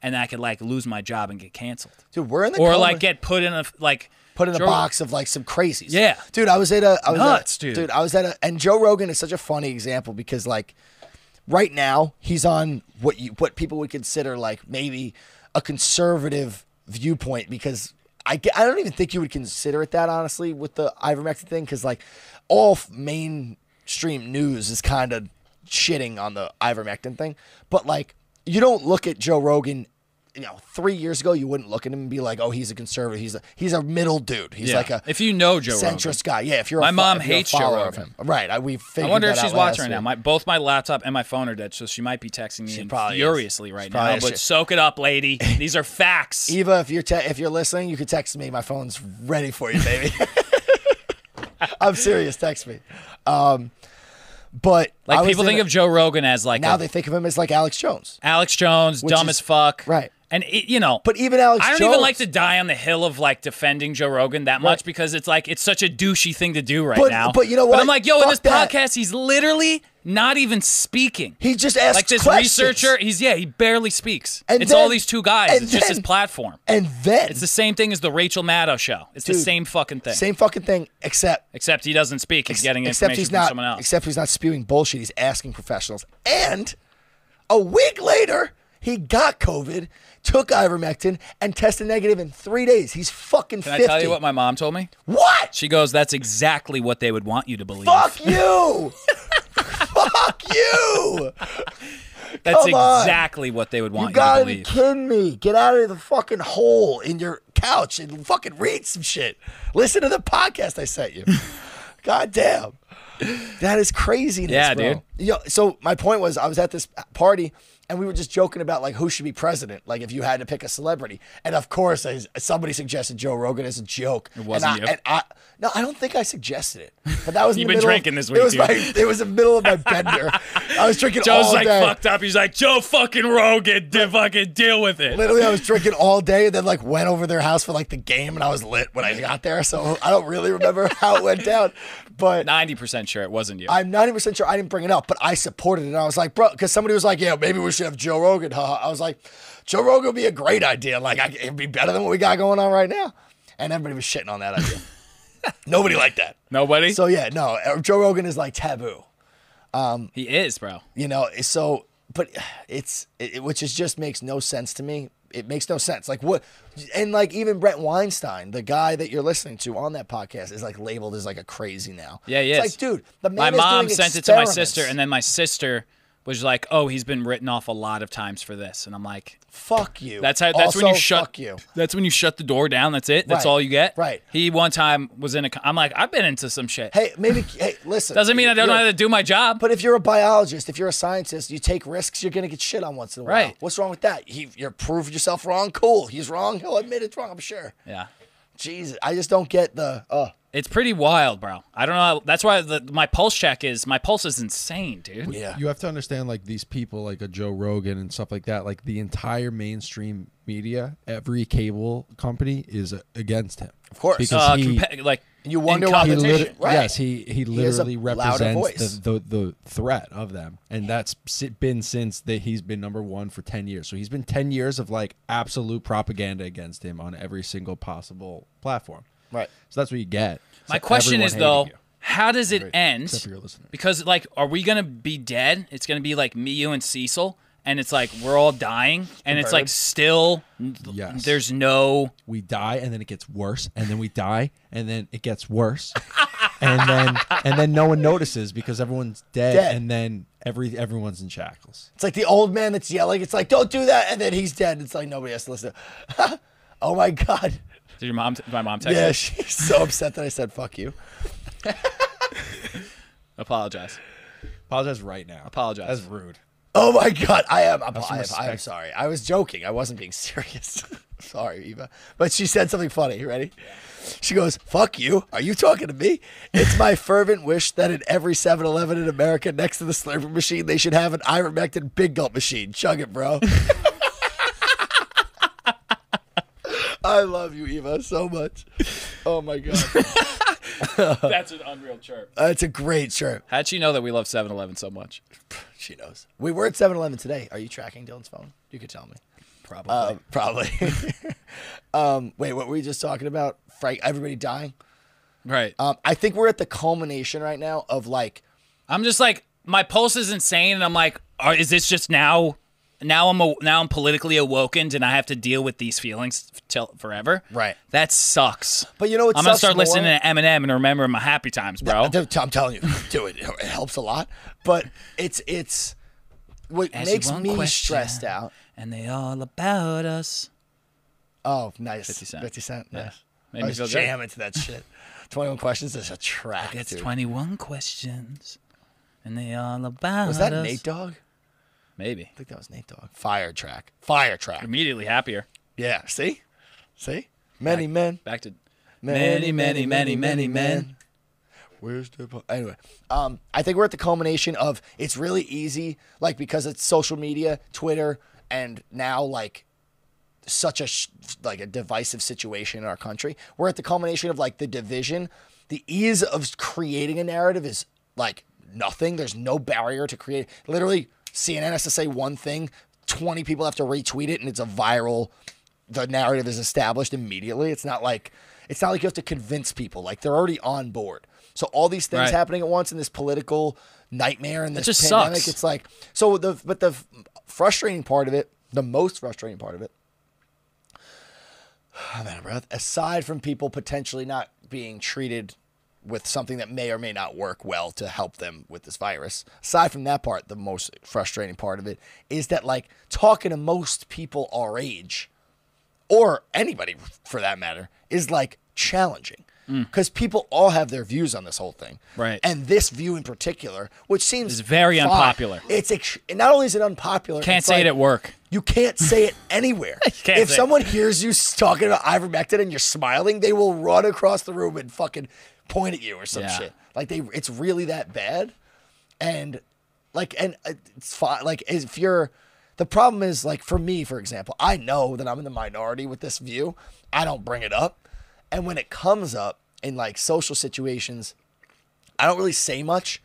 Speaker 3: and I could like lose my job and get canceled,
Speaker 1: dude, we're in the
Speaker 3: or
Speaker 1: coma-
Speaker 3: like get put in a like
Speaker 1: put in a
Speaker 3: Joe-
Speaker 1: box of like some crazies.
Speaker 3: Yeah.
Speaker 1: dude, I was at a I was
Speaker 3: Nuts,
Speaker 1: at,
Speaker 3: dude.
Speaker 1: I was at a and Joe Rogan is such a funny example because like right now he's on what you what people would consider like maybe a conservative viewpoint because. I, ge- I don't even think you would consider it that honestly with the ivermectin thing because like all f- mainstream news is kind of shitting on the ivermectin thing but like you don't look at Joe Rogan you know three years ago you wouldn't look at him and be like oh he's a conservative he's a he's a middle dude he's
Speaker 3: Yeah.
Speaker 1: like a
Speaker 3: if you know Joe Rogan.
Speaker 1: centrist guy. Yeah, if you're
Speaker 3: My
Speaker 1: a fo-
Speaker 3: mom
Speaker 1: if you're a
Speaker 3: hates Joe
Speaker 1: follower of
Speaker 3: Rogan.
Speaker 1: him, right? I, we figured
Speaker 3: I wonder if
Speaker 1: that out
Speaker 3: she's
Speaker 1: last
Speaker 3: watching right now.
Speaker 1: week.
Speaker 3: My both my laptop and my phone are dead, so she might be texting me
Speaker 1: She
Speaker 3: in
Speaker 1: probably is.
Speaker 3: furiously right
Speaker 1: She
Speaker 3: now.
Speaker 1: probably
Speaker 3: But
Speaker 1: is. She-
Speaker 3: soak it up, lady. These are facts.
Speaker 1: Eva, if you're te- if you're listening, you can text me. My phone's ready for you, baby. I'm serious. Text me. Um, but I
Speaker 3: like
Speaker 1: was
Speaker 3: people
Speaker 1: in
Speaker 3: think
Speaker 1: a-
Speaker 3: of Joe Rogan as like
Speaker 1: now
Speaker 3: a-
Speaker 1: they think of him as like Alex Jones.
Speaker 3: Alex Jones,
Speaker 1: Which
Speaker 3: dumb
Speaker 1: is-
Speaker 3: as fuck,
Speaker 1: right.
Speaker 3: And it, you know,
Speaker 1: But even Alex
Speaker 3: I don't
Speaker 1: Jones,
Speaker 3: even like to die on the hill of like defending Joe Rogan that much because it's like it's such a douchey thing to do right
Speaker 1: But-
Speaker 3: now.
Speaker 1: but you know what?
Speaker 3: I'm like, yo, in
Speaker 1: Fuck
Speaker 3: this
Speaker 1: that.
Speaker 3: podcast, he's literally not even speaking.
Speaker 1: He just asks
Speaker 3: like this
Speaker 1: questions.
Speaker 3: researcher, he's yeah, he barely speaks.
Speaker 1: And
Speaker 3: it's
Speaker 1: then-
Speaker 3: all these two guys.
Speaker 1: and
Speaker 3: It's just his
Speaker 1: then-
Speaker 3: platform.
Speaker 1: and then
Speaker 3: It's the same thing as the Rachel Maddow show. It's the
Speaker 1: Dude,
Speaker 3: same fucking thing.
Speaker 1: same fucking thing, except
Speaker 3: Except he doesn't speak. He's getting
Speaker 1: except
Speaker 3: information
Speaker 1: he's
Speaker 3: from
Speaker 1: not
Speaker 3: someone else.
Speaker 1: except he's not spewing bullshit. He's asking professionals. And a week later, he got COVID, took ivermectin, and tested negative in three days. He's fucking
Speaker 3: Can I
Speaker 1: 50.
Speaker 3: tell you what my mom told me?
Speaker 1: What?
Speaker 3: She goes, "That's exactly what they would want you to believe.
Speaker 1: Fuck you! Fuck you!
Speaker 3: That's
Speaker 1: come on.
Speaker 3: exactly what they would want
Speaker 1: You
Speaker 3: you, to
Speaker 1: gotta be
Speaker 3: believe."
Speaker 1: kidding me. Get out of the fucking hole in your couch and fucking read some shit. Listen to the podcast I sent you. God damn. That is craziness.
Speaker 3: Yeah,
Speaker 1: bro. dude. Yo, so my point was I was at this party and we were just joking about like who should be president, like if you had to pick a celebrity. And of course, I, somebody suggested Joe Rogan as a joke. It
Speaker 3: wasn't
Speaker 1: and
Speaker 3: you.
Speaker 1: I, and I, no, I don't think I suggested it. But that was in
Speaker 3: You've
Speaker 1: the middle
Speaker 3: been
Speaker 1: of-
Speaker 3: drinking this week,
Speaker 1: It was,
Speaker 3: dude.
Speaker 1: my, it was the middle of my bender. I was drinking
Speaker 3: Joe's
Speaker 1: all
Speaker 3: like
Speaker 1: day.
Speaker 3: fucked up. He's like, "Joe fucking Rogan, de- fucking deal with it."
Speaker 1: Literally, I was drinking all day and then like went over their house for like the game and I was lit when I got there. So I don't really remember how it went down. But
Speaker 3: Ninety percent sure it wasn't you.
Speaker 1: I'm 90% sure I didn't bring it up, but I supported it. And I was like, bro, because somebody was like, yeah, maybe we should have Joe Rogan. Huh? I was like, Joe Rogan would be a great idea. Like, I, it'd be better than what we got going on right now. And everybody was shitting on that idea. Nobody liked that.
Speaker 3: Nobody.
Speaker 1: So yeah, no, Joe Rogan is like taboo.
Speaker 3: he is, bro.
Speaker 1: you know so but it's it, which is just makes no sense to me it makes no sense like what and like even brett weinstein the guy that you're listening to on that podcast is like labeled as like a crazy now
Speaker 3: Yeah, he
Speaker 1: it's
Speaker 3: is.
Speaker 1: like dude the man
Speaker 3: my
Speaker 1: is
Speaker 3: mom
Speaker 1: doing
Speaker 3: sent it to my
Speaker 1: experiments.
Speaker 3: sister, and then my sister was like, "Oh, he's been written off a lot of times for this," and I'm like,
Speaker 1: Fuck you.
Speaker 3: "That's how. That's when
Speaker 1: Also,
Speaker 3: you shut.
Speaker 1: Fuck you.
Speaker 3: That's when you shut the door down. That's it. That's
Speaker 1: Right.
Speaker 3: all you get."
Speaker 1: Right.
Speaker 3: He one time was in a. co- I'm like, I've been into some shit.
Speaker 1: Hey, maybe. Hey, listen.
Speaker 3: Doesn't mean I don't know
Speaker 1: You're-
Speaker 3: how to do my job.
Speaker 1: But if you're a biologist, if you're a scientist, you take risks. You're gonna get shit on once in a while.
Speaker 3: Right.
Speaker 1: What's wrong with that? He, you're proved yourself wrong. Cool. He's wrong. He'll admit it's wrong. I'm sure.
Speaker 3: yeah.
Speaker 1: Jesus, I just don't get the. Uh,
Speaker 3: It's pretty wild, bro. I don't know. That's why the, my pulse check is my pulse is insane, dude.
Speaker 1: yeah.
Speaker 4: You have to understand, like these people, like a Joe Rogan and stuff like that. Like the entire mainstream media, every cable company is uh, against him. Of
Speaker 1: course.
Speaker 3: Uh,
Speaker 4: because he,
Speaker 3: compa- like
Speaker 1: You wonder why
Speaker 4: he
Speaker 1: the
Speaker 3: incompetition.
Speaker 4: lit-
Speaker 1: competition, right.
Speaker 4: yes, he he
Speaker 1: has a
Speaker 4: literally
Speaker 1: louder
Speaker 4: represents
Speaker 1: voice.
Speaker 4: the, the the threat of them, and that's si- been since that he's been number one for ten years. So he's been ten years of like absolute propaganda against him on every single possible platform.
Speaker 1: Right.
Speaker 4: So that's what you get. It's
Speaker 3: My
Speaker 4: like
Speaker 3: question
Speaker 4: everyone
Speaker 3: is
Speaker 4: hating
Speaker 3: though,
Speaker 4: you.
Speaker 3: how does it end?
Speaker 4: Except for your listener.
Speaker 3: Because like, are we gonna be dead? It's gonna be like me, you, and Cecil, and it's like we're all dying, and it's like still
Speaker 4: Yes.
Speaker 3: there's no
Speaker 4: we die and then it gets worse and then we die and then it gets worse and then and then no one notices because everyone's dead,
Speaker 1: Dead.
Speaker 4: and then every everyone's in shackles
Speaker 1: It's like the old man that's yelling. It's like, don't do that, and then he's dead. It's like nobody has to listen. oh my god.
Speaker 3: Did your mom? Did my mom text?
Speaker 1: Yeah,
Speaker 3: you?
Speaker 1: she's so upset that I said fuck you.
Speaker 3: Apologize.
Speaker 4: apologize right now
Speaker 3: Apologize.
Speaker 4: that's rude
Speaker 1: Oh my god, I am. I'm, I am, I am
Speaker 4: respect.
Speaker 1: sorry. I was joking. I wasn't being serious. sorry, Eva. But she said something funny. You ready? She goes, "Fuck you. Are you talking to me? It's my fervent wish that in every 7-Eleven in America, next to the slurping machine, they should have an ivermectin big gulp machine. Chug it, bro." I love you, Eva, so much. Oh my god,
Speaker 3: That's an unreal chirp.
Speaker 1: that's a great shirt.
Speaker 3: How'd she know that we love 7-Eleven so much?
Speaker 1: She knows. We were at 7 Eleven today. Are you tracking Dylan's phone? You could tell me. Probably. Um, probably. um, wait, what were we just talking about? Frank, everybody dying?
Speaker 3: Right.
Speaker 1: Um, I think we're at the culmination right now of like,
Speaker 3: I'm just like my pulse is insane, and I'm like, are, is this just now? Now I'm a, now I'm politically awokened, and I have to deal with these feelings f- till forever.
Speaker 1: Right.
Speaker 3: That sucks.
Speaker 1: But you know what
Speaker 3: I'm gonna
Speaker 1: sucks
Speaker 3: start
Speaker 1: more?
Speaker 3: listening to Eminem and remembering my happy times, bro.
Speaker 1: Dude, I'm telling you, do it. It helps a lot. But it's, it's, what
Speaker 3: Ask you
Speaker 1: makes
Speaker 3: one
Speaker 1: me
Speaker 3: question.
Speaker 1: stressed out.
Speaker 3: and they all about us.
Speaker 1: Oh, nice. 50
Speaker 3: Cent.
Speaker 1: 50 Cent.
Speaker 3: Yeah.
Speaker 1: Nice.
Speaker 3: Made
Speaker 1: I
Speaker 3: me
Speaker 1: was
Speaker 3: feel good.
Speaker 1: jamming to that shit. 21 Questions is a track.
Speaker 3: It's
Speaker 1: dude.
Speaker 3: 21 questions, and they all about
Speaker 1: Was that
Speaker 3: us.
Speaker 1: Nate Dogg? I
Speaker 3: Maybe.
Speaker 1: think that was Nate Dogg. Fire track. Fire track.
Speaker 3: Immediately happier.
Speaker 1: Yeah. See? See? Many men.
Speaker 3: Back to
Speaker 1: Many, many, many, many men. Where's the po- anyway? Um, I think we're at the culmination of it's really easy, like because it's social media, Twitter, and now like such a sh- like a divisive situation in our country. We're at the culmination of like the division. The ease of creating a narrative is like nothing. There's no barrier to create. Literally, CNN has to say one thing, 20 people have to retweet it, and it's a viral. The narrative is established immediately. It's not like it's not like you have to convince people. Like they're already on board. So all these things
Speaker 3: Right.
Speaker 1: happening at once in this political nightmare and this
Speaker 3: just
Speaker 1: pandemic,
Speaker 3: sucks.
Speaker 1: it's like so. The but the frustrating part of it, the most frustrating part of it, I'm out of breath. Aside from people potentially not being treated with something that may or may not work well to help them with this virus, aside from that part, the most frustrating part of it is that, like, talking to most people our age, or anybody for that matter, is like challenging. Because people all have their views on this whole thing,
Speaker 3: Mm. Right.
Speaker 1: And this view in particular, which seems
Speaker 3: It's very
Speaker 1: fine.
Speaker 3: unpopular.
Speaker 1: It's ex- not only is it unpopular,
Speaker 3: Can't
Speaker 1: it's
Speaker 3: say
Speaker 1: like-
Speaker 3: it at work.
Speaker 1: you can't say it anywhere. if
Speaker 3: can't say it.
Speaker 1: someone hears you s- talking about ivermectin and you're smiling, they will run across the room and fucking point at you or some
Speaker 3: Yeah.
Speaker 1: shit. Like they, it's really that bad. And like, and uh, it's fine. Like if you're, the problem is like for me, for example, I know that I'm in the minority with this view. I don't bring it up, and when it comes up in like social situations, I don't really say much.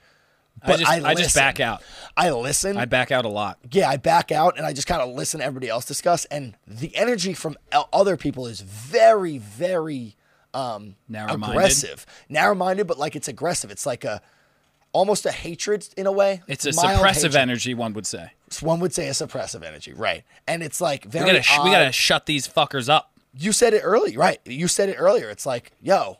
Speaker 1: But I,
Speaker 3: I just, I just
Speaker 1: listen.
Speaker 3: back out.
Speaker 1: I listen
Speaker 3: I back out a lot.
Speaker 1: yeah, I back out and I just kind of listen to everybody else discuss. And the energy from el- other people is very, very um,
Speaker 3: Narrow-minded.
Speaker 1: aggressive. Narrow minded, but like it's aggressive. It's like a almost a hatred in a way.
Speaker 3: It's a
Speaker 1: Mild
Speaker 3: suppressive
Speaker 1: hatred.
Speaker 3: energy, one would say.
Speaker 1: One would say a suppressive energy, right? And it's like very.
Speaker 3: We gotta, sh- we
Speaker 1: odd.
Speaker 3: gotta shut these fuckers up.
Speaker 1: You said it earlier, right? You said it earlier. It's like, yo,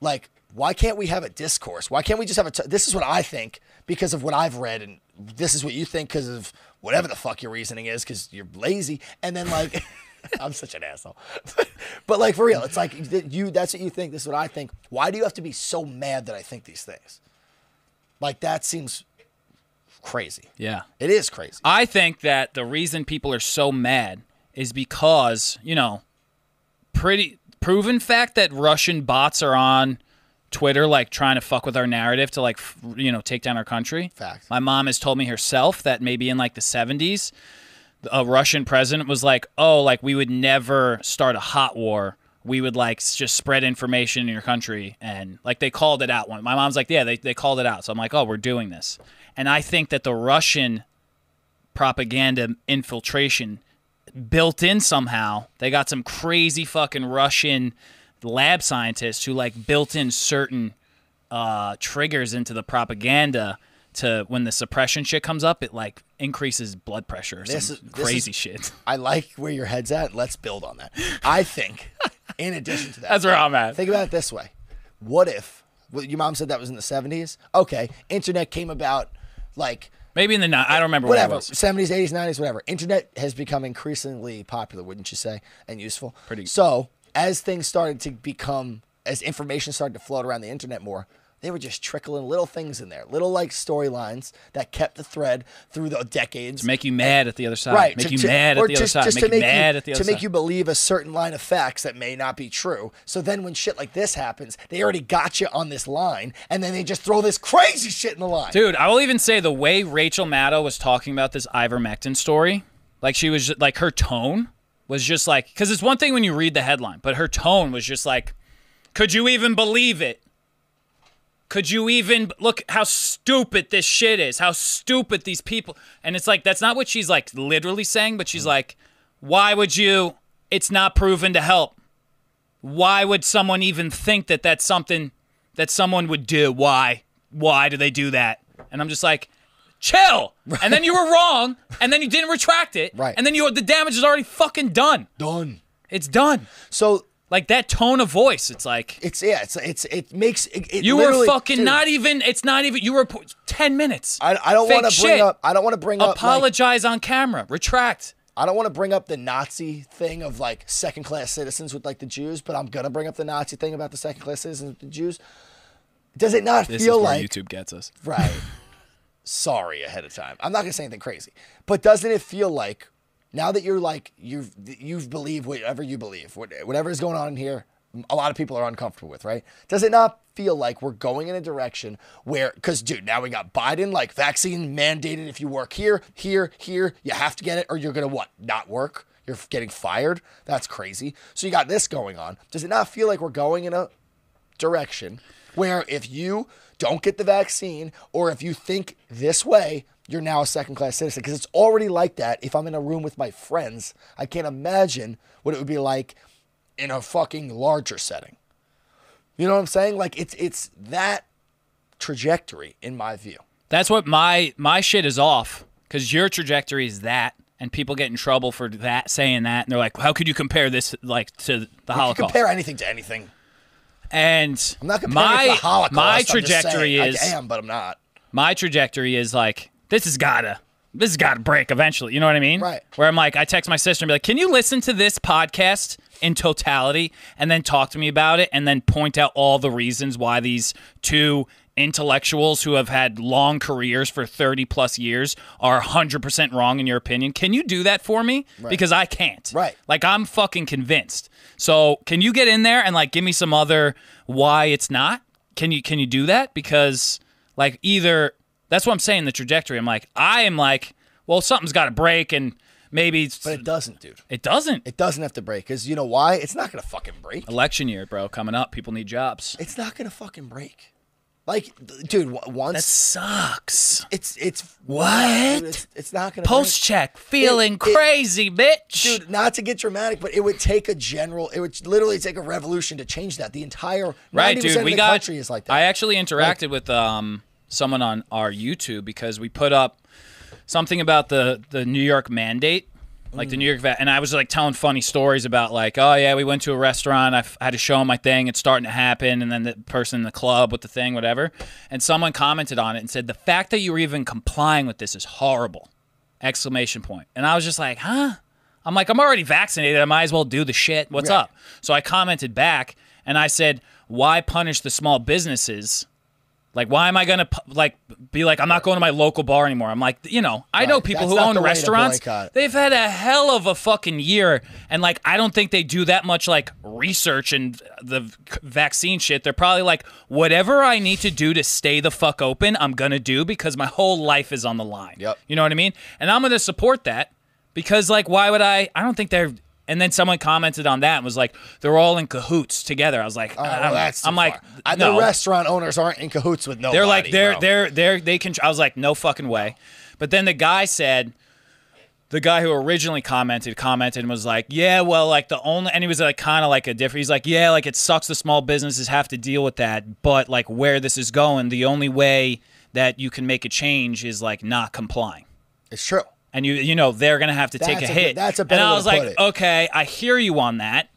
Speaker 1: like, why can't we have a discourse? Why can't we just have a? T- this is what I think because of what I've read and this is what you think because of whatever the fuck your reasoning is because you're lazy. And then like, I'm such an asshole. but like for real, it's like th- you. That's what you think. This is what I think. Why do you have to be so mad that I think these things? Like that seems crazy.
Speaker 3: Yeah.
Speaker 1: It is crazy.
Speaker 3: I think that the reason people are so mad is because, you know, pretty proven fact that Russian bots are on Twitter, like trying to fuck with our narrative to, like, f- you know, take down our country.
Speaker 1: Fact.
Speaker 3: My mom has told me herself that maybe in like the 70s, a Russian president was like, oh, like we would never start a hot war. We would like s- just spread information in your country. And like they called it out. One, my mom's like, yeah, they, they called it out. So I'm like, oh, we're doing this. And I think that the Russian propaganda infiltration built in somehow. They got some crazy fucking Russian lab scientists who like built in certain uh, triggers into the propaganda to when the suppression shit comes up, it like increases blood pressure or
Speaker 1: This
Speaker 3: some
Speaker 1: is- this
Speaker 3: crazy
Speaker 1: is-
Speaker 3: shit.
Speaker 1: I like where your head's at. Let's build on that. I think, in addition to that,
Speaker 3: That's where I'm at.
Speaker 1: Think about it this way: What if well, your mom said that was in the '70s? Okay, internet came about like
Speaker 3: Maybe in the night. I don't remember
Speaker 1: whatever
Speaker 3: what it was.
Speaker 1: '70s, '80s, '90s, whatever. Internet has become increasingly popular, wouldn't you say, and useful.
Speaker 3: Pretty-
Speaker 1: So as things started to become, as information started to float around the internet more. They were just trickling little things in there, little like storylines that kept the thread through the decades
Speaker 3: Make you mad at the other side.
Speaker 1: right
Speaker 3: Make
Speaker 1: to-
Speaker 3: you
Speaker 1: to-
Speaker 3: mad at
Speaker 1: or
Speaker 3: the other
Speaker 1: just-
Speaker 3: side.
Speaker 1: just
Speaker 3: Make
Speaker 1: to
Speaker 3: you mad at the other
Speaker 1: to make
Speaker 3: side.
Speaker 1: you believe a certain line of facts that may not be true so then when shit like this happens they already got you on this line and then they just throw this crazy shit in the line
Speaker 3: Dude, I will even say the way Rachel Maddow was talking about this ivermectin story, like she was like her tone was just like because it's one thing when you read the headline, but her tone was just like, could you even believe it? Could you even look how stupid this shit is? How stupid these people. And it's like that's not what she's like literally saying, but she's like, why would you? It's not proven to help. Why would someone even think that that's something that someone would do? Why? Why do they do that? And I'm just like, chill. And then you were wrong, and then you didn't retract it.
Speaker 1: Right.
Speaker 3: And then you the damage is already fucking done.
Speaker 1: done
Speaker 3: It's done.
Speaker 1: so
Speaker 3: Like that tone of voice, it's like
Speaker 1: it's yeah it's it's it makes it, it
Speaker 3: you were
Speaker 1: literally-
Speaker 3: fucking
Speaker 1: dude,
Speaker 3: not even. It's not even. You were po- ten minutes.
Speaker 1: I, I don't
Speaker 3: Fake
Speaker 1: want to bring
Speaker 3: shit.
Speaker 1: up I don't want to bring up like,
Speaker 3: Apologize on camera. Retract.
Speaker 1: I don't want to bring up the Nazi thing of like second class citizens with like the Jews but I'm gonna bring up the Nazi thing about the second class citizens with the Jews does it not feel like
Speaker 3: gets us.
Speaker 1: Right. Sorry ahead of time. I'm not gonna say anything crazy, but doesn't it feel like now that you're like you've you've believed whatever you believe, what- whatever is going on in here, a lot of people are uncomfortable with, right? Does it not feel like we're going in a direction where, because dude, now we got Biden like vaccine mandated. If you work here, here, here, you have to get it, or you're gonna what? Not work. You're getting fired. That's crazy. So you got this going on. Does it not feel like we're going in a direction where if you don't get the vaccine or if you think this way, you're now a second class citizen because it's already like that. If I'm in a room with my friends, I can't imagine what it would be like in a fucking larger setting. You know what I'm saying? Like it's it's that trajectory in my view.
Speaker 3: That's what my my shit is off because your trajectory is that, and people get in trouble for that saying that, and they're like, "How could you compare this like to the
Speaker 1: You
Speaker 3: Holocaust?"
Speaker 1: compare anything to anything.
Speaker 3: and
Speaker 1: I'm not comparing
Speaker 3: my
Speaker 1: it to the Holocaust.
Speaker 3: my
Speaker 1: I'm just saying
Speaker 3: trajectory is
Speaker 1: I am, but I'm not.
Speaker 3: my trajectory is like this has gotta this has gotta break eventually you know what i mean
Speaker 1: Right.
Speaker 3: where i'm like i text my sister and be like can you listen to this podcast in totality and then talk to me about it and then point out all the reasons why these two intellectuals who have had long careers for 30 plus years are 100% wrong in your opinion can you do that for me because i can't
Speaker 1: Right.
Speaker 3: like i'm fucking convinced so can you get in there and like give me some other why it's not can you can you do that because like either that's what i'm saying the trajectory i'm like i am like well something's got to break and maybe it's,
Speaker 1: But it doesn't, dude.
Speaker 3: it doesn't
Speaker 1: It doesn't have to break because you know why? It's not gonna fucking break.
Speaker 3: election year bro coming up people need jobs
Speaker 1: It's not gonna fucking break. Like, th- dude, w- once
Speaker 3: that sucks
Speaker 1: It's it's
Speaker 3: What?
Speaker 1: Dude, It's, it's not gonna
Speaker 3: post
Speaker 1: break.
Speaker 3: check feeling
Speaker 1: it-
Speaker 3: crazy bitch
Speaker 1: Dude, not to get dramatic, but it would take a general. It would literally take a revolution to change that. The entire
Speaker 3: right
Speaker 1: 90%
Speaker 3: dude
Speaker 1: of
Speaker 3: we
Speaker 1: the
Speaker 3: got
Speaker 1: country is like that.
Speaker 3: i actually interacted with um someone on our youtube because we put up something about the the new york mandate like the New York vet. And I was like telling funny stories about like, oh yeah, we went to a restaurant. I f- had to show them my thing. It's starting to happen. And then the person in the club with the thing, whatever. And someone commented on it and said, the fact that you were even complying with this is horrible! Exclamation point. And I was just like, huh? I'm like, I'm already vaccinated. I might as well do the shit. What's up? So I commented back and I said, why punish the small businesses? Like, why am I gonna pu- like be like I'm not going to my local bar anymore? I'm like, you know, I know people
Speaker 1: That's
Speaker 3: who
Speaker 1: not
Speaker 3: own
Speaker 1: the way to
Speaker 3: restaurants.
Speaker 1: boycott.
Speaker 3: They've had a hell of a fucking year, and like, I don't think they do that much like research and the v- vaccine shit. They're probably like, whatever I need to do to stay the fuck open, I'm gonna do because my whole life is on the line.
Speaker 1: Yep.
Speaker 3: You know what I mean? And I'm gonna support that because like, why would I? I don't think they're. And then someone commented on that and was like, they're all in cahoots together. I was like,
Speaker 1: Oh,
Speaker 3: I
Speaker 1: well,
Speaker 3: don't-
Speaker 1: that's too
Speaker 3: I'm like,
Speaker 1: far. Uh,
Speaker 3: no.
Speaker 1: the restaurant owners aren't in cahoots with nobody.
Speaker 3: They're like they're
Speaker 1: bro.
Speaker 3: they're they're they can. I was like, no fucking way. But then the guy said, the guy who originally commented commented and was like, yeah, well, like the only and he was like kind of like a different. He's like, yeah, like it sucks the small businesses have to deal with that, but like where this is going, the only way that you can make a change is like not complying
Speaker 1: It's true.
Speaker 3: and you you know they're gonna have to take a,
Speaker 1: That's a good-
Speaker 3: hit.
Speaker 1: that's a
Speaker 3: and
Speaker 1: better
Speaker 3: I
Speaker 1: way
Speaker 3: was
Speaker 1: to put
Speaker 3: like,
Speaker 1: it.
Speaker 3: okay, I hear you on that,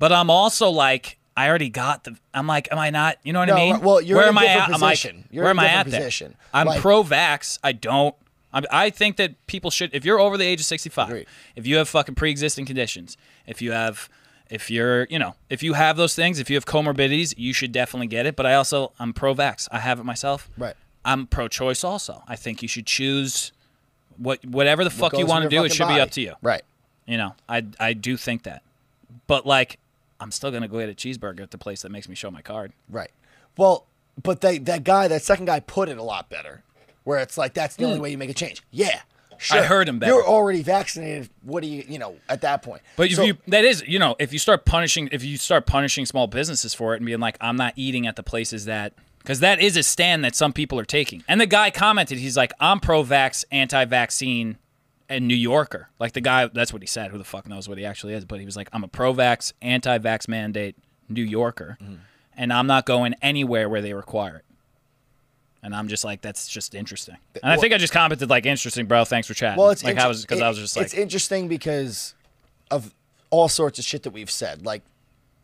Speaker 3: but I'm also like, I already got the. I'm like, am I not? You know what
Speaker 1: No,
Speaker 3: I mean?
Speaker 1: right, well, you're
Speaker 3: where
Speaker 1: in a
Speaker 3: am I
Speaker 1: different
Speaker 3: at? Am I-
Speaker 1: position. You're
Speaker 3: where
Speaker 1: in
Speaker 3: am
Speaker 1: a
Speaker 3: I at
Speaker 1: different
Speaker 3: there?
Speaker 1: position.
Speaker 3: I'm
Speaker 1: Like-
Speaker 3: pro-vax. I don't. I'm, I think that people should. If you're over the age of 65,
Speaker 1: Agreed.
Speaker 3: if you have fucking pre-existing conditions, if you have. If you're, you know, if you have those things, if you have comorbidities, you should definitely get it. But I also, I'm pro-vax. I have it myself.
Speaker 1: Right.
Speaker 3: I'm pro-choice also. I think you should choose what whatever the fuck
Speaker 1: Goes
Speaker 3: you
Speaker 1: in
Speaker 3: want to
Speaker 1: your
Speaker 3: do, it
Speaker 1: fucking
Speaker 3: should be up
Speaker 1: body.
Speaker 3: to you.
Speaker 1: Right.
Speaker 3: You know, I I do think that, but like, I'm still gonna go get a cheeseburger at the place that makes me show my card.
Speaker 1: Right. Well, but they, that guy, that second guy, put it a lot better. Where it's like that's the only way you make a change. Yeah. Sure.
Speaker 3: Hmm. heard him better.
Speaker 1: You're already vaccinated. What do you, you know, at that point?
Speaker 3: But if
Speaker 1: So-
Speaker 3: you that is, you know, if you start punishing if you start punishing small businesses for it and being like, I'm not eating at the places that because that is a stand that some people are taking. And the guy commented, he's like, I'm pro-vax, anti-vaccine, and New Yorker. Like the guy, that's what he said. Who the fuck knows what he actually is? But he was like, I'm a pro-vax, anti-vax mandate, New Yorker,
Speaker 1: Mm-hmm.
Speaker 3: and I'm not going anywhere where they require it. And I'm just like, that's just interesting. And I think I just commented like, interesting, bro. Thanks for chatting.
Speaker 1: Well, it's
Speaker 3: like I
Speaker 1: inter-
Speaker 3: was because
Speaker 1: it-
Speaker 3: I was just like,
Speaker 1: it's interesting because of all sorts of shit that we've said. Like,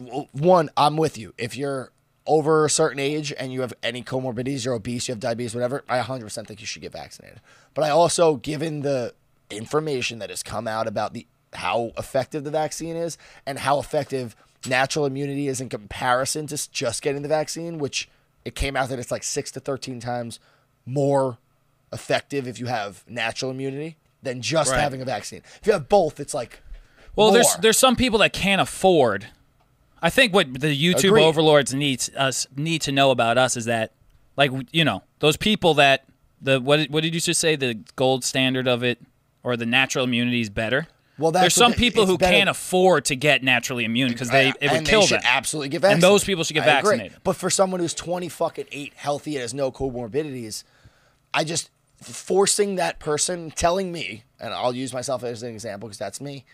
Speaker 1: w- one, I'm with you. If you're over a certain age and you have any comorbidities, you're obese, you have diabetes, whatever, I 100% think you should get vaccinated. But I also, given the information that has come out about the how effective the vaccine is and how effective natural immunity is in comparison to s- just getting the vaccine, which it came out that it's like six to 13 times more effective if you have natural immunity than just
Speaker 3: Right.
Speaker 1: having a vaccine. If you have both, it's like
Speaker 3: Well, there's
Speaker 1: more.
Speaker 3: there's some people that can't afford. I think what the YouTube
Speaker 1: Agreed.
Speaker 3: overlords needs us need to know about us is that, like you know, those people that the what did- what did you just say the gold standard of it or the natural immunity is better.
Speaker 1: Well, that's
Speaker 3: there's
Speaker 1: what
Speaker 3: some
Speaker 1: the-
Speaker 3: people who
Speaker 1: it's better-
Speaker 3: can't afford to get naturally immune because they it would
Speaker 1: and
Speaker 3: kill
Speaker 1: they should
Speaker 3: them.
Speaker 1: Absolutely get
Speaker 3: And
Speaker 1: vaccinated.
Speaker 3: those people should get
Speaker 1: I agree.
Speaker 3: vaccinated.
Speaker 1: But for someone who's twenty fucking eight, healthy and has no comorbidities, I just forcing that person telling me, and I'll use myself as an example because that's me,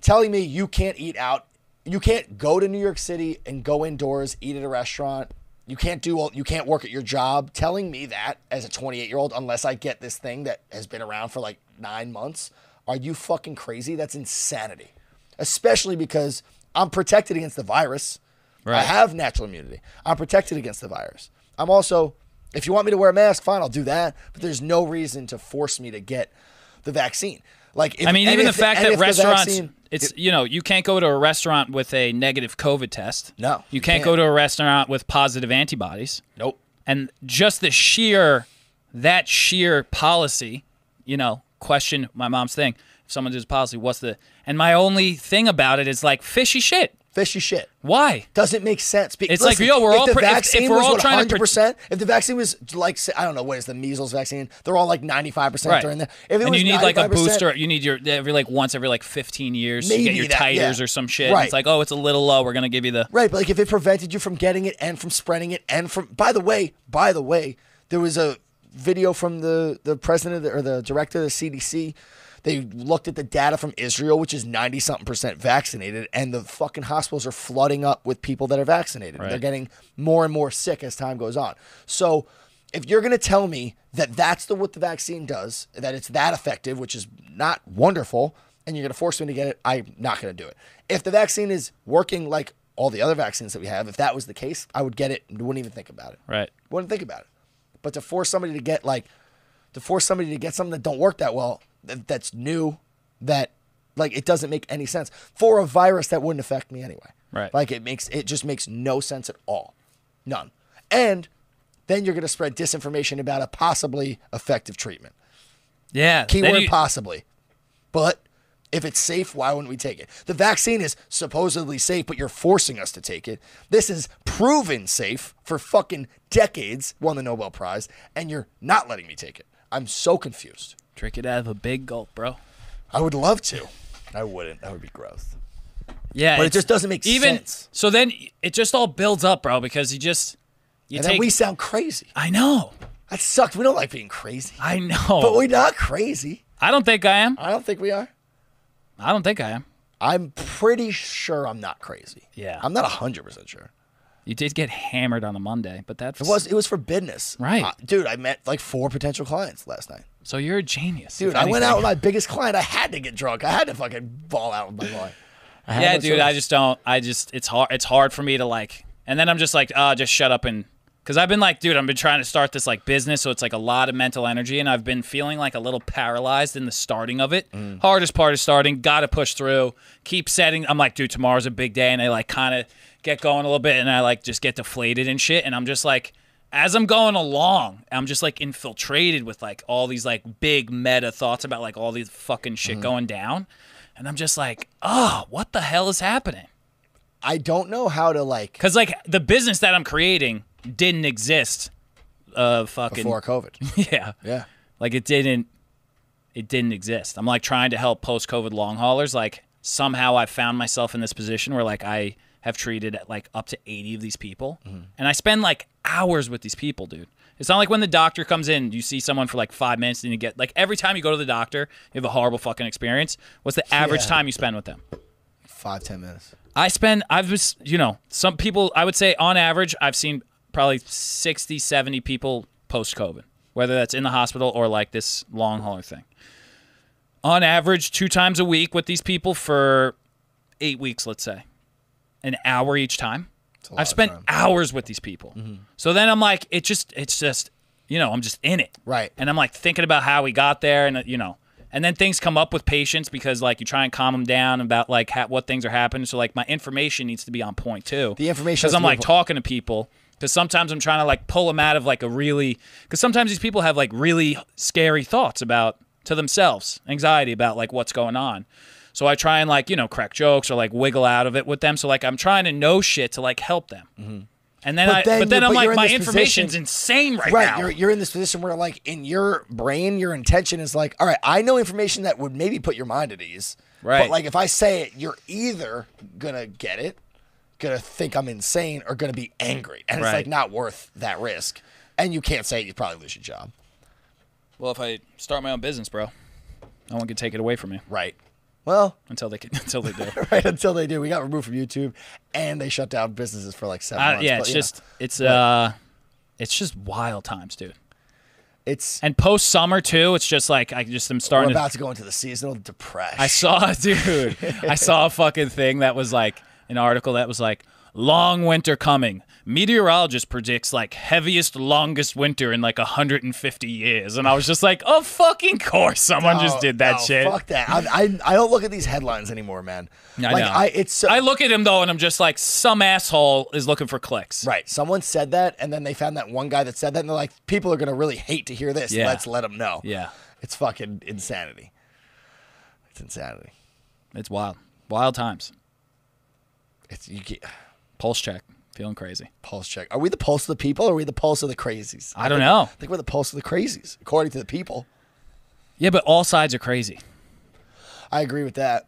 Speaker 1: telling me you can't eat out, you can't go to New York City and go indoors, eat at a restaurant. You can't do all, you can't work at your job. Telling me that as a 28 year old, unless I get this thing that has been around for like nine months, are you fucking crazy? That's insanity. Especially because I'm protected against the virus. I
Speaker 3: Right.
Speaker 1: have natural immunity. I'm protected against the virus. I'm also, if you want me to wear a mask, fine, I'll do that. But there's no reason to force me to get the vaccine. Like, if
Speaker 3: I mean, even the
Speaker 1: anyth-
Speaker 3: fact
Speaker 1: and
Speaker 3: that
Speaker 1: if the
Speaker 3: restaurants,
Speaker 1: vaccine-
Speaker 3: it's you know, you can't go to a restaurant with a negative COVID test.
Speaker 1: No,
Speaker 3: you
Speaker 1: you
Speaker 3: can't,
Speaker 1: can't.
Speaker 3: go to a restaurant with positive antibodies.
Speaker 1: Nope.
Speaker 3: And just the sheer, that sheer policy, you know, question my mom's thing. If someone does policy, what's the? And my only thing about it is like fishy shit.
Speaker 1: fishy shit.
Speaker 3: Why?
Speaker 1: Doesn't make sense. Be-
Speaker 3: It's like, yo, we're
Speaker 1: if
Speaker 3: all
Speaker 1: the
Speaker 3: pre- if- if
Speaker 1: vaccine
Speaker 3: we're
Speaker 1: was,
Speaker 3: all
Speaker 1: what,
Speaker 3: trying to
Speaker 1: 100%, if the vaccine was like say- I don't know what is the measles vaccine, they're all like 95%
Speaker 3: Right.
Speaker 1: they're in there. If it
Speaker 3: and
Speaker 1: was
Speaker 3: you need like a
Speaker 1: 95%,
Speaker 3: booster. You need your every like once every like 15 years to get
Speaker 1: Maybe
Speaker 3: your
Speaker 1: that,
Speaker 3: titers
Speaker 1: yeah.
Speaker 3: or some shit. And
Speaker 1: Right.
Speaker 3: It's like, oh, it's a little low. We're gonna give you the
Speaker 1: Right, but like if it prevented you from getting it and from spreading it and from by the way, by the way, there was a video from the the president of the, or the director of the CDC. They looked at the data from Israel, which is 90 something percent vaccinated, and the fucking hospitals are flooding up with people that are vaccinated. They're getting more and more sick as time goes on. So, if you're going to tell me that that's the what the vaccine does, that it's that effective, which is not wonderful, and you're going to force me to get it, I'm not going to do it. If the vaccine is working like all the other vaccines that we have, if that was the case, I would get it and wouldn't even think about it.
Speaker 3: Right.
Speaker 1: Wouldn't think about it. But to force somebody to get like, to force somebody to get something that don't work that well, that, that's new, that like it doesn't make any sense for a virus that wouldn't affect me anyway.
Speaker 3: Right.
Speaker 1: Like it makes it just makes no sense at all, none. And then you're going to spread disinformation about a possibly effective treatment.
Speaker 3: Yeah. then
Speaker 1: Keyword
Speaker 3: you-
Speaker 1: possibly. But if it's safe, why wouldn't we take it? The vaccine is supposedly safe, but you're forcing us to take it. This is proven safe for fucking decades, won the Nobel Prize, and you're not letting me take it. I'm so confused.
Speaker 3: Drink it out of a big gulp, bro.
Speaker 1: I would love to. I wouldn't. That would be gross.
Speaker 3: Yeah,
Speaker 1: But it
Speaker 3: it's-
Speaker 1: just doesn't make
Speaker 3: even,
Speaker 1: sense.
Speaker 3: So then it just all builds up, bro, because you just you
Speaker 1: And
Speaker 3: take.
Speaker 1: then we sound crazy.
Speaker 3: I know,
Speaker 1: That sucked. We don't like being crazy.
Speaker 3: I know.
Speaker 1: But we're not crazy.
Speaker 3: I don't think I am.
Speaker 1: I don't think we are.
Speaker 3: I don't think I am.
Speaker 1: I'm pretty sure I'm not crazy.
Speaker 3: Yeah.
Speaker 1: I'm not 100% sure.
Speaker 3: You did get hammered on a Monday, but that
Speaker 1: It was it was for business,
Speaker 3: Right.
Speaker 1: Uh, dude? I met like four potential clients last night,
Speaker 3: So you're a genius,
Speaker 1: dude.
Speaker 3: if
Speaker 1: I went out with
Speaker 3: anything.
Speaker 1: my biggest client. I had to get drunk. I had to fucking ball out with my client. I had
Speaker 3: yeah,
Speaker 1: no
Speaker 3: dude.
Speaker 1: choice.
Speaker 3: I just don't. I just it's hard. It's hard for me to like. And then I'm just like, ah, just shut up and. Cause I've been like, dude, I've been trying to start this like business, so it's like a lot of mental energy, and I've been feeling like a little paralyzed in the starting of it.
Speaker 1: Mm.
Speaker 3: Hardest part is starting. Got to push through. Keep setting. I'm like, dude, tomorrow's a big day, and I like kind of get going a little bit, and I like just get deflated and shit, and I'm just like, as I'm going along, I'm just like infiltrated with like all these like big meta thoughts about like all these fucking shit
Speaker 1: Mm-hmm.
Speaker 3: going down. And I'm just like, oh, what the hell is happening?
Speaker 1: I don't know how to like
Speaker 3: Because like the business that I'm creating didn't exist. Uh, fucking
Speaker 1: before COVID.
Speaker 3: yeah,
Speaker 1: Yeah,
Speaker 3: like it didn't, it didn't exist. I'm like trying to help post COVID long haulers. Like somehow I found myself in this position where like I have treated like up to 80 of these people,
Speaker 1: Mm-hmm.
Speaker 3: and I spend like hours with these people, dude. It's not like when the doctor comes in, you see someone for like five minutes, and you get like every time you go to the doctor, you have a horrible fucking experience. What's the average
Speaker 1: Yeah.
Speaker 3: time you spend with them?
Speaker 1: five ten minutes.
Speaker 3: I spend, I've just, you know, some people, I would say on average, I've seen probably 60, 70 people post COVID, whether that's in the hospital or like this long hauler thing. On average, two times a week with these people for eight weeks, let's say, an hour each time.
Speaker 1: a lot
Speaker 3: I've
Speaker 1: of
Speaker 3: spent
Speaker 1: time.
Speaker 3: hours with these people.
Speaker 1: Mm-hmm.
Speaker 3: So then I'm like, it just, it's just, you know, I'm just in it.
Speaker 1: Right.
Speaker 3: And I'm like thinking about how we got there and, uh, you know, and then things come up with patients because like you try and calm them down about like ha- what things are happening. So like my information needs to be on point too.
Speaker 1: The information has
Speaker 3: Because
Speaker 1: to
Speaker 3: I'm
Speaker 1: be
Speaker 3: like
Speaker 1: on point.
Speaker 3: talking to people. Because sometimes I'm trying to like pull them out of like a really, because sometimes these people have like really scary thoughts about to themselves, anxiety about like what's going on. So I try and like, you know, crack jokes or like wiggle out of it with them. So like I'm trying to know shit to like help them. And then
Speaker 1: But
Speaker 3: I,
Speaker 1: then
Speaker 3: but then
Speaker 1: you-
Speaker 3: I'm
Speaker 1: but you're
Speaker 3: like,
Speaker 1: in
Speaker 3: my
Speaker 1: this
Speaker 3: information's
Speaker 1: position-
Speaker 3: insane right,
Speaker 1: Right,
Speaker 3: now.
Speaker 1: you're you're in this position where like in your brain, your intention is like, all right, I know information that would maybe put your mind at ease.
Speaker 3: Right.
Speaker 1: but like if I say it, you're either gonna get it, gonna think I'm insane, or gonna be angry, and it's
Speaker 3: Right.
Speaker 1: like not worth that risk. And you can't say it, you probably lose your job.
Speaker 3: Well, if I start my own business, bro, no one can take it away from me
Speaker 1: Right. Well,
Speaker 3: until they can, until they do.
Speaker 1: right until they do. We got removed from YouTube, and they shut down businesses for like seven
Speaker 3: I-
Speaker 1: months.
Speaker 3: Uh, yeah,
Speaker 1: but,
Speaker 3: it's
Speaker 1: you know,
Speaker 3: just it's uh, it's just wild times, dude.
Speaker 1: it's.
Speaker 3: And post summer too, it's just like I just am
Speaker 1: We're
Speaker 3: starting. to,
Speaker 1: about to go into the seasonal depression.
Speaker 3: I saw, dude, I saw a fucking thing that was like an article that was like long winter coming. Meteorologist predicts like heaviest, longest winter in like 150 years, and I was just like, oh fucking course, someone just
Speaker 1: Oh,
Speaker 3: did that
Speaker 1: no,
Speaker 3: shit.
Speaker 1: Fuck that. I, I I don't look at these headlines anymore, man.
Speaker 3: I
Speaker 1: like
Speaker 3: know.
Speaker 1: I it's so,
Speaker 3: I look at him though, and I'm just like, some asshole is looking for clicks.
Speaker 1: right. Someone said that, and then they found that one guy that said that, and they're like, people are gonna really hate to hear this.
Speaker 3: Yeah.
Speaker 1: Let's let them know.
Speaker 3: Yeah.
Speaker 1: It's fucking insanity. It's insanity.
Speaker 3: It's wild. Wild times.
Speaker 1: It's you get
Speaker 3: Pulse check. Feeling crazy.
Speaker 1: pulse check. Are we the pulse of the people? or Are we the pulse of the crazies?
Speaker 3: I don't know.
Speaker 1: I think we're the pulse of the crazies, according to the people.
Speaker 3: Yeah, but all sides are crazy.
Speaker 1: I agree with that.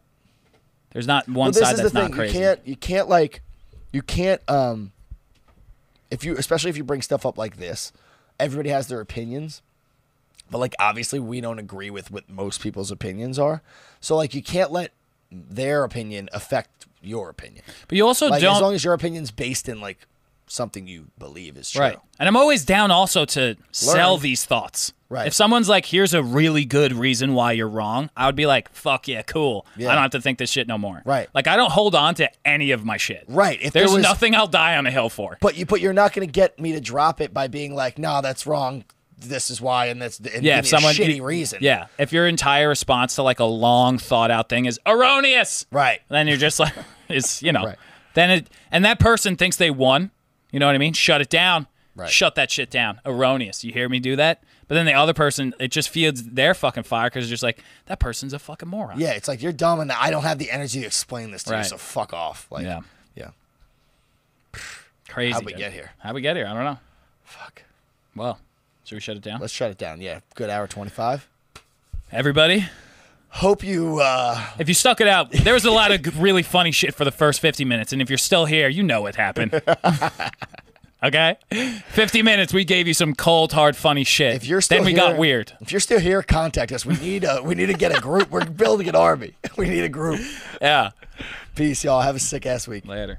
Speaker 3: There's not one
Speaker 1: But this
Speaker 3: side
Speaker 1: is
Speaker 3: that's
Speaker 1: the thing.
Speaker 3: not crazy.
Speaker 1: You can't. You can't like. You can't. Um. If you, especially if you bring stuff up like this, everybody has their opinions, but like obviously we don't agree with what most people's opinions are. So like you can't let their opinion affect your opinion.
Speaker 3: but you also
Speaker 1: Like as
Speaker 3: don't.
Speaker 1: long as your opinion's based in like something you believe is true.
Speaker 3: Right. And I'm always down also to sell
Speaker 1: Learn.
Speaker 3: these thoughts.
Speaker 1: Right.
Speaker 3: If someone's like, here's a really good reason why you're wrong, I would be like, fuck yeah, cool. I
Speaker 1: Yeah.
Speaker 3: don't have to think this shit no more.
Speaker 1: Right.
Speaker 3: Like, I don't hold on to any of my shit.
Speaker 1: Right. If there
Speaker 3: There's
Speaker 1: was-
Speaker 3: nothing I'll die on a hill for.
Speaker 1: But you, but you're not going to get me to drop it by being like, "No, that's wrong. This is why," and that's and
Speaker 3: yeah,
Speaker 1: give
Speaker 3: if
Speaker 1: me
Speaker 3: someone
Speaker 1: a shitty
Speaker 3: you-
Speaker 1: reason.
Speaker 3: Yeah, if your entire response to like a long thought out thing is erroneous,
Speaker 1: Right.
Speaker 3: Then you're just like, it's you know,
Speaker 1: Right.
Speaker 3: then it and that person thinks they won. You know what I mean? Shut it down.
Speaker 1: Right.
Speaker 3: Shut that shit down. Erroneous. You hear me do that? But then the other person, it just feeds their fucking fire because it's just like that person's a fucking moron.
Speaker 1: Yeah, it's like you're dumb, and I don't have the energy to explain this to
Speaker 3: Right.
Speaker 1: you. So fuck off. Like,
Speaker 3: Yeah.
Speaker 1: yeah.
Speaker 3: crazy.
Speaker 1: How'd we
Speaker 3: dude.
Speaker 1: get here?
Speaker 3: How'd we get here? I don't know.
Speaker 1: Fuck.
Speaker 3: Well, should we shut it down?
Speaker 1: Let's shut it down. Yeah, good hour twenty five.
Speaker 3: Everybody,
Speaker 1: Hope you. uh
Speaker 3: if you stuck it out, there was a lot of g- really funny shit for the first 50 minutes. And if you're still here, you know it happened. okay? 50 minutes, we gave you some cold, hard, funny shit.
Speaker 1: If you're still
Speaker 3: then we
Speaker 1: here,
Speaker 3: got weird.
Speaker 1: If you're still here, contact us. We need a. We need to get a group. We're building an army. We need a group.
Speaker 3: Yeah.
Speaker 1: Peace, y'all. Have a sick ass week.
Speaker 3: Later.